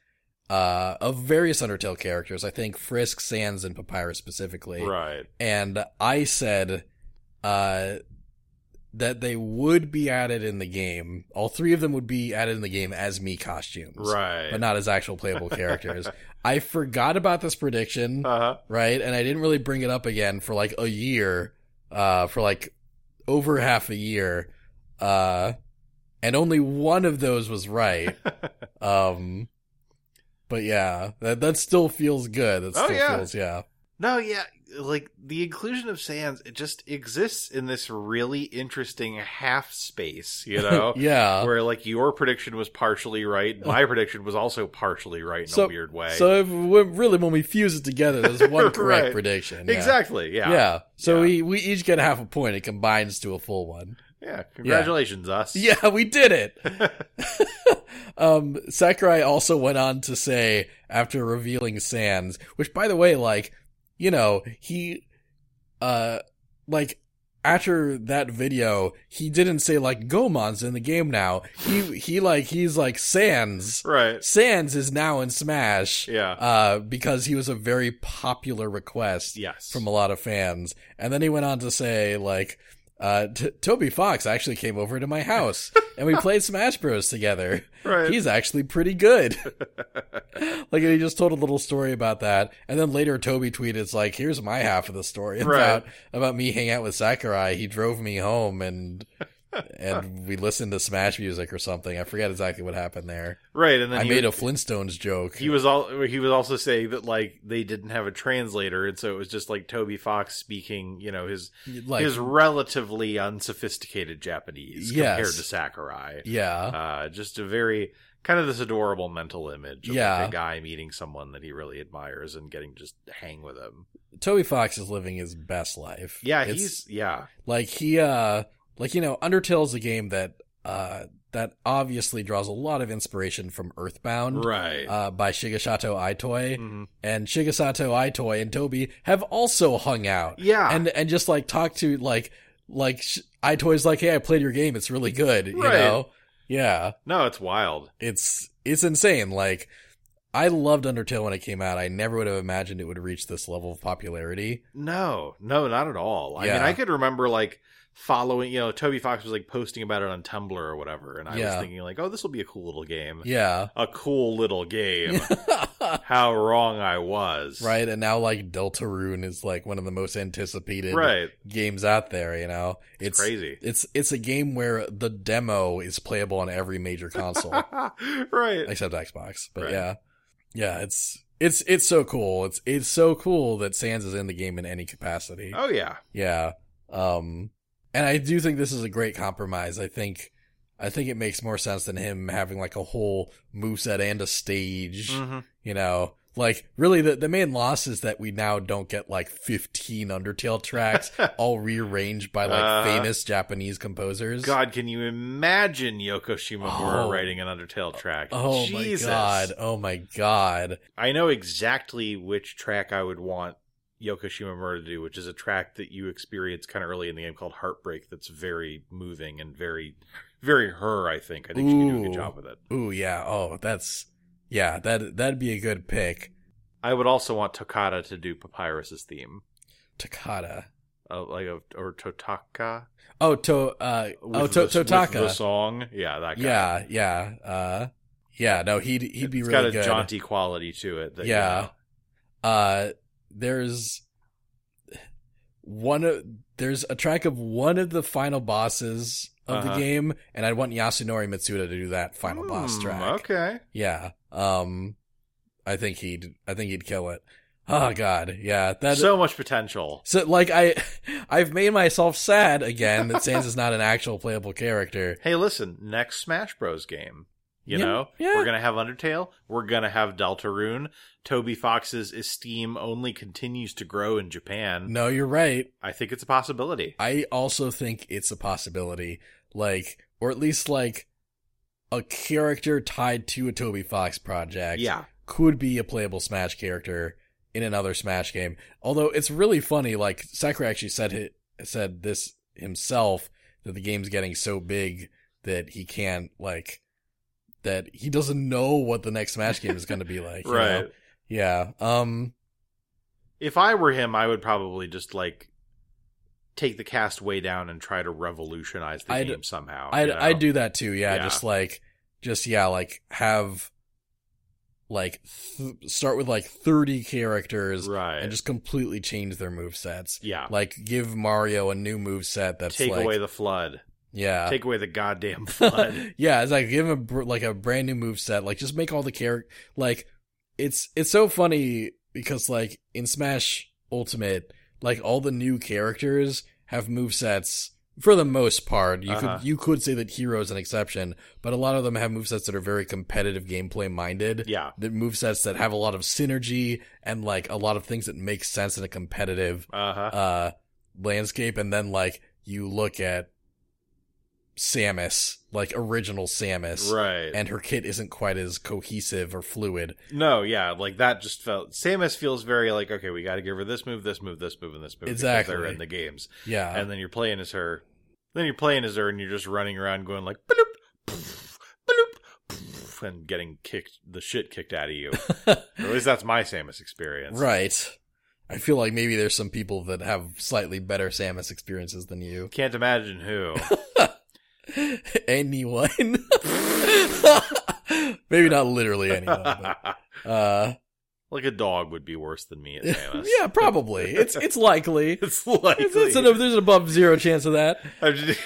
Speaker 1: uh, of various Undertale characters. I think Frisk, Sans, and Papyrus specifically.
Speaker 2: right.
Speaker 1: And I said, uh, that they would be added in the game. All three of them would be added in the game as me costumes,
Speaker 2: Right.
Speaker 1: but not as actual playable characters. I forgot about this prediction
Speaker 2: uh-huh.
Speaker 1: right? And I didn't really bring it up again for like a year, uh, for like over half a year, uh, and only one of those was right. um, but yeah, that that still feels good. That
Speaker 2: Oh,
Speaker 1: still
Speaker 2: yeah.
Speaker 1: feels yeah,
Speaker 2: No, yeah, like the inclusion of Sans, it just exists in this really interesting half space, you know,
Speaker 1: yeah.
Speaker 2: where like your prediction was partially right, my prediction was also partially right in
Speaker 1: So-
Speaker 2: a weird way.
Speaker 1: So if, we- really, when we fuse it together, there's one correct
Speaker 2: Right.
Speaker 1: prediction. yeah.
Speaker 2: exactly, yeah,
Speaker 1: Yeah. So
Speaker 2: Yeah.
Speaker 1: we we each get half a point. It combines to a full one.
Speaker 2: Yeah, Congratulations, us.
Speaker 1: Yeah, we did it. um, Sakurai also went on to say after revealing Sans, which by the way, like, you know, he, uh, like, after that video, he didn't say like Gomon's in the game now. He, he like, he's like Sans.
Speaker 2: right.
Speaker 1: Sans is now in Smash,
Speaker 2: Yeah.
Speaker 1: uh, because he was a very popular request
Speaker 2: Yes.
Speaker 1: from a lot of fans. And then he went on to say, like, uh, T- Toby Fox actually came over to my house and we played Smash Bros. together.
Speaker 2: right.
Speaker 1: He's actually pretty good. like, and he just told a little story about that. And then later, Toby tweeted, like, here's my half of the story
Speaker 2: Right.
Speaker 1: about, about me hanging out with Sakurai. He drove me home and, and we listened to Smash music or something. I forget exactly what happened there.
Speaker 2: right. And then
Speaker 1: I
Speaker 2: he,
Speaker 1: made a Flintstones joke.
Speaker 2: he was all he was also saying that like they didn't have a translator, and so it was just like Toby Fox speaking, you know, his
Speaker 1: like,
Speaker 2: his relatively unsophisticated Japanese compared
Speaker 1: Yes.
Speaker 2: to Sakurai.
Speaker 1: yeah.
Speaker 2: Uh, just a very kind of this adorable mental image of
Speaker 1: Yeah.
Speaker 2: like, a guy meeting someone that he really admires and getting to just hang with him.
Speaker 1: Toby Fox is living his best life.
Speaker 2: Yeah,
Speaker 1: It's-
Speaker 2: he's yeah,
Speaker 1: like he uh like you know, Undertale's a game that uh that obviously draws a lot of inspiration from Earthbound.
Speaker 2: right.
Speaker 1: Uh, by Shigesato Itoi
Speaker 2: Mhm.
Speaker 1: and Shigesato Itoi and Toby have also hung out
Speaker 2: Yeah,
Speaker 1: and and just like talked to like like Sh- Itoi's like hey I played your game it's really good you
Speaker 2: Right.
Speaker 1: know yeah
Speaker 2: no, it's wild.
Speaker 1: it's it's insane like I loved Undertale when it came out. I never would have imagined it would reach this level of popularity.
Speaker 2: No, no, not at all. I mean,
Speaker 1: Yeah.
Speaker 2: I could remember like following, you know, Toby Fox was like posting about it on Tumblr or whatever, and I was
Speaker 1: Yeah.
Speaker 2: thinking like, oh, this will be a cool little game.
Speaker 1: Yeah.
Speaker 2: A cool little game. How wrong I was.
Speaker 1: right. And now like Deltarune is like one of the most anticipated
Speaker 2: Right.
Speaker 1: games out there, you know.
Speaker 2: It's, crazy.
Speaker 1: It's it's a game where the demo is playable on every major console
Speaker 2: right.
Speaker 1: except Xbox. But
Speaker 2: Right.
Speaker 1: yeah, yeah, it's it's it's so cool. It's it's so cool that Sans is in the game in any capacity.
Speaker 2: Oh yeah.
Speaker 1: Yeah, um, and I do think this is a great compromise. I think I think it makes more sense than him having like a whole moveset and a stage.
Speaker 2: Mhm.
Speaker 1: You know. Like really, the the main loss is that we now don't get like fifteen Undertale tracks, all rearranged by like
Speaker 2: Uh-huh.
Speaker 1: famous Japanese composers.
Speaker 2: God, can you imagine Yoko Shimomura
Speaker 1: Oh.
Speaker 2: writing an Undertale track?
Speaker 1: Oh
Speaker 2: Jesus.
Speaker 1: my god! Oh my god!
Speaker 2: I know exactly which track I would want Yoko Shimomura to do, which is a track that you experience kind of early in the game called Heartbreak that's very moving and very, very her, I think. I think she can do a good
Speaker 1: Ooh.
Speaker 2: job with it.
Speaker 1: Ooh yeah. Oh, that's yeah. That that'd be a good pick.
Speaker 2: I would also want Tokata to do Papyrus's theme.
Speaker 1: Takata.
Speaker 2: Uh, like a, or Totaka.
Speaker 1: Oh to uh
Speaker 2: with
Speaker 1: oh to,
Speaker 2: the- with
Speaker 1: Totaka.
Speaker 2: The song. Yeah, that guy.
Speaker 1: yeah yeah uh yeah. No, he'd he'd be
Speaker 2: It's
Speaker 1: really
Speaker 2: got a
Speaker 1: good.
Speaker 2: jaunty quality to it. That,
Speaker 1: yeah. Uh, there's one of there's a track of one of the final bosses of
Speaker 2: Uh-huh.
Speaker 1: the game, and I'd want Yasunori Mitsuda to do that final boss
Speaker 2: Hmm,
Speaker 1: track.
Speaker 2: Okay.
Speaker 1: Yeah. Um I think he'd I think he'd kill it. Oh god. Yeah. That so,
Speaker 2: so much potential.
Speaker 1: like I I've made myself sad again that Sans is not an actual playable character.
Speaker 2: Hey, listen, next Smash Bros. game. You
Speaker 1: Yeah,
Speaker 2: know,
Speaker 1: yeah.
Speaker 2: we're gonna have Undertale. We're gonna have Deltarune. Toby Fox's esteem only continues to grow in Japan.
Speaker 1: No, you're right.
Speaker 2: I think it's a possibility.
Speaker 1: I also think it's a possibility. Like or at least like a character tied to a Toby Fox project
Speaker 2: Yeah,
Speaker 1: could be a playable Smash character in another Smash game. Although it's really funny, like Sakurai actually said it, said this himself that the game's getting so big that he can't like that he doesn't know what the next Smash game is going to be like. you
Speaker 2: right.
Speaker 1: know? Yeah. Um.
Speaker 2: If I were him, I would probably just like take the cast way down and try to revolutionize the
Speaker 1: I'd-
Speaker 2: game somehow.
Speaker 1: I
Speaker 2: you
Speaker 1: I
Speaker 2: know?
Speaker 1: do that too. Yeah,
Speaker 2: Yeah.
Speaker 1: Just like just yeah, like have like th- start with like thirty characters
Speaker 2: right.
Speaker 1: and just completely change their move sets.
Speaker 2: yeah,
Speaker 1: Like give Mario a new move set that's
Speaker 2: take
Speaker 1: like
Speaker 2: away the flood.
Speaker 1: Yeah.
Speaker 2: take away the goddamn flood.
Speaker 1: yeah, it's like give him a, br- like a brand new move set. Like just make all the character like it's it's so funny because like in Smash Ultimate, like all the new characters have move sets for the most part. You
Speaker 2: Uh-huh.
Speaker 1: could you could say that Hero's an exception, but a lot of them have move sets that are very competitive gameplay minded.
Speaker 2: yeah.
Speaker 1: The move sets that have a lot of synergy and like a lot of things that make sense in a competitive
Speaker 2: Uh huh.
Speaker 1: uh landscape and then like you look at Samus, like original Samus,
Speaker 2: Right.
Speaker 1: and her kit isn't quite as cohesive or fluid.
Speaker 2: No, yeah, like that just felt. Samus feels very like okay, we got to give her this move, this move, this move, and this move. because
Speaker 1: Exactly. Uh-huh.
Speaker 2: they're in the games,
Speaker 1: Yeah.
Speaker 2: and then you're playing as her. Then you're playing as her, and you're just running around going like bloop, poof, bloop, poof, and getting kicked the shit kicked out of you. Or at least that's my Samus experience.
Speaker 1: right. I feel like maybe there's some people that have slightly better Samus experiences than you.
Speaker 2: Can't imagine who.
Speaker 1: anyone. maybe not literally anyone. But, uh
Speaker 2: like a dog would be worse than me at Samus.
Speaker 1: yeah, probably. It's it's likely.
Speaker 2: it's likely.
Speaker 1: It's, it's an, there's an above zero chance of that.
Speaker 2: I'm just-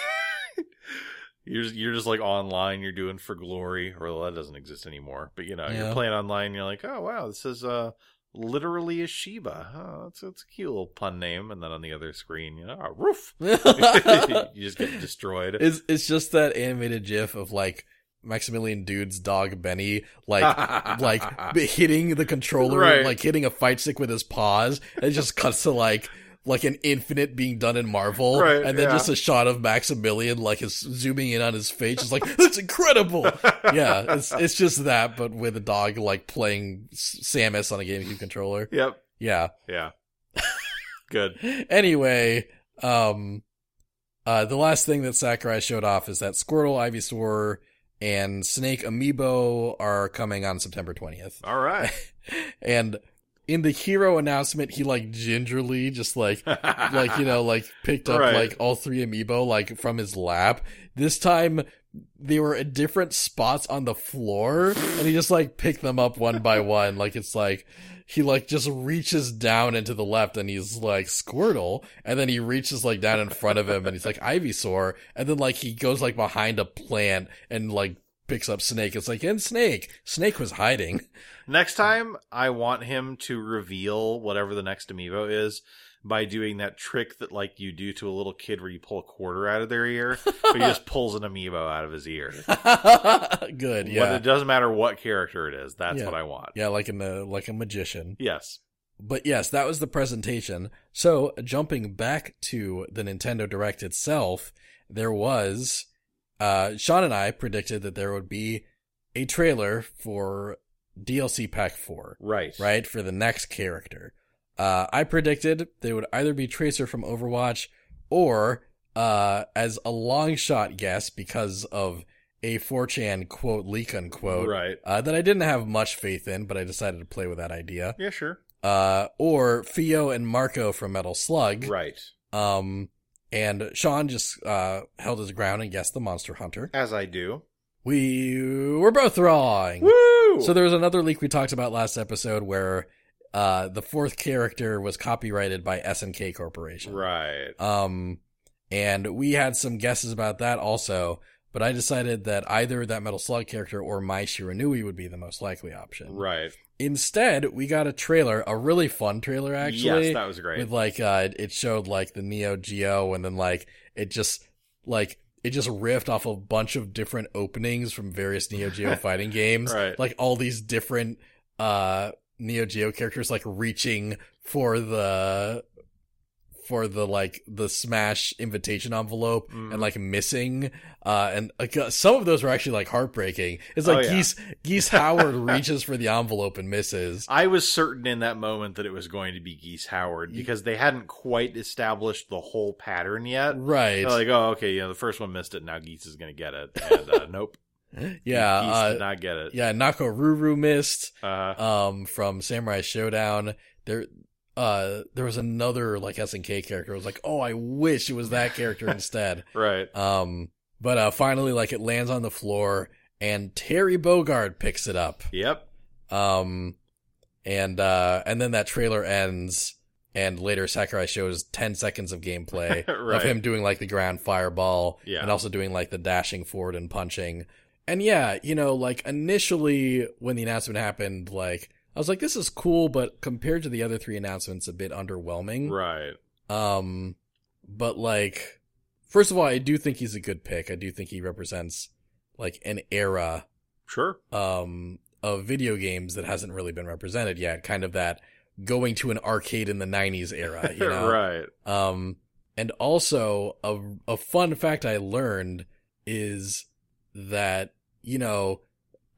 Speaker 2: you're just, you're just like online. You're doing for glory, or well, that doesn't exist anymore. But you know,
Speaker 1: Yeah.
Speaker 2: you're playing online. and You're like, oh wow, this is uh literally a Sheba. Oh, that's that's a cute little pun name. And then on the other screen, you know, oh, roof. you just get destroyed.
Speaker 1: It's it's just that animated GIF of like Maximilian Dude's dog Benny like like b- hitting the controller,
Speaker 2: Right.
Speaker 1: like hitting a fight stick with his paws. And it just cuts to like like an infinite being done in Marvel,
Speaker 2: Right,
Speaker 1: and then
Speaker 2: yeah.
Speaker 1: just a shot of Maximilian like his zooming in on his face. It's like that's incredible. yeah, it's it's just that, but with a dog like playing S- Samus on a GameCube controller.
Speaker 2: yep.
Speaker 1: Yeah.
Speaker 2: Yeah. Good.
Speaker 1: anyway, um, uh, the last thing that Sakurai showed off is that Squirtle, Ivysaur, and Snake Amiibo are coming on September 20th.
Speaker 2: All right.
Speaker 1: And in the hero announcement, he like gingerly just like like you know like picked up
Speaker 2: Right.
Speaker 1: like all three amiibo like from his lap this time they were at different spots on the floor and he just like picked them up one by one like it's like he like just reaches down and to the left and he's like squirtle and then he reaches like down in front of him and he's like ivysaur and then like he goes like behind a plant and like picks up snake it's like and snake snake was hiding
Speaker 2: Next time, I want him to reveal whatever the next amiibo is by doing that trick that like you do to a little kid where you pull a quarter out of their ear, but he just pulls an amiibo out of his ear.
Speaker 1: good
Speaker 2: But
Speaker 1: yeah
Speaker 2: it doesn't matter what character it is. That's
Speaker 1: Yeah.
Speaker 2: what I want.
Speaker 1: yeah like in a like a magician
Speaker 2: Yes.
Speaker 1: But yes, that was the presentation. So, jumping back to the Nintendo Direct itself, there was, uh, Sean and I predicted that there would be a trailer for DLC Pack 4,
Speaker 2: Right.
Speaker 1: right? For the next character. Uh, I predicted they would either be Tracer from Overwatch or, uh, as a long shot guess because of a 4chan quote leak unquote,
Speaker 2: Right.
Speaker 1: uh, that I didn't have much faith in, but I decided to play with that idea
Speaker 2: Yeah, sure.
Speaker 1: uh, or Theo and Marco from Metal Slug.
Speaker 2: Right.
Speaker 1: Um, and Sean just uh, held his ground and guessed the Monster Hunter.
Speaker 2: As I do.
Speaker 1: We were both wrong.
Speaker 2: Woo!
Speaker 1: So there was another leak we talked about last episode where uh, the fourth character was copyrighted by SNK Corporation.
Speaker 2: Right.
Speaker 1: Um, and we had some guesses about that also, but I decided that either that Metal Slug character or Mai Shiranui would be the most likely option.
Speaker 2: Right.
Speaker 1: Instead, we got a trailer, a really fun trailer actually.
Speaker 2: yes, that was great.
Speaker 1: with like uh it showed like the Neo Geo and then like it just like it just riffed off a bunch of different openings from various Neo Geo fighting games.
Speaker 2: Right.
Speaker 1: Like all these different uh Neo Geo characters like reaching for the for the like the Smash invitation envelope
Speaker 2: Mhm.
Speaker 1: and like missing uh and like uh, some of those were actually like heartbreaking. It's like
Speaker 2: Oh, yeah.
Speaker 1: Geese Geese Howard reaches for the envelope and misses.
Speaker 2: I was certain in that moment that it was going to be Geese Howard
Speaker 1: Ye-
Speaker 2: because they hadn't quite established the whole pattern yet.
Speaker 1: Right.
Speaker 2: They're like, oh, okay, yeah, the first one missed it. Now Geese is going to get it. And, uh, nope.
Speaker 1: yeah.
Speaker 2: Geese
Speaker 1: uh,
Speaker 2: did not get it.
Speaker 1: Yeah, Nako Ruru missed
Speaker 2: Uh,
Speaker 1: um, from Samurai Showdown. There, uh, there was another like SNK character. I was like, oh, I wish it was that character instead.
Speaker 2: right.
Speaker 1: Um, but uh, finally, like it lands on the floor, and Terry Bogard picks it up.
Speaker 2: Yep.
Speaker 1: Um, and uh, and then that trailer ends, and later Sakurai shows ten seconds of gameplay
Speaker 2: Right.
Speaker 1: of him doing like the ground fireball,
Speaker 2: Yeah.
Speaker 1: and also doing like the dashing forward and punching. And yeah, you know, like initially when the announcement happened, like I was like, this is cool, but compared to the other three announcements, a bit underwhelming.
Speaker 2: Right.
Speaker 1: Um, but like, first of all, I do think he's a good pick. I do think he represents like an era
Speaker 2: Sure.
Speaker 1: um, of video games that hasn't really been represented yet. Kind of that going to an arcade in the '90s era, you know.
Speaker 2: right.
Speaker 1: Um, and also a a fun fact I learned is that you know,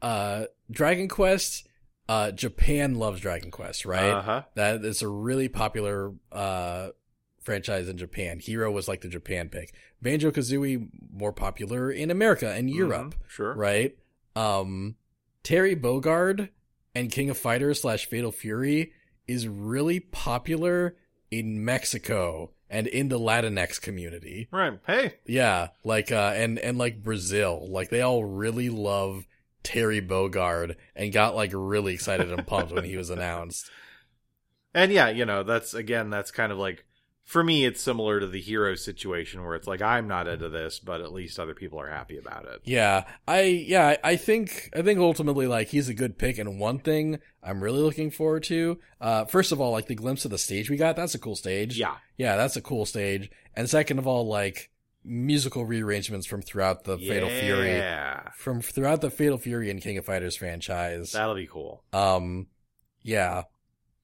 Speaker 1: uh, Dragon Quest. Uh, Japan loves Dragon Quest, right?
Speaker 2: Uh huh.
Speaker 1: That is a really popular uh franchise in Japan. Hero was like the Japan pick. Banjo Kazooie more popular in America and Europe,
Speaker 2: Sure.
Speaker 1: right? Um Terry Bogard and King of Fighters slash Fatal Fury is really popular in Mexico and in the Latinx community.
Speaker 2: Right. Hey.
Speaker 1: Yeah, like uh and and like Brazil, like they all really love Terry Bogard and got like really excited and pumped when he was announced.
Speaker 2: And yeah, you know, that's again, that's kind of like for me, it's similar to the hero situation where it's like I'm not into this, but at least other people are happy about it.
Speaker 1: Yeah, I yeah, I- I think I think ultimately like he's a good pick and one thing I'm really looking forward to. Uh first of all, like the glimpse of the stage we got, that's a cool stage.
Speaker 2: Yeah.
Speaker 1: Yeah, that's a cool stage. And second of all, like musical rearrangements from throughout the Fatal Fury
Speaker 2: Yeah.
Speaker 1: from throughout the Fatal Fury and King of Fighters franchise.
Speaker 2: That'll be cool.
Speaker 1: Um yeah.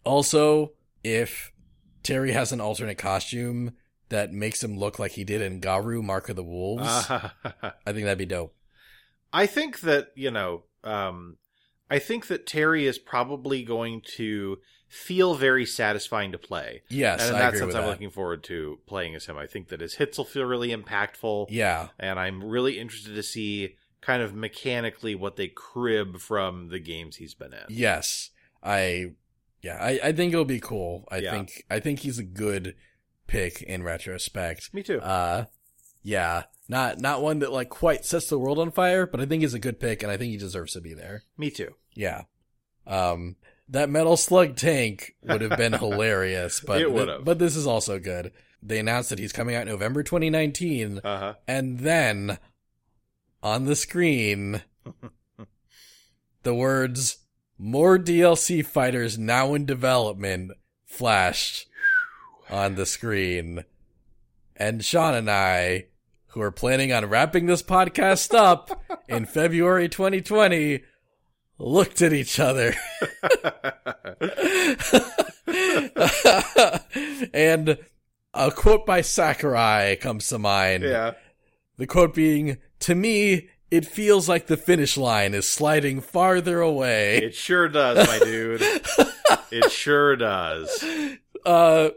Speaker 1: Also, if Terry has an alternate costume that makes him look like he did in Garu Mark of the Wolves,
Speaker 2: Uh-huh.
Speaker 1: I think that'd be dope.
Speaker 2: I think that, you know, um, I think that Terry is probably going to feel very satisfying to play.
Speaker 1: Yes,
Speaker 2: and in
Speaker 1: I
Speaker 2: that
Speaker 1: agree
Speaker 2: sense,
Speaker 1: with
Speaker 2: I'm
Speaker 1: that.
Speaker 2: looking forward to playing as him. I think that his hits will feel really impactful.
Speaker 1: Yeah,
Speaker 2: And I'm really interested to see kind of mechanically what they crib from the games he's been in.
Speaker 1: Yes. I yeah, I, I think it'll be cool. I
Speaker 2: Yeah.
Speaker 1: think I think he's a good pick in retrospect.
Speaker 2: Me too.
Speaker 1: Uh yeah. Not not one that like quite sets the world on fire, but I think he's a good pick and I think he deserves to be there.
Speaker 2: Me too.
Speaker 1: Yeah. Um that metal slug tank would have been hilarious, but
Speaker 2: It would
Speaker 1: th-
Speaker 2: have.
Speaker 1: but this is also good. They announced that he's coming out November 2019
Speaker 2: Uh huh.
Speaker 1: and then on the screen, the words "More DLC fighters now in development" flashed on the screen, and Sean and I, who are planning on wrapping this podcast up in February 2020, looked at each other. and a quote by Sakurai comes to mind.
Speaker 2: yeah.
Speaker 1: The quote being, To me, it feels like the finish line is sliding farther away.
Speaker 2: It sure does, my dude. It sure does.
Speaker 1: Uh,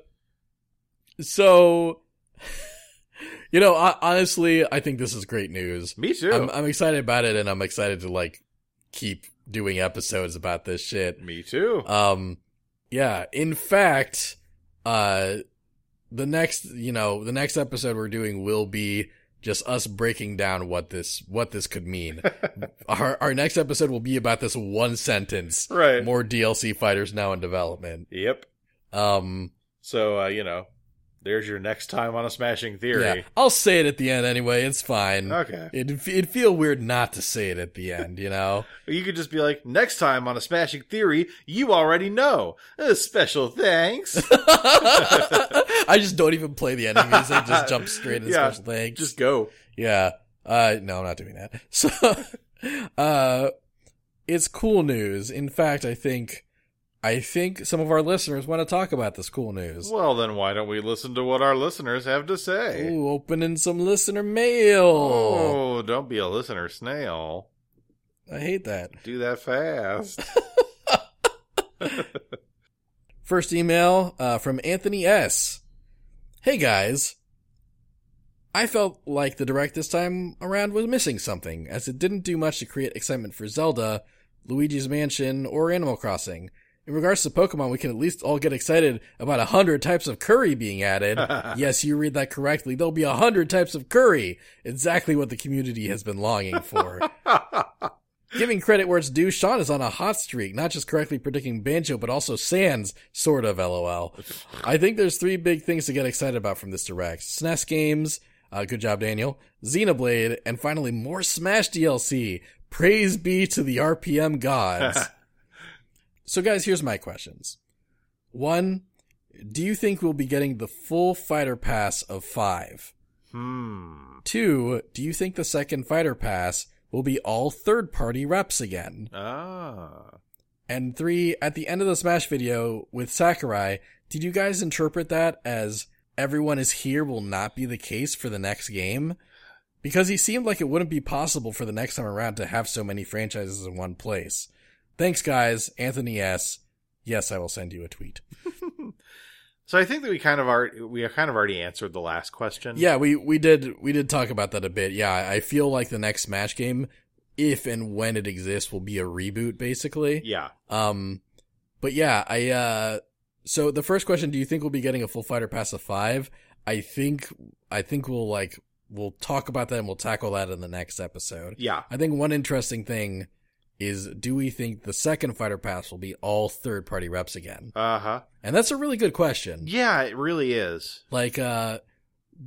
Speaker 1: so, you know, I, honestly, I think this is great news.
Speaker 2: Me too.
Speaker 1: I'm, uh, I'm excited about it and I'm excited to like keep doing episodes about this shit.
Speaker 2: Me too.
Speaker 1: Um, yeah. In fact, uh, the next, you know, the next episode we're doing will be just us breaking down what this, what this could mean. our, our next episode will be about this one sentence.
Speaker 2: right.
Speaker 1: More DLC fighters now in development.
Speaker 2: yep.
Speaker 1: Um,
Speaker 2: So uh, you know, there's your next time on a smashing
Speaker 1: yeah,
Speaker 2: theory.
Speaker 1: I'll say it at the end anyway. It's fine.
Speaker 2: Okay.
Speaker 1: It'd, it'd feel weird not to say it at the end, you know?
Speaker 2: You could just be like, next time on a smashing theory, you already know. Uh, special thanks.
Speaker 1: I just don't even play the ending music. Just jump straight into
Speaker 2: Yeah,
Speaker 1: special thanks.
Speaker 2: just go.
Speaker 1: Yeah. Uh, no, I'm not doing that. So, uh, it's cool news. In fact, I think, I think some of our listeners want to talk about this cool news.
Speaker 2: Well, then why don't we listen to what our listeners have to say?
Speaker 1: Ooh, opening some listener mail.
Speaker 2: Oh, don't be a listener snail.
Speaker 1: I hate that.
Speaker 2: Do that fast.
Speaker 1: First email, uh, from Anthony S. Hey guys. I felt like the direct this time around was missing something, as it didn't do much to create excitement for Zelda, Luigi's Mansion, or Animal Crossing. In regards to Pokemon, we can at least all get excited about a hundred types of curry being added. yes, you read that correctly. There'll be a hundred types of curry. Exactly what the community has been longing for. Giving credit where it's due, Sean is on a hot streak, not just correctly predicting Banjo, but also Sans, sort of, lol. I think there's three big things to get excited about from this direct. SNES games, uh, good job, Daniel, Xenoblade, and finally more Smash DLC. Praise be to the RPM gods. So, guys, here's my questions. One, do you think we'll be getting the full fighter pass of five?
Speaker 2: hmm.
Speaker 1: Two, do you think the second fighter pass will be all third party reps again?
Speaker 2: Ah.
Speaker 1: And three, at the end of the Smash video with Sakurai, did you guys interpret that as everyone is here will not be the case for the next game? Because he seemed like it wouldn't be possible for the next time around to have so many franchises in one place. Thanks, guys. Anthony S. Yes, I will send you a tweet.
Speaker 2: So I think that we kind of are we kind of already answered the last question.
Speaker 1: Yeah, we, we did we did talk about that a bit. Yeah, I feel like the next Smash game, if and when it exists, will be a reboot basically.
Speaker 2: Yeah.
Speaker 1: Um, but yeah, I, uh, so the first question, do you think we'll be getting a full fighter pass of five? I think, I think we'll like, we'll talk about that and we'll tackle that in the next episode.
Speaker 2: Yeah.
Speaker 1: I think one interesting thing is do we think the second fighter pass will be all third party reps again?
Speaker 2: Uh huh.
Speaker 1: And that's a really good question.
Speaker 2: Yeah, it really is.
Speaker 1: Like, uh,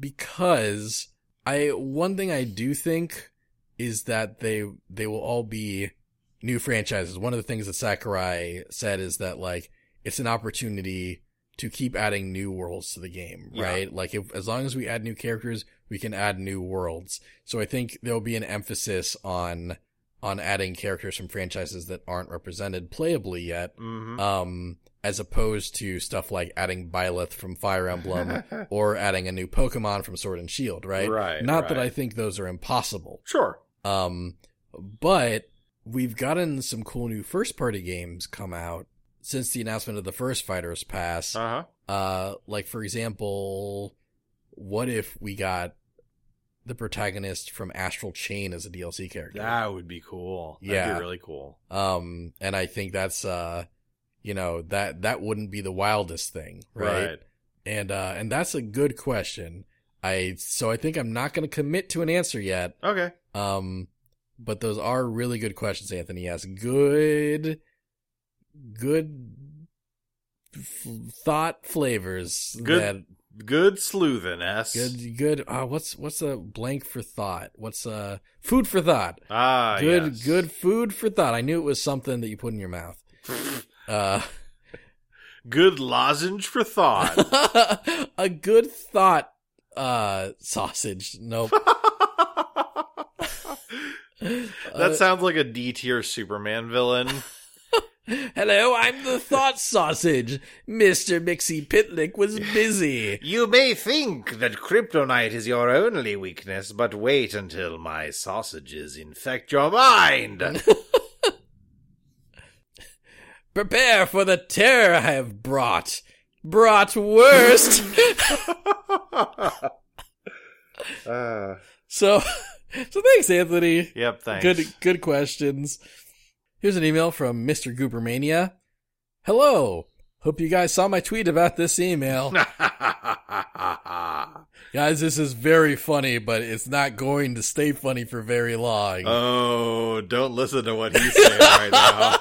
Speaker 1: because I, one thing I do think is that they, they will all be new franchises. One of the things that Sakurai said is that, like, it's an opportunity to keep adding new worlds to the game,
Speaker 2: Yeah.
Speaker 1: right? Like, if, as long as we add new characters, we can add new worlds. So I think there'll be an emphasis on, on adding characters from franchises that aren't represented playably yet
Speaker 2: hmm
Speaker 1: um, as opposed to stuff like adding Byleth from Fire Emblem or adding a new Pokemon from Sword and Shield, right?
Speaker 2: Right,
Speaker 1: Not that
Speaker 2: right.
Speaker 1: I think those are impossible.
Speaker 2: sure.
Speaker 1: Um, but we've gotten some cool new first party games come out since the announcement of the first Fighters Pass.
Speaker 2: Uh huh.
Speaker 1: Uh, like for example, what if we got the protagonist from Astral Chain as a DLC character.
Speaker 2: That would be cool. That'd
Speaker 1: Yeah.
Speaker 2: be really cool.
Speaker 1: Um, and I think that's, uh, you know, that, that wouldn't be the wildest thing, right? And, uh, and that's a good question. I, so I think I'm not going to commit to an answer yet.
Speaker 2: Okay.
Speaker 1: Um, but those are really good questions, Anthony asked. Good, good f- thought flavors.
Speaker 2: Good-
Speaker 1: That,
Speaker 2: Good sleuthing, S.
Speaker 1: good, good. Uh, what's, what's a blank for thought? What's, uh, food for thought?
Speaker 2: Ah,
Speaker 1: good,
Speaker 2: yes.
Speaker 1: good food for thought. I knew it was something that you put in your mouth. Uh,
Speaker 2: Good lozenge for thought.
Speaker 1: a good thought uh sausage nope
Speaker 2: That
Speaker 1: Uh,
Speaker 2: sounds like a D tier Superman villain.
Speaker 1: hello i'm the thought sausage mr mixie pitlick was busy
Speaker 2: You may think that kryptonite is your only weakness, but wait until my sausages infect your mind.
Speaker 1: prepare for the terror i have brought brought worst
Speaker 2: uh,
Speaker 1: so so thanks anthony
Speaker 2: yep, thanks.
Speaker 1: Good good questions. Here's an email from Mr. Goobermania. Hello. Hope you guys saw my tweet about this email. guys, this is very funny, but it's not going to stay funny for very long.
Speaker 2: oh, don't listen to what he's saying right now.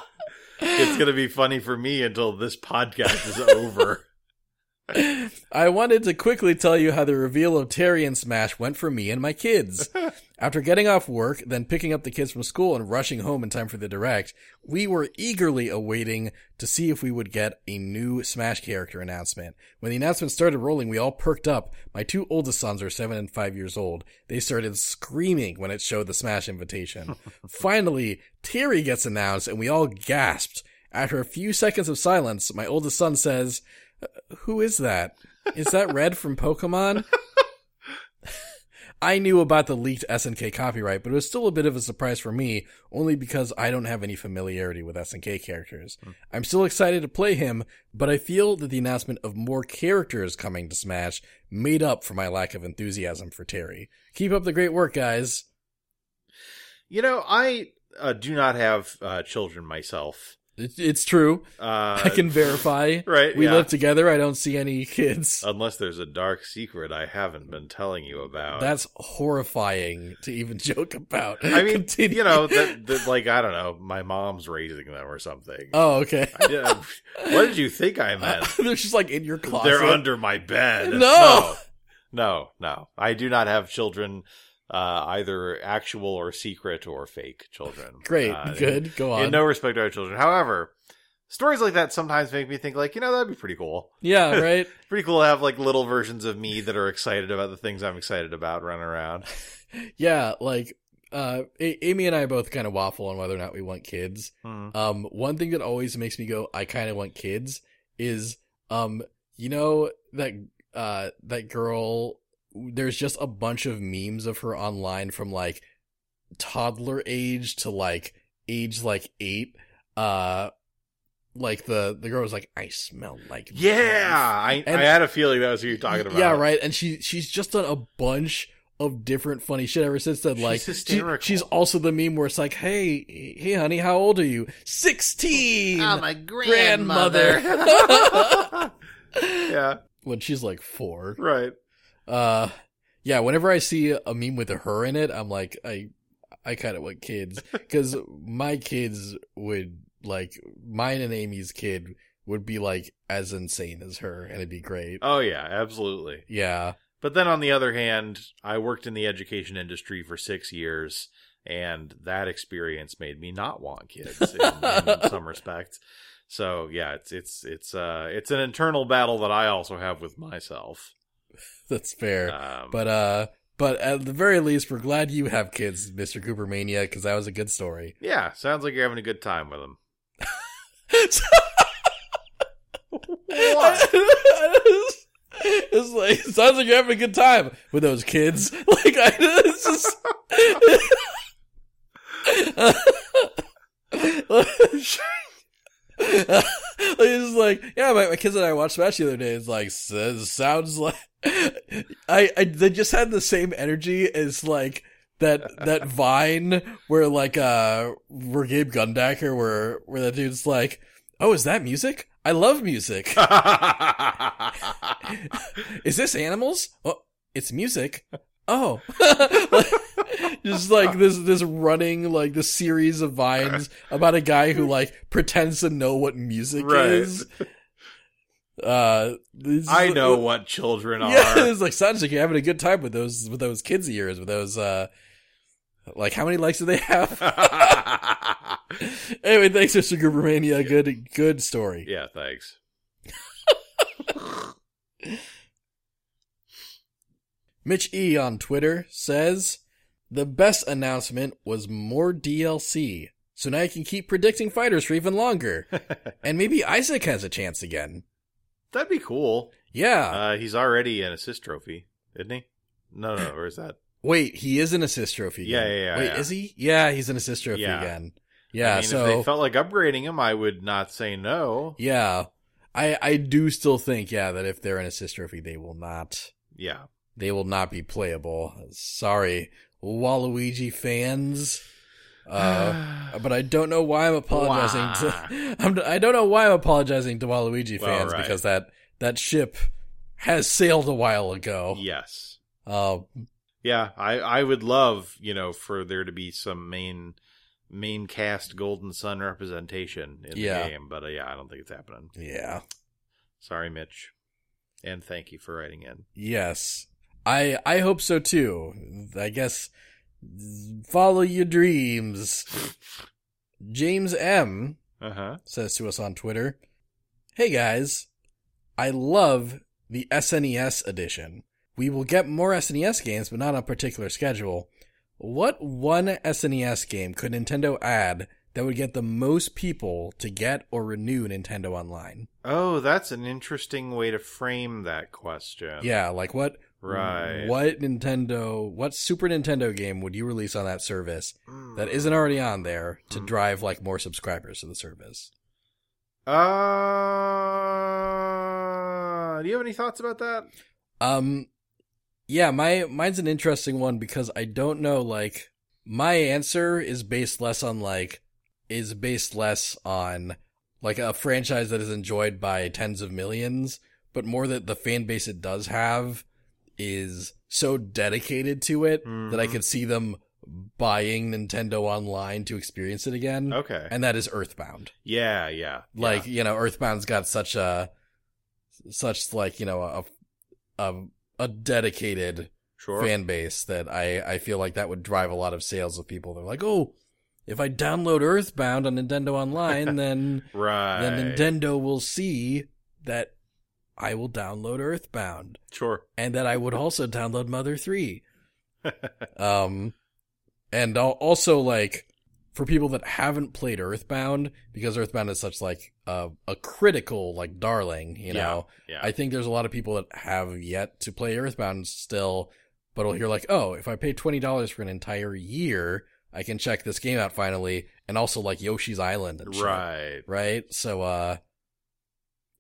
Speaker 2: It's going to be funny for me until this podcast is over.
Speaker 1: I wanted to quickly tell you how the reveal of Terry and Smash went for me and my kids. After getting off work, then picking up the kids from school and rushing home in time for the direct, we were eagerly awaiting to see if we would get a new Smash character announcement. When the announcement started rolling, we all perked up. My two oldest sons are seven and five years old. They started screaming when it showed the Smash invitation. Finally, Terry gets announced and we all gasped. After a few seconds of silence, my oldest son says, who is that? Is that Red from Pokemon? I knew about the leaked SNK copyright, but it was still a bit of a surprise for me, only because I don't have any familiarity with SNK characters.
Speaker 2: Hmm.
Speaker 1: I'm still excited to play him, but I feel that the announcement of more characters coming to Smash made up for my lack of enthusiasm for Terry. Keep up the great work, guys.
Speaker 2: You know, I uh, do not have uh, children myself.
Speaker 1: It, it's true.
Speaker 2: Uh,
Speaker 1: I can verify.
Speaker 2: Right.
Speaker 1: We
Speaker 2: yeah.
Speaker 1: live together. I don't see any kids.
Speaker 2: Unless there's a dark secret I haven't been telling you about.
Speaker 1: That's horrifying to even joke about.
Speaker 2: I mean,
Speaker 1: Continue.
Speaker 2: you know, that, that like I don't know, my mom's raising them or something.
Speaker 1: Oh, okay.
Speaker 2: Yeah, what did you think I meant?
Speaker 1: They're just like in your closet.
Speaker 2: They're under my bed.
Speaker 1: No.
Speaker 2: no, no, no. I do not have children, uh, either actual or secret or fake children.
Speaker 1: Great.
Speaker 2: Uh,
Speaker 1: Good. Go
Speaker 2: In,
Speaker 1: on.
Speaker 2: in no respect to our children. However, stories like that sometimes make me think, like you know, that'd be pretty cool.
Speaker 1: yeah. Right.
Speaker 2: Pretty cool to have like little versions of me that are excited about the things I'm excited about running around.
Speaker 1: yeah. Like, uh, A- Amy and I both kind of waffle on whether or not we want kids.
Speaker 2: Hmm.
Speaker 1: Um, one thing that always makes me go, I kind of want kids is, um, you know, that, uh, that girl, there's just a bunch of memes of her online from like toddler age to like age like eight. Uh, like the, the girl was like, I smell like,
Speaker 2: Yeah, I,
Speaker 1: And-
Speaker 2: I had a feeling that was who you're talking about.
Speaker 1: Yeah, right. And she she's just done a bunch of different funny shit ever since then.
Speaker 2: She's
Speaker 1: like she-
Speaker 2: hysterical.
Speaker 1: she's also the meme where it's like, hey, hey, honey, how old are you? Sixteen.
Speaker 2: a
Speaker 1: grandmother.
Speaker 2: yeah,
Speaker 1: when she's like four.
Speaker 2: right.
Speaker 1: Uh, yeah. Whenever I see a meme with her in it, I'm like, I I kind of want kids because my kids would like mine and Amy's kid would be like as insane as her, and it'd be great.
Speaker 2: Oh yeah, absolutely.
Speaker 1: Yeah.
Speaker 2: But then on the other hand, I worked in the education industry for six years, and that experience made me not want kids in, in some respects. So yeah, it's it's it's uh it's an internal battle that I also have with myself.
Speaker 1: That's fair.
Speaker 2: Um,
Speaker 1: But uh but at the very least we're glad you have kids, Mr. Cooper Mania, cuz that was a good story.
Speaker 2: yeah, sounds like you're having a good time with them. What?
Speaker 1: it's like it sounds like you're having a good time with those kids. Like I it's just Like, it's just like yeah, my, my kids and I watched Smash the other day. It's like s- sounds like I, I they just had the same energy as like that that vine where like uh where Gabe Gundaker where where that dude's like, Oh, is that music? I love music. Is this animals? Oh, it's music. Oh, Like, just like this, this running like this series of vines about a guy who like pretends to know what music
Speaker 2: Right.
Speaker 1: is. Uh, this is-
Speaker 2: I know what children are.
Speaker 1: Yeah, it's like sounds like you're having a good time with those with those kids of yours with those. uh Like how many likes do they have? anyway, thanks, Mr. Goobermania. Good, good story.
Speaker 2: yeah, thanks.
Speaker 1: Mitch E on Twitter says, The best announcement was more DLC. So now I can keep predicting fighters for even longer. and maybe Isaac has a chance again.
Speaker 2: That'd be cool.
Speaker 1: Yeah.
Speaker 2: Uh, he's already an assist trophy, isn't he? No, no, or is that?
Speaker 1: Wait, he is an assist trophy
Speaker 2: Yeah,
Speaker 1: again.
Speaker 2: yeah, yeah,
Speaker 1: Wait,
Speaker 2: yeah.
Speaker 1: is he? Yeah, he's an assist trophy
Speaker 2: Yeah.
Speaker 1: again. Yeah,
Speaker 2: I mean,
Speaker 1: so
Speaker 2: if they felt like upgrading him, I would not say no.
Speaker 1: yeah. I I do still think, yeah, that if they're an assist trophy, they will not
Speaker 2: Yeah,
Speaker 1: they will not be playable. Sorry, Waluigi fans. Uh but I don't know why I'm apologizing to. I'm, I don't know why I'm apologizing to Waluigi
Speaker 2: Well,
Speaker 1: fans
Speaker 2: right.
Speaker 1: because that that ship has sailed a while ago.
Speaker 2: yes,
Speaker 1: Uh,
Speaker 2: yeah. I I would love you know for there to be some main main cast Golden Sun representation in
Speaker 1: Yeah.
Speaker 2: the game, but uh, yeah, I don't think it's happening.
Speaker 1: yeah.
Speaker 2: Sorry, Mitch, and thank you for writing in.
Speaker 1: Yes. I I hope so too. I guess follow your dreams. James M
Speaker 2: Uh huh.
Speaker 1: says to us on Twitter, Hey guys, I love the SNES edition. We will get more SNES games, but not on a particular schedule. What one SNES game could Nintendo add that would get the most people to get or renew Nintendo Online?
Speaker 2: Oh, that's an interesting way to frame that question.
Speaker 1: Yeah, like what?
Speaker 2: Right.
Speaker 1: What Nintendo, what Super Nintendo game would you release on that service
Speaker 2: Mm.
Speaker 1: that isn't already on there to
Speaker 2: Hmm.
Speaker 1: drive like more subscribers to the service?
Speaker 2: Uh, do you have any thoughts about that?
Speaker 1: Um, yeah, my mine's an interesting one because I don't know. Like, my answer is based less on like is based less on like a franchise that is enjoyed by tens of millions, but more that the fan base it does have is so dedicated to it that I
Speaker 2: Mhm.
Speaker 1: could see them buying Nintendo Online to experience it again,
Speaker 2: Okay.
Speaker 1: and that is Earthbound
Speaker 2: yeah, yeah.
Speaker 1: like
Speaker 2: yeah.
Speaker 1: you know earthbound's got such a such like you know a a, a dedicated
Speaker 2: sure.
Speaker 1: fan base that i i feel like that would drive a lot of sales with people they're like oh if i download earthbound on nintendo online then
Speaker 2: right.
Speaker 1: then nintendo will see that i will download earthbound
Speaker 2: sure.
Speaker 1: and that i would also download mother 3 um, and al- also like for people that haven't played Earthbound, because Earthbound is such like a a critical like darling, you
Speaker 2: Yeah,
Speaker 1: know.
Speaker 2: yeah.
Speaker 1: I think there's a lot of people that have yet to play Earthbound still, but will hear like, oh, if I pay twenty dollars for an entire year, I can check this game out finally, and also like Yoshi's Island and shit,
Speaker 2: right.
Speaker 1: right. So uh,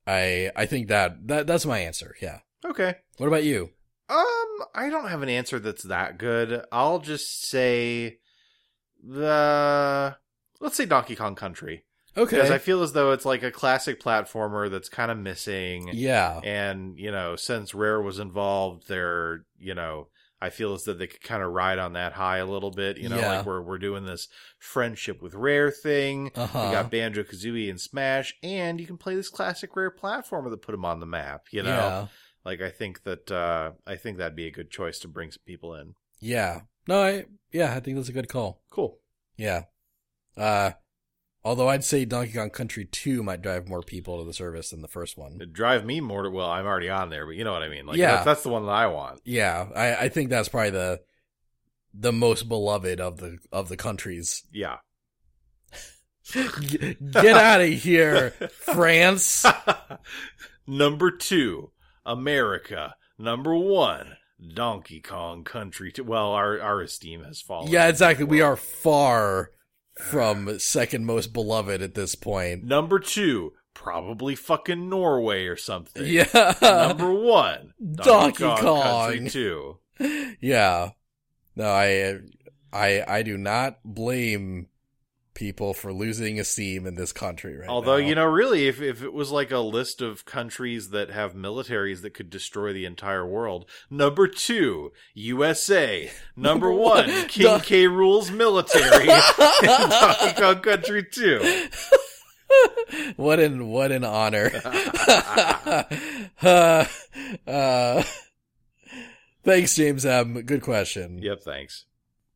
Speaker 1: I I think that that that's my answer. Yeah.
Speaker 2: Okay.
Speaker 1: What about you?
Speaker 2: Um, I don't have an answer that's that good. I'll just say the let's say Donkey Kong Country
Speaker 1: Okay.
Speaker 2: because I feel as though it's like a classic platformer that's kind of missing.
Speaker 1: yeah.
Speaker 2: and you know since rare was involved they're you know i feel as though they could kind of ride on that high a little bit you know
Speaker 1: Yeah.
Speaker 2: like we're, we're doing this friendship with rare thing
Speaker 1: Uh
Speaker 2: we
Speaker 1: huh.
Speaker 2: got banjo kazooie and smash and you can play this classic rare platformer that put them on the map you know
Speaker 1: Yeah.
Speaker 2: like i think that uh i think that'd be a good choice to bring some people in
Speaker 1: Yeah. No, I yeah, I think that's a good call.
Speaker 2: cool
Speaker 1: Yeah. Uh although I'd say Donkey Kong Country 2 might drive more people to the service than the first one.
Speaker 2: It'd drive me more to well i'm already on there but you know what i mean like
Speaker 1: Yeah.
Speaker 2: that's, that's the one that i want
Speaker 1: Yeah, I I think that's probably the the most beloved of the of the countries.
Speaker 2: yeah
Speaker 1: G- Get out of here, France.
Speaker 2: Number two, America. Number one, Donkey Kong Country. Two. Well, our our esteem has fallen.
Speaker 1: Yeah, exactly. We are far from second most beloved at this point.
Speaker 2: Number two, probably fucking Norway or something.
Speaker 1: Yeah.
Speaker 2: Number one,
Speaker 1: Donkey Kong.
Speaker 2: Country 2.
Speaker 1: yeah. No, I, I, I do not blame people for losing esteem in this country right
Speaker 2: Although,
Speaker 1: now.
Speaker 2: you know, really, if, if it was like a list of countries that have militaries that could destroy the entire world, number two, USA. Number one, King
Speaker 1: Don-
Speaker 2: K. Rules Military. Donkey Kong Country 2.
Speaker 1: what an what an honor. uh, uh, thanks, James M. Good question.
Speaker 2: Yep, thanks.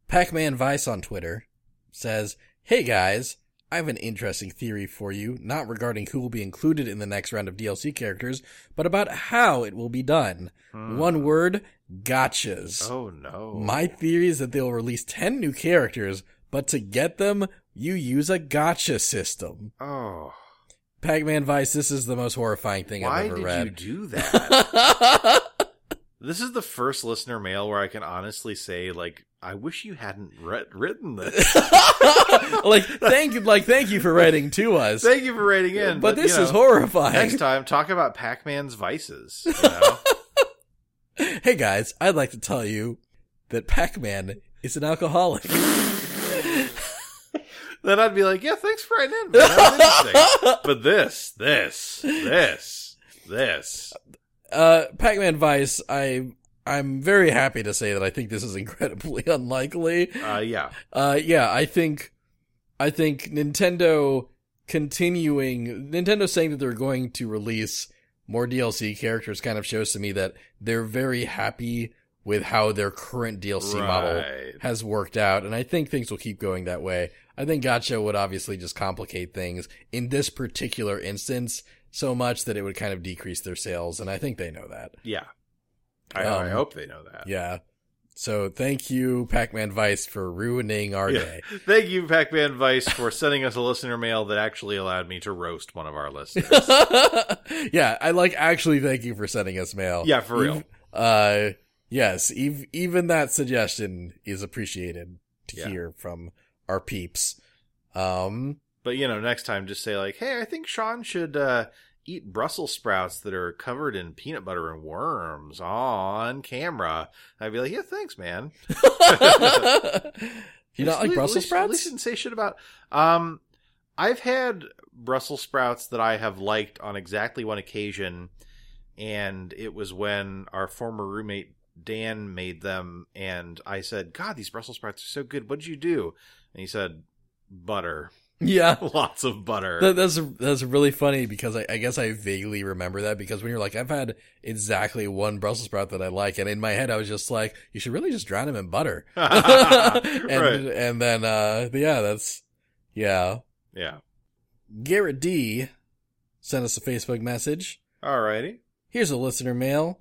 Speaker 1: Pac-Man Vice on Twitter says, "Hey guys, I have an interesting theory for you, not regarding who will be included in the next round of DLC characters, but about how it will be done.
Speaker 2: Hmm.
Speaker 1: One word: gotchas.
Speaker 2: Oh, no.
Speaker 1: My theory is that they'll release ten new characters, but to get them, you use a gotcha system."
Speaker 2: Oh.
Speaker 1: Pac-Man Vice, this is the most horrifying thing
Speaker 2: Why
Speaker 1: I've ever
Speaker 2: did you
Speaker 1: read.
Speaker 2: do that? This is the first listener mail where I can honestly say, like, I wish you hadn't writ- written this.
Speaker 1: like thank you, like thank you for writing to us.
Speaker 2: Thank you for writing in.
Speaker 1: but,
Speaker 2: But,
Speaker 1: this
Speaker 2: you know,
Speaker 1: is horrifying.
Speaker 2: Next time, talk about Pac Man's vices. You know?
Speaker 1: Hey guys, I'd like to tell you that Pac-Man is an alcoholic.
Speaker 2: then I'd be like, yeah, thanks for writing in. man. That was interesting. but this, this, this, this.
Speaker 1: Uh, Pac-Man Vice, I I'm very happy to say that I think this is incredibly unlikely.
Speaker 2: Uh, yeah.
Speaker 1: Uh, yeah, I think, I think Nintendo continuing, Nintendo saying that they're going to release more DLC characters kind of shows to me that they're very happy with how their current DLC model
Speaker 2: Right.
Speaker 1: has worked out. And I think things will keep going that way. I think gotcha would obviously just complicate things in this particular instance so much that it would kind of decrease their sales. And I think they know that.
Speaker 2: Yeah. I, I
Speaker 1: Um,
Speaker 2: hope they know that.
Speaker 1: Yeah. So thank you, Pac-Man Vice, for ruining our
Speaker 2: Yeah.
Speaker 1: day.
Speaker 2: Thank you, Pac Man Vice, for sending us a listener mail that actually allowed me to roast one of our listeners.
Speaker 1: yeah, I like actually thank you for sending us mail.
Speaker 2: yeah, for real.
Speaker 1: Ev- Uh, yes, ev- even that suggestion is appreciated to
Speaker 2: Yeah.
Speaker 1: hear from our peeps. Um,
Speaker 2: But you know, next time just say like, "Hey, I think Sean should uh, eat Brussels sprouts that are covered in peanut butter and worms on camera." I'd be like, "Yeah, thanks, man."
Speaker 1: you not like Brussels
Speaker 2: At least
Speaker 1: sprouts?
Speaker 2: didn't say shit about. Um, I've had Brussels sprouts that I have liked on exactly one occasion, and it was when our former roommate Dan made them, and I said, "God, these Brussels sprouts are so good. What did you do?" And he said, "Butter,
Speaker 1: Yeah.
Speaker 2: lots of butter."
Speaker 1: That, that's that's really funny because I, I guess I vaguely remember that because when you're like I've had exactly one Brussels sprout that I like and in my head I was just like you should really just drown him in butter and
Speaker 2: right.
Speaker 1: and then uh yeah that's yeah
Speaker 2: Yeah.
Speaker 1: Garrett D sent us a Facebook message.
Speaker 2: Alrighty.
Speaker 1: Here's a listener mail.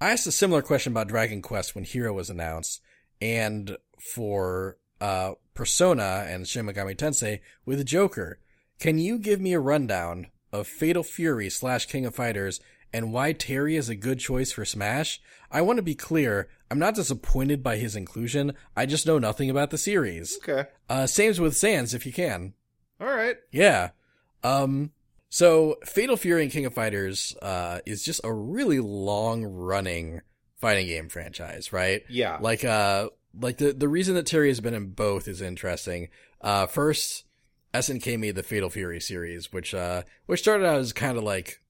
Speaker 1: I asked a similar question about Dragon Quest when Hero was announced, and for uh, Persona and Shin Megami Tensei with Joker. Can you give me a rundown of Fatal Fury slash King of Fighters and why Terry is a good choice for Smash? I want to be clear. I'm not disappointed by his inclusion. I just know nothing about the series.
Speaker 2: Okay.
Speaker 1: Uh, same's with Sans if you can.
Speaker 2: Alright.
Speaker 1: Yeah. Um so Fatal Fury and King of Fighters uh is just a really long running fighting game franchise, right?
Speaker 2: Yeah.
Speaker 1: Like uh like the the reason that Terry has been in both is interesting. Uh first SNK made the Fatal Fury series, which uh which started out as kind of like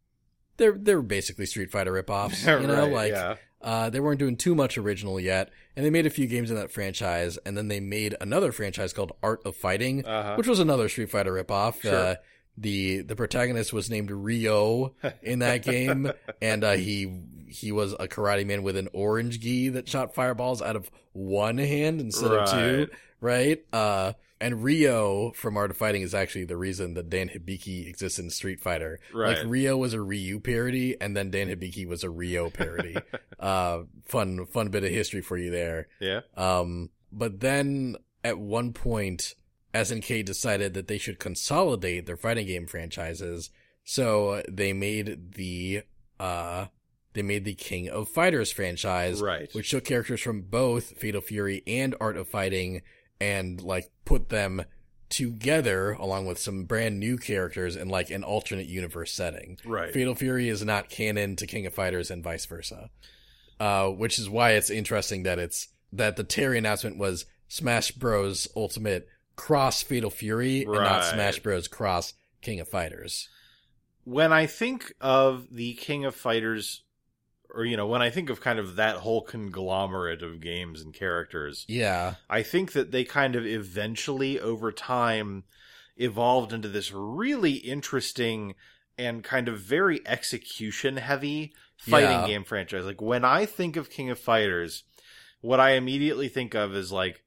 Speaker 1: they're they're basically Street Fighter ripoffs, you know,
Speaker 2: Right,
Speaker 1: like
Speaker 2: yeah.
Speaker 1: uh, they weren't doing too much original yet, and they made a few games in that franchise, and then they made another franchise called Art of Fighting,
Speaker 2: Uh-huh.
Speaker 1: which was another Street Fighter ripoff.
Speaker 2: Sure.
Speaker 1: Uh, the the protagonist was named Rio in that game, and uh, he he was a karate man with an orange gi that shot fireballs out of one hand instead of two, right? Uh, and Rio from Art of Fighting is actually the reason that Dan Hibiki exists in Street Fighter.
Speaker 2: Right.
Speaker 1: Like Rio was a Ryu parody, and then Dan Hibiki was a Rio parody. uh, fun fun bit of history for you there.
Speaker 2: Yeah.
Speaker 1: Um, but then at one point, SNK decided that they should consolidate their fighting game franchises, so uh, they made the uh they made the King of Fighters franchise,
Speaker 2: Right.
Speaker 1: which took characters from both Fatal Fury and Art of Fighting and like put them together along with some brand new characters in like an alternate universe setting.
Speaker 2: Right.
Speaker 1: Fatal Fury is not canon to King of Fighters and vice versa. Uh, which is why it's interesting that it's that the Terry announcement was Smash Bros. Ultimate cross Fatal Fury and not
Speaker 2: Right.
Speaker 1: Smash Bros. cross King of Fighters.
Speaker 2: when I think of the King of Fighters, or you know, when I think of kind of that whole conglomerate of games and characters,
Speaker 1: Yeah.
Speaker 2: I think that they kind of eventually over time evolved into this really interesting and kind of very execution heavy fighting
Speaker 1: Yeah.
Speaker 2: game franchise. Like when I think of King of Fighters, what I immediately think of is like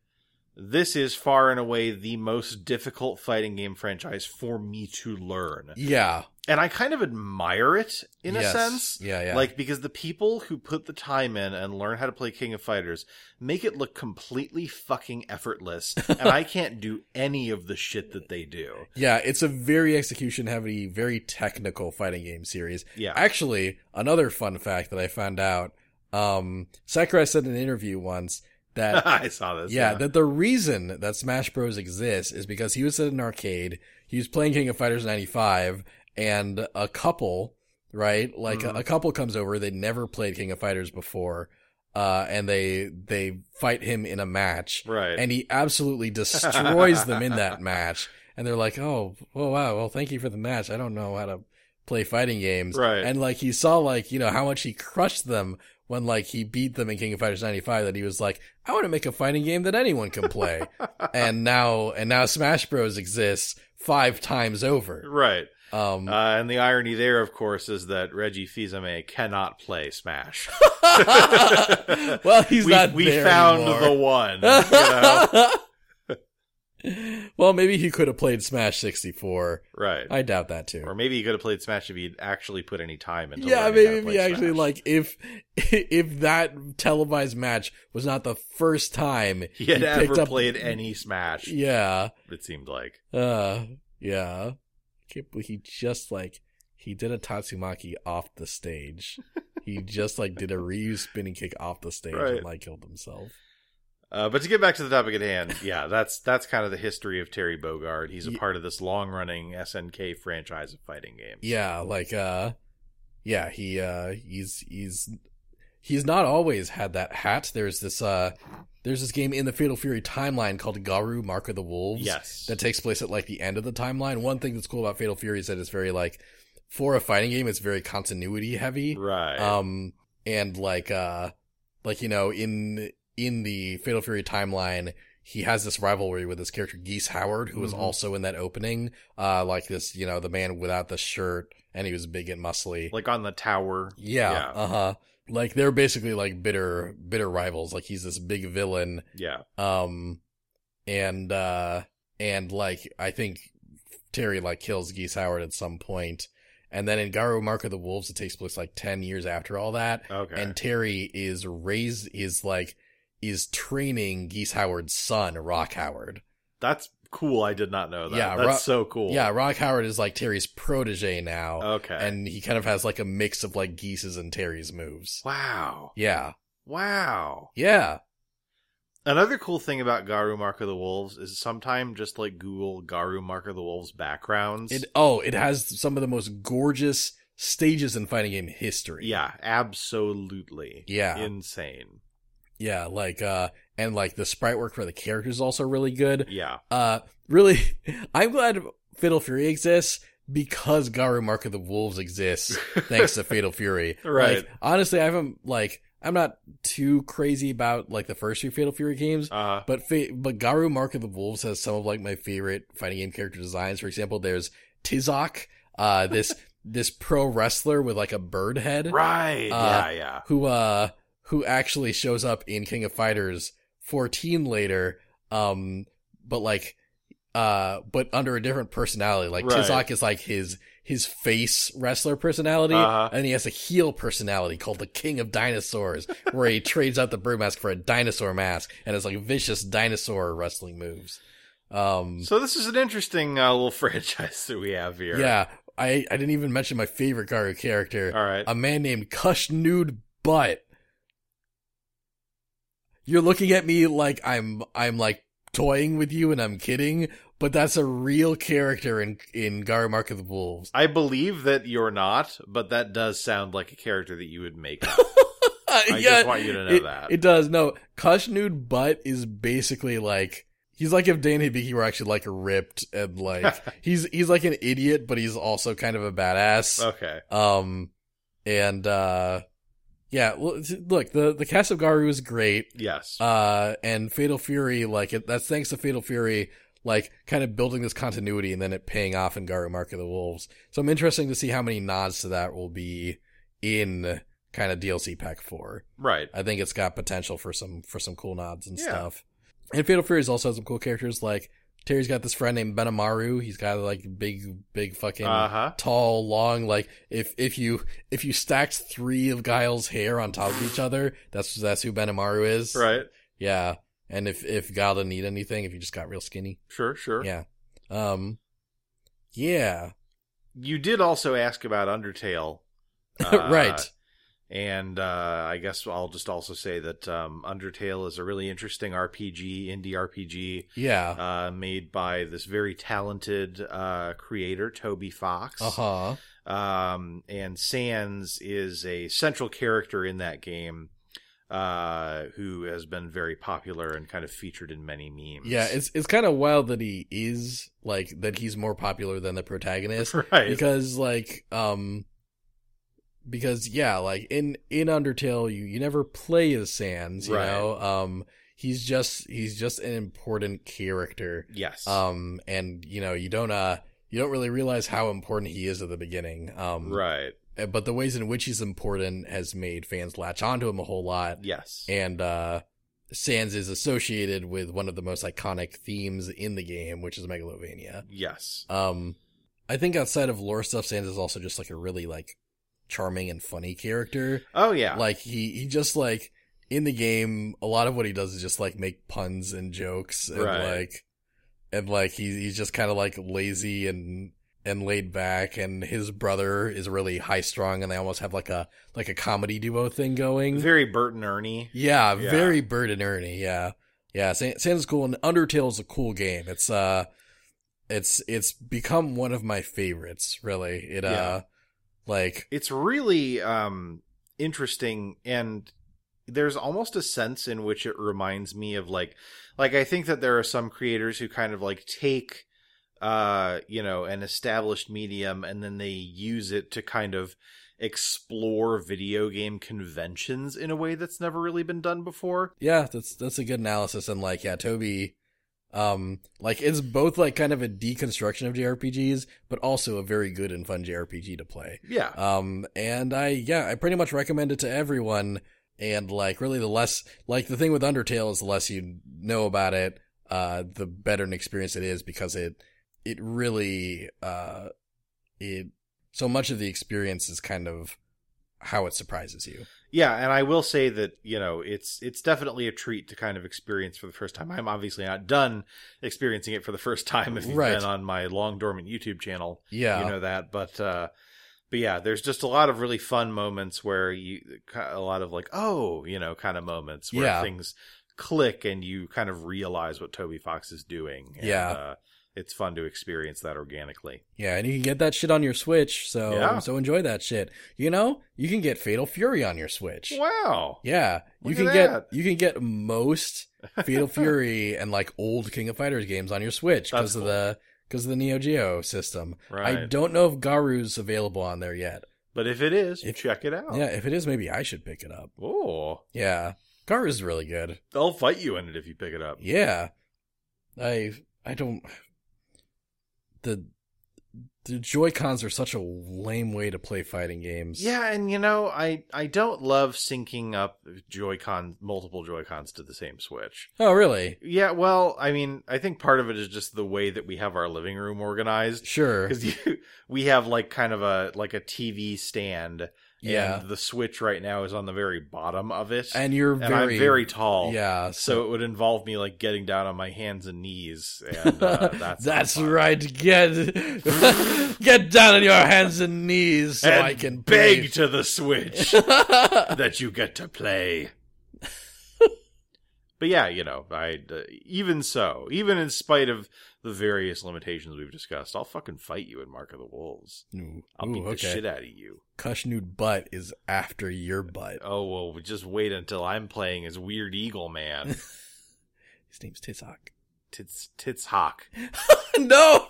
Speaker 2: this is far and away the most difficult fighting game franchise for me to learn
Speaker 1: Yeah.
Speaker 2: and I kind of admire it in a
Speaker 1: Yes.
Speaker 2: sense.
Speaker 1: Yeah, yeah.
Speaker 2: Like because the people who put the time in and learn how to play King of Fighters make it look completely fucking effortless, and I can't do any of the shit that they do.
Speaker 1: yeah, it's a very execution heavy, very technical fighting game series.
Speaker 2: Yeah,
Speaker 1: Actually, another fun fact that I found out, um, Sakurai said in an interview once that
Speaker 2: I saw this.
Speaker 1: yeah, that the reason that Smash Bros exists is because he was at an arcade, he was playing King of Fighters 95, and a couple, right? Like a,
Speaker 2: Mhm.
Speaker 1: a couple comes over, they'd never played King of Fighters before, uh, and they they fight him in a match,
Speaker 2: right.
Speaker 1: and he absolutely destroys them in that match. And they're like, "Oh, oh wow, well thank you for the match. I don't know how to play fighting games."
Speaker 2: Right.
Speaker 1: And like he saw like, you know, how much he crushed them when like he beat them in King of Fighters 95 that he was like, "I want to make a fighting game that anyone can play." and now and now Smash Bros exists 5 times over.
Speaker 2: Right.
Speaker 1: Um
Speaker 2: Uh, and the irony there, of course, is that Reggie Fils-Aimé cannot play Smash.
Speaker 1: Well, he's
Speaker 2: Uh, we
Speaker 1: not
Speaker 2: we
Speaker 1: there
Speaker 2: found
Speaker 1: anymore.
Speaker 2: the one. you know?
Speaker 1: well, maybe he could have played Smash 64.
Speaker 2: Right.
Speaker 1: I doubt that too.
Speaker 2: Or maybe he could have played Smash if he'd actually put any time into
Speaker 1: yeah,
Speaker 2: learning how to
Speaker 1: maybe if
Speaker 2: play
Speaker 1: he actually
Speaker 2: Smash.
Speaker 1: like if if that televised match was not the first time.
Speaker 2: He had
Speaker 1: He picked
Speaker 2: ever
Speaker 1: up-
Speaker 2: played any Smash,
Speaker 1: Yeah.
Speaker 2: it seemed like.
Speaker 1: Uh yeah. Can't believe he just like he did a Tatsumaki off the stage. he just like did a Ryu spinning kick off the stage
Speaker 2: Right.
Speaker 1: and like killed himself.
Speaker 2: Uh, but to get back to the topic at hand, yeah, that's that's kind of the history of Terry Bogard. He's a
Speaker 1: Ye-
Speaker 2: part of this long running SNK franchise of fighting games.
Speaker 1: Yeah, like uh yeah, he uh he's he's he's not always had that hat. There's this uh there's this game in the Fatal Fury timeline called Garu Mark of the Wolves.
Speaker 2: Yes.
Speaker 1: that takes place at like the end of the timeline. One thing that's cool about Fatal Fury is that it's very like for a fighting game, it's very continuity heavy.
Speaker 2: right.
Speaker 1: Um and like uh like you know in in the Fatal Fury timeline, he has this rivalry with his character Geese Howard, who was
Speaker 2: Mhm.
Speaker 1: also in that opening. Uh like this, you know, the man without the shirt and he was big and muscly.
Speaker 2: like on the tower.
Speaker 1: yeah.
Speaker 2: yeah.
Speaker 1: Uh-huh. Like they're basically like bitter bitter rivals. Like he's this big villain
Speaker 2: Yeah.
Speaker 1: um and uh and like i think terry like kills geese howard at some point and then in garo mark of the wolves it takes place like 10 years after all that
Speaker 2: Okay.
Speaker 1: and terry is raised is like is training geese howard's son rock howard
Speaker 2: that's cool. I did not know that.
Speaker 1: Yeah,
Speaker 2: that's
Speaker 1: Ro-
Speaker 2: so cool.
Speaker 1: yeah rock howard is like terry's protege now
Speaker 2: Okay.
Speaker 1: and he kind of has like a mix of like geese's and terry's moves
Speaker 2: wow.
Speaker 1: yeah
Speaker 2: Wow.
Speaker 1: yeah
Speaker 2: Another cool thing about Garu Mark of the Wolves is sometimes just like Google Garu Mark of the Wolves backgrounds.
Speaker 1: it oh it has some of the most gorgeous stages in fighting game history
Speaker 2: yeah, absolutely.
Speaker 1: yeah
Speaker 2: Insane.
Speaker 1: Yeah, like uh and like the sprite work for the characters is also really good.
Speaker 2: Yeah.
Speaker 1: Uh really I'm glad Fatal Fury exists because Garu Mark of the Wolves exists thanks to Fatal Fury.
Speaker 2: Right.
Speaker 1: Like, honestly I haven't like I'm not too crazy about like the first few Fatal Fury games.
Speaker 2: Uh,
Speaker 1: But fa- but Garu Mark of the Wolves has some of like my favorite fighting game character designs. For example, there's Tizok, uh, this this pro wrestler with like a bird head
Speaker 2: right.
Speaker 1: Uh,
Speaker 2: yeah, yeah.
Speaker 1: who uh who actually shows up in King of Fighters 14 later um but like uh but under a different personality like
Speaker 2: Right.
Speaker 1: Tizak is like his his face wrestler personality
Speaker 2: Uh-huh.
Speaker 1: and he has a heel personality called the King of Dinosaurs where he trades out the brew mask for a dinosaur mask and it's like vicious dinosaur wrestling moves um
Speaker 2: So this is an interesting uh, little franchise that we have here.
Speaker 1: yeah I I didn't even mention my favorite Garu character
Speaker 2: All right.
Speaker 1: a man named Cush Nude Butt. You're looking at me like I'm I'm like toying with you and I'm kidding, but that's a real character in in Gar Mark of the Wolves.
Speaker 2: I believe that you're not, but that does sound like a character that you would make up. I just want you to know
Speaker 1: Uh, it,
Speaker 2: that.
Speaker 1: It does. No, Kashnud Butt is basically like he's like if Dan Hibiki were actually like ripped and like he's he's like an idiot, but he's also kind of a badass.
Speaker 2: okay.
Speaker 1: Um, and uh, yeah. Well, t- look, the the cast of Garu is great.
Speaker 2: Yes.
Speaker 1: Uh, and Fatal Fury, like it, that's thanks to Fatal Fury, like kind of building this continuity and then it paying off in Garu Mark of the Wolves. So I'm interesting to see how many nods to that will be in kind of DLC pack four.
Speaker 2: right.
Speaker 1: I think it's got potential for some for some cool nods and
Speaker 2: Yeah.
Speaker 1: stuff. And Fatal Fury also has some cool characters. Like Terry's got this friend named Benamaru. He's got like big, big fucking
Speaker 2: Uh huh.
Speaker 1: tall, long. Like if if you if you stacked three of Guile's hair on top of each other, that's that's who Benamaru is.
Speaker 2: Right.
Speaker 1: Yeah. And if if Guile didn't need anything, if you just got real skinny.
Speaker 2: Sure. Sure.
Speaker 1: Yeah. Um. Yeah.
Speaker 2: You did also ask about Undertale. Uh,
Speaker 1: right.
Speaker 2: And uh, I guess I'll just also say that um, Undertale is a really interesting RPG, indie RPG,
Speaker 1: Yeah.
Speaker 2: uh, made by this very talented uh, creator, Toby Fox.
Speaker 1: Uh huh.
Speaker 2: Um, and Sans is a central character in that game uh, who has been very popular and kind of featured in many memes.
Speaker 1: Yeah. It's it's kind of wild that he is like that. He's more popular than the protagonist.
Speaker 2: right.
Speaker 1: because like um because yeah like in in undertale you you never play as sans you
Speaker 2: Right.
Speaker 1: know um he's just he's just an important character
Speaker 2: yes.
Speaker 1: um and you know you don't uh you don't really realize how important he is at the beginning um
Speaker 2: right.
Speaker 1: uh, but the ways in which he's important has made fans latch onto him a whole lot
Speaker 2: Yes.
Speaker 1: and uh sans is associated with one of the most iconic themes in the game which is megalovania
Speaker 2: yes.
Speaker 1: um, I think outside of lore stuff, Sans is also just like a really like charming and funny character.
Speaker 2: Oh yeah.
Speaker 1: Like he he just like in the game, a lot of what he does is just like make puns and jokes and
Speaker 2: Right.
Speaker 1: like and like he he's just kind of like lazy and and laid back and his brother is really high strung and they almost have like a like a comedy duo thing going.
Speaker 2: very Bert and Ernie.
Speaker 1: Yeah,
Speaker 2: Yeah.
Speaker 1: very Bird and Ernie. Yeah, yeah. San- Santa's cool, and Undertale's a cool game. It's uh, it's it's become one of my favorites. Really, it uh,
Speaker 2: Yeah.
Speaker 1: like
Speaker 2: It's really um interesting and there's almost a sense in which it reminds me of like like I think that there are some creators who kind of like take uh you know an established medium and then they use it to kind of explore video game conventions in a way that's never really been done before.
Speaker 1: yeah, that's that's a good analysis. And like yeah, Toby, um, like it's both like kind of a deconstruction of JRPGs, but also a very good and fun JRPG to play.
Speaker 2: Yeah.
Speaker 1: Um, and I, yeah, I pretty much recommend it to everyone. And like, really, the less, like, the thing with Undertale is the less you know about it, uh, the better an experience it is because it, it really, uh, it, so much of the experience is kind of how it surprises you.
Speaker 2: Yeah, and I will say that you know it's it's definitely a treat to kind of experience for the first time. I'm obviously not done experiencing it for the first time if you've
Speaker 1: Right.
Speaker 2: been on my long dormant YouTube channel,
Speaker 1: Yeah.
Speaker 2: you know that. But uh, but yeah, there's just a lot of really fun moments where you a lot of like oh you know kind of moments where
Speaker 1: Yeah.
Speaker 2: things click and you kind of realize what Toby Fox is doing. And,
Speaker 1: Yeah.
Speaker 2: uh, it's fun to experience that organically.
Speaker 1: yeah. And you can get that shit on your Switch. So,
Speaker 2: Yeah.
Speaker 1: so enjoy that shit. You know, you can get Fatal Fury on your Switch.
Speaker 2: Wow.
Speaker 1: Yeah,
Speaker 2: Look
Speaker 1: you can
Speaker 2: at
Speaker 1: get
Speaker 2: that.
Speaker 1: you can get most Fatal Fury and like old King of Fighters games on your Switch because
Speaker 2: That's
Speaker 1: of
Speaker 2: cool.
Speaker 1: the because of the Neo Geo system. I
Speaker 2: Right.
Speaker 1: don't know if Garu's available on there yet.
Speaker 2: But if it is,
Speaker 1: If-
Speaker 2: check it out.
Speaker 1: Yeah, if it is, maybe I should pick it up.
Speaker 2: Oh,
Speaker 1: Yeah, Garu's really good.
Speaker 2: they'll fight you in it if you pick it up.
Speaker 1: Yeah, I I don't the the Joy Cons are such a lame way to play fighting games.
Speaker 2: Yeah, and you know, I I don't love syncing up Joy-Con multiple Joy-Cons to the same Switch.
Speaker 1: Oh, really?
Speaker 2: Yeah, well, I mean, I think part of it is just the way that we have our living room organized
Speaker 1: Sure.
Speaker 2: because we have like kind of a like a TV stand.
Speaker 1: Yeah.
Speaker 2: and the Switch right now is on the very bottom of it,
Speaker 1: And you're
Speaker 2: and
Speaker 1: very
Speaker 2: I'm very tall.
Speaker 1: yeah.
Speaker 2: So it would involve me like getting down on my hands and knees, and uh, that's not fun.
Speaker 1: right. Get get down on your hands and knees so
Speaker 2: and
Speaker 1: I can
Speaker 2: beg
Speaker 1: breathe.
Speaker 2: to the Switch that you get to play. But yeah, you know, I uh, even so, even in spite of the various limitations we've discussed, I'll fucking fight you in Mark of the Wolves.
Speaker 1: Ooh,
Speaker 2: I'll
Speaker 1: ooh,
Speaker 2: beat the
Speaker 1: okay.
Speaker 2: shit out of you.
Speaker 1: Cush nude butt is after your butt.
Speaker 2: Oh well, we just wait until I'm playing as Weird Eagle Man.
Speaker 1: His name's Tizak.
Speaker 2: tits, tits hawk.
Speaker 1: no.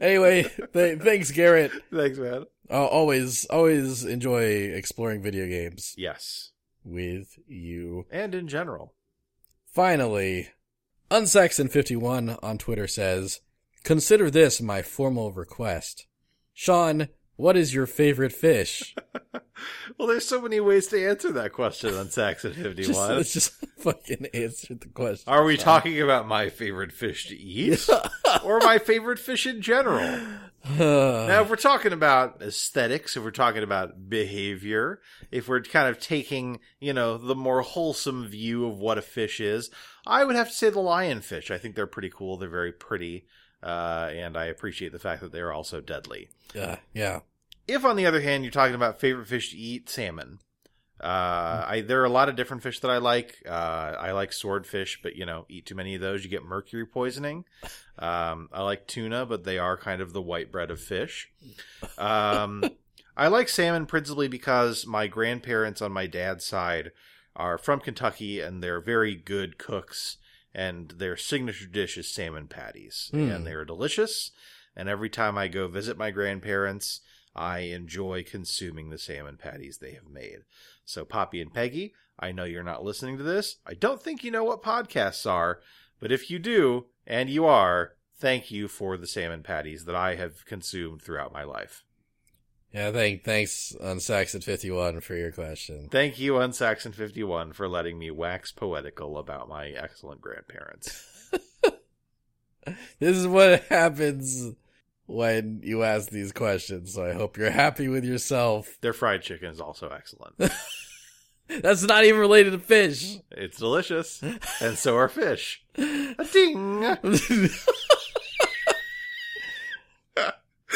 Speaker 1: Anyway, th- thanks, Garrett.
Speaker 2: Thanks, man.
Speaker 1: Uh, always, always enjoy exploring video games
Speaker 2: Yes,
Speaker 1: with you.
Speaker 2: and in general,
Speaker 1: Finally, Unsexin51 on Twitter says, Consider this my formal request. Sean, what is your favorite fish?
Speaker 2: well, there's so many ways to answer that question on Saxon Fifty
Speaker 1: Just,
Speaker 2: One.
Speaker 1: let's just fucking answer the question.
Speaker 2: Are we
Speaker 1: Sean.
Speaker 2: talking about my favorite fish to eat, or my favorite fish in general? Now, if we're talking about aesthetics, if we're talking about behavior, if we're kind of taking, you know, the more wholesome view of what a fish is, I would have to say the lionfish. I think they're pretty cool. They're very pretty. Uh, and I appreciate the fact that they're also deadly.
Speaker 1: Uh, yeah.
Speaker 2: If, on the other hand, you're talking about favorite fish to eat, salmon. Uh, I, there are a lot of different fish that I like. Uh, I like swordfish, but you know, eat too many of those, you get mercury poisoning. Um, I like tuna, but they are kind of the white bread of fish. Um, I like salmon principally because my grandparents on my dad's side are from Kentucky and they're very good cooks, and their signature dish is salmon patties,
Speaker 1: Hmm.
Speaker 2: and they are delicious. And every time I go visit my grandparents, I enjoy consuming the salmon patties they have made. So, Poppy and Peggy, I know you're not listening to this. I don't think you know what podcasts are, but if you do, and you are, thank you for the salmon patties that I have consumed throughout my life.
Speaker 1: Yeah, thank, thanks, Unsaxon51 for your question.
Speaker 2: Thank you, Unsaxon51, for letting me wax poetical about my excellent grandparents.
Speaker 1: This is what happens when you ask these questions, so I hope you're happy with yourself.
Speaker 2: Their fried chicken is also excellent.
Speaker 1: That's not even related to fish.
Speaker 2: It's delicious, and so are fish. Ding!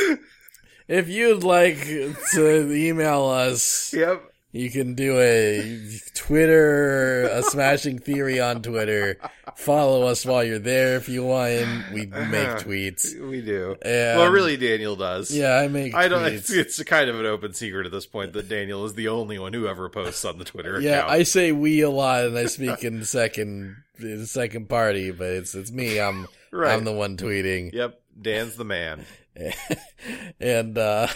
Speaker 1: if you'd like to email us,
Speaker 2: Yep.
Speaker 1: you can do a Twitter, a smashing theory on Twitter. Follow us while you're there if you want. We make tweets.
Speaker 2: We do.
Speaker 1: And-
Speaker 2: well, really, Daniel does.
Speaker 1: Um, Yeah, I make.
Speaker 2: I don't. It's,
Speaker 1: Tweets.
Speaker 2: it's kind of an open secret at this point that Daniel is the only one who ever posts on the Twitter
Speaker 1: yeah,
Speaker 2: account.
Speaker 1: I say we a lot, and I speak in second in second party, but it's it's me. I'm
Speaker 2: right.
Speaker 1: I'm the one tweeting.
Speaker 2: Yep, Dan's the man.
Speaker 1: and uh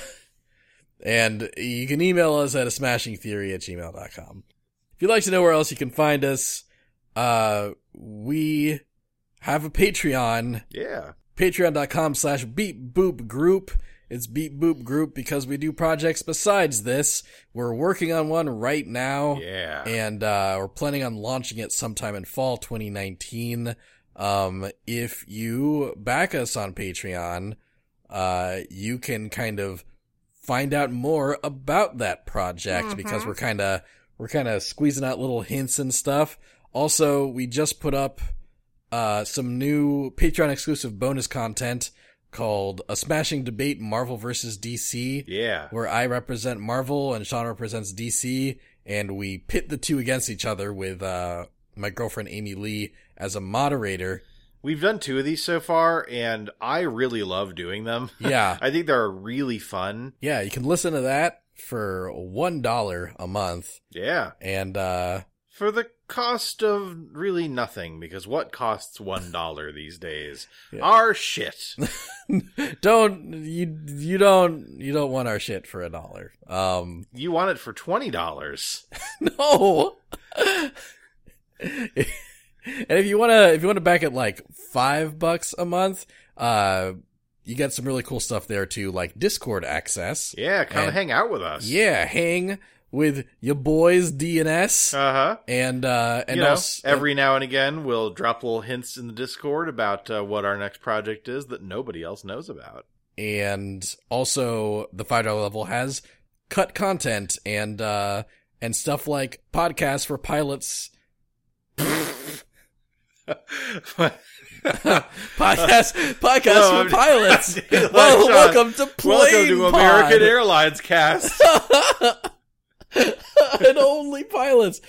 Speaker 1: and you can email us at a smashing theory at gmail.com if you'd like to know where else you can find us uh we have a patreon
Speaker 2: Yeah.
Speaker 1: patreon.com slash beep boop group it's beep boop group because we do projects besides this we're working on one right now
Speaker 2: Yeah.
Speaker 1: Oh, and uh, we're planning on launching it sometime in fall 2019. Um, if you back us on Patreon, uh, you can kind of find out more about that project because we're kind of we're kind of squeezing out little hints and stuff. Also, we just put up uh, some new Patreon exclusive bonus content called "A Smashing Debate: Marvel vs. DC."
Speaker 2: yeah.
Speaker 1: where I represent Marvel and Sean represents DC, and we pit the two against each other with uh, my girlfriend Amy Lee as a moderator.
Speaker 2: We've done two of these so far, and I really love doing them.
Speaker 1: Yeah,
Speaker 2: I think they're really fun.
Speaker 1: yeah, you can listen to that for one dollar a month,
Speaker 2: Yeah.
Speaker 1: and uh,
Speaker 2: For the cost of really nothing, because what costs one dollar these days?
Speaker 1: Yeah.
Speaker 2: Our shit.
Speaker 1: don't you you don't you don't want our shit for a dollar? Um,
Speaker 2: you want it for twenty dollars.
Speaker 1: no. and if you wanna if you wanna back at like five bucks a month, uh, you got some really cool stuff there too, like Discord access.
Speaker 2: Yeah, come
Speaker 1: And-
Speaker 2: hang out with us.
Speaker 1: Yeah, hang with your boys DNS
Speaker 2: Uh huh.
Speaker 1: and uh and
Speaker 2: you know,
Speaker 1: also
Speaker 2: every now and again, we'll drop little hints in the Discord about uh, what our next project is that nobody else knows about.
Speaker 1: and also the five dollar level has cut content and uh and stuff like podcasts for pilots podcasts podcasts
Speaker 2: No, I'm-
Speaker 1: for pilots.
Speaker 2: Like,
Speaker 1: well,
Speaker 2: Sean,
Speaker 1: welcome to plane
Speaker 2: Welcome to
Speaker 1: pod.
Speaker 2: American Airlines cast.
Speaker 1: and only pilots.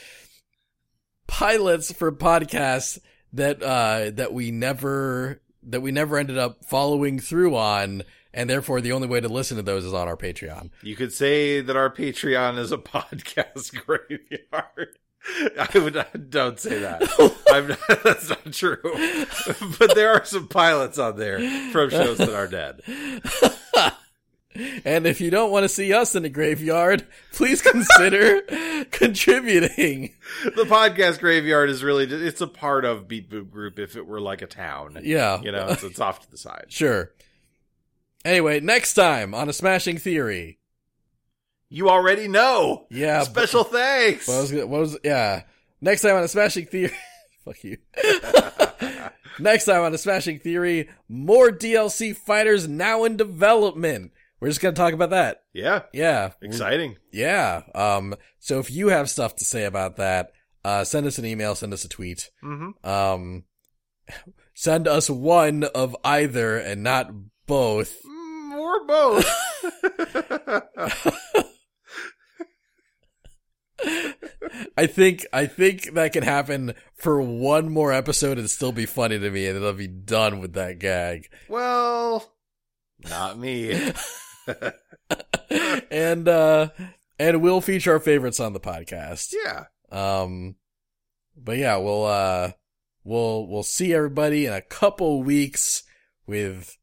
Speaker 1: pilots for podcasts that uh that we never that we never ended up following through on and therefore the only way to listen to those is on our Patreon.
Speaker 2: You could say that our Patreon is a podcast graveyard. I would I don't say that. I'm not, that's not true. But there are some pilots on there from shows that are dead.
Speaker 1: and if you don't want to see us in the graveyard, please consider contributing.
Speaker 2: The podcast graveyard is really just, it's a part of Beat Boop Group if it were like a town.
Speaker 1: Yeah.
Speaker 2: You know, it's, it's off to the side.
Speaker 1: Sure. Anyway, next time on a smashing theory.
Speaker 2: You already know.
Speaker 1: Yeah. but-
Speaker 2: Special thanks.
Speaker 1: What was, what was yeah. Next time on a smashing theory. Fuck you. Next time on a smashing theory, more DLC fighters now in development. We're just gonna talk about that.
Speaker 2: yeah.
Speaker 1: Yeah.
Speaker 2: Exciting.
Speaker 1: Yeah. Um, so if you have stuff to say about that, uh, send us an email, send us a tweet.
Speaker 2: Mm-hmm.
Speaker 1: Um, send us one of either and not both.
Speaker 2: Mm, or both.
Speaker 1: I think, I think that can happen for one more episode and still be funny to me and then I'll be done with that gag.
Speaker 2: well, not me.
Speaker 1: and, uh, and we'll feature our favorites on the podcast.
Speaker 2: Yeah.
Speaker 1: Um, but yeah, we'll, uh, we'll, we'll see everybody in a couple weeks with,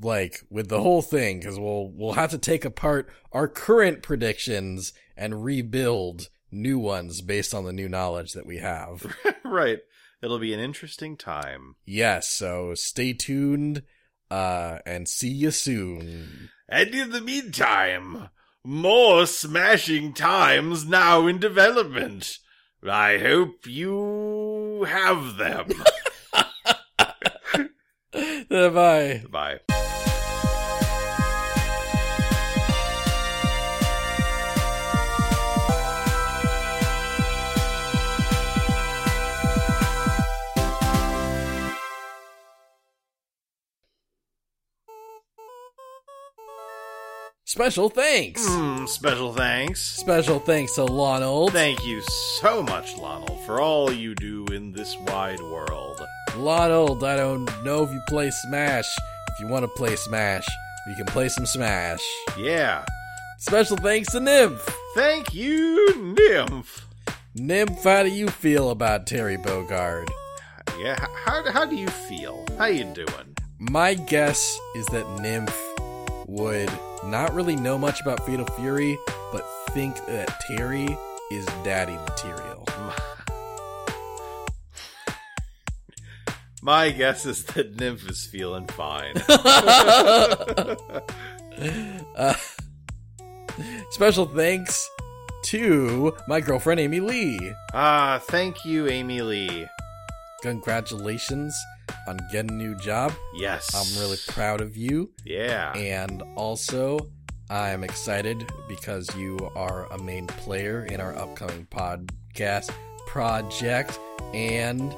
Speaker 1: like, with the whole thing, cause we'll, we'll have to take apart our current predictions and rebuild new ones based on the new knowledge that we have.
Speaker 2: right. It'll be an interesting time.
Speaker 1: yes. So stay tuned, uh, and see you soon.
Speaker 2: And in the meantime, more smashing times now in development. I hope you have them.
Speaker 1: Bye.
Speaker 2: Bye.
Speaker 1: Special thanks.
Speaker 2: Mm, special thanks.
Speaker 1: Special thanks to Lonald.
Speaker 2: Thank you so much, Lonel, for all you do in this wide world.
Speaker 1: Lonald, I don't know if you play Smash. If you want to play Smash, you can play some Smash.
Speaker 2: Yeah.
Speaker 1: Special thanks to Nymph.
Speaker 2: Thank you, Nymph.
Speaker 1: Nymph, how do you feel about Terry Bogard?
Speaker 2: Yeah, h- how, how do you feel? How you doing?
Speaker 1: My guess is that Nymph would not really know much about Fatal Fury, but think that Terry is daddy material.
Speaker 2: My guess is that Nymph is feeling fine.
Speaker 1: Uh, special thanks to my girlfriend Amy Lee.
Speaker 2: Ah, thank you, Amy Lee.
Speaker 1: Congratulations on getting a new job.
Speaker 2: Yes.
Speaker 1: I'm really proud of you.
Speaker 2: Yeah.
Speaker 1: And also, I'm excited because you are a main player in our upcoming podcast project. And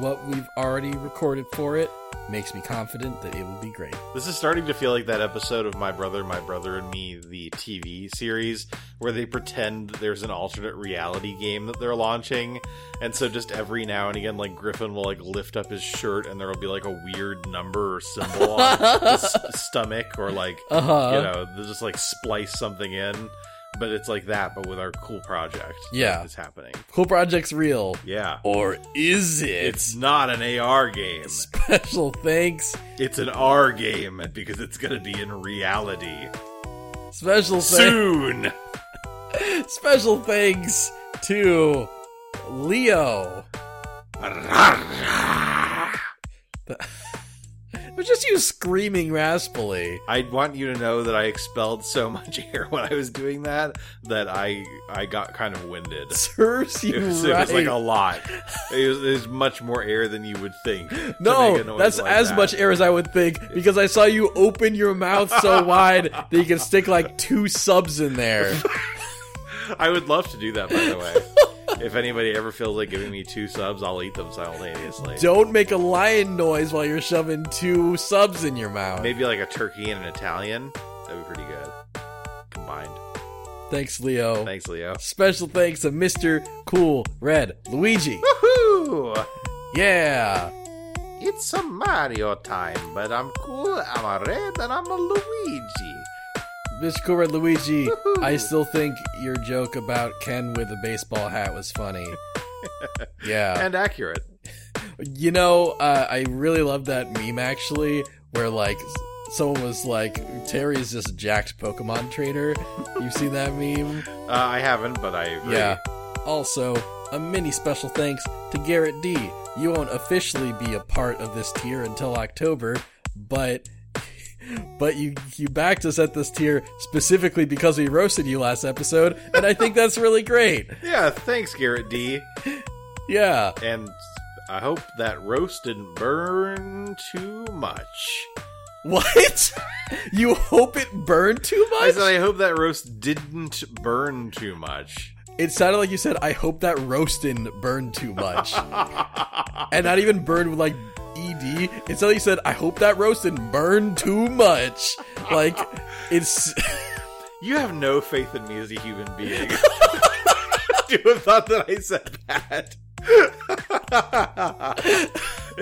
Speaker 1: what we've already recorded for it makes me confident that it will be great.
Speaker 2: This is starting to feel like that episode of My Brother, My Brother and Me, the TV series, where they pretend there's an alternate reality game that they're launching. And so just every now and again, like Griffin will like lift up his shirt and there will be like a weird number or symbol on his stomach or like,
Speaker 1: Uh huh.
Speaker 2: you know, they'll just like splice something in. But it's like that, but with our cool project.
Speaker 1: Yeah.
Speaker 2: It's happening.
Speaker 1: Cool Project's real.
Speaker 2: Yeah.
Speaker 1: Or is it?
Speaker 2: It's not an AR game.
Speaker 1: Special thanks.
Speaker 2: It's an R game because it's going to be in reality
Speaker 1: Special thanks.
Speaker 2: soon.
Speaker 1: Special thanks to Leo.
Speaker 2: I
Speaker 1: It was just you screaming raspily.
Speaker 2: want you to know that I expelled so much air when I was doing that that I I got kind of winded.
Speaker 1: Serves
Speaker 2: It
Speaker 1: you
Speaker 2: was, it
Speaker 1: right.
Speaker 2: was like a lot. It was, it was much more air than you would think. to make a
Speaker 1: no,
Speaker 2: noise
Speaker 1: that's
Speaker 2: like
Speaker 1: as
Speaker 2: that.
Speaker 1: much air as I would think because I saw you open your mouth so wide that you can stick like two subs in there.
Speaker 2: I would love to do that, by the way. if anybody ever feels like giving me two subs, I'll eat them simultaneously.
Speaker 1: Don't make a lion noise while you're shoving two subs in your mouth.
Speaker 2: Maybe like a turkey and an Italian. That'd be pretty good combined.
Speaker 1: Thanks, Leo.
Speaker 2: Thanks, Leo.
Speaker 1: Special thanks to Mr. Cool Red Luigi.
Speaker 2: Woohoo!
Speaker 1: Yeah.
Speaker 2: It's a Mario time, but I'm cool, I'm a red, and I'm a Luigi.
Speaker 1: Mr. Cool Red Luigi,
Speaker 2: Woohoo.
Speaker 1: I still think your joke about Ken with a baseball hat was funny. Yeah.
Speaker 2: And accurate.
Speaker 1: You know, uh, I really love that meme actually, where like s- someone was like, Terry's just a jacked Pokemon trainer. You've seen that meme?
Speaker 2: Uh, I haven't, but I agree.
Speaker 1: Yeah. Also, a mini special thanks to Garrett D. You won't officially be a part of this tier until October, but but you you backed us at this tier specifically because we roasted you last episode, and I think that's really great.
Speaker 2: Yeah, thanks, Garrett D.
Speaker 1: Yeah.
Speaker 2: And I hope that roast didn't burn too much.
Speaker 1: What? You hope it burned too
Speaker 2: I
Speaker 1: much?
Speaker 2: said I hope that roast didn't burn too much.
Speaker 1: It sounded like you said I hope that roastin' burned too much. and not even burned with like ed it's like you said i hope that roastin' burned too much like it's
Speaker 2: You have no faith in me as a human being. Do you have thought that I said that?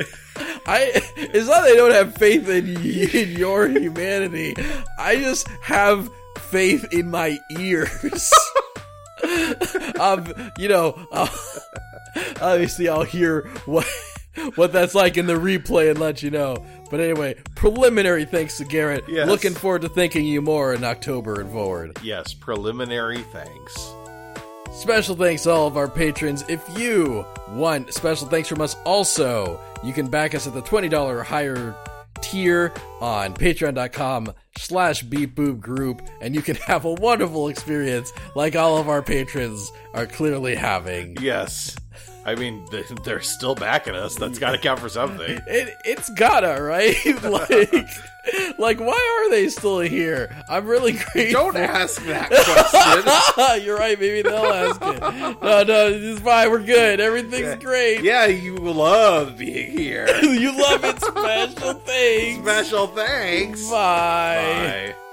Speaker 1: i it's not that i don't have faith in, y- in your humanity i just have faith in my ears um you know uh, obviously i'll hear what what that's like in the replay and let you know but anyway preliminary thanks to garrett
Speaker 2: Yes.
Speaker 1: looking forward to thanking you more in october and forward
Speaker 2: yes, preliminary thanks.
Speaker 1: Special thanks to all of our patrons. If you want special thanks from us also, you can back us at the $20 or higher tier on patreon.com slash beepboob group and you can have a wonderful experience like all of our patrons are clearly having.
Speaker 2: Yes. I mean, th- they're still backing us. That's got to count for something.
Speaker 1: It, it's gotta, right? like, like, why are they still here? I'm really grateful.
Speaker 2: Don't ask that question.
Speaker 1: You're right, maybe they'll ask it. No, no, it's fine, we're good. Everything's great.
Speaker 2: yeah, you love being here.
Speaker 1: you love it. Special things.
Speaker 2: Special thanks.
Speaker 1: Bye.
Speaker 2: Bye.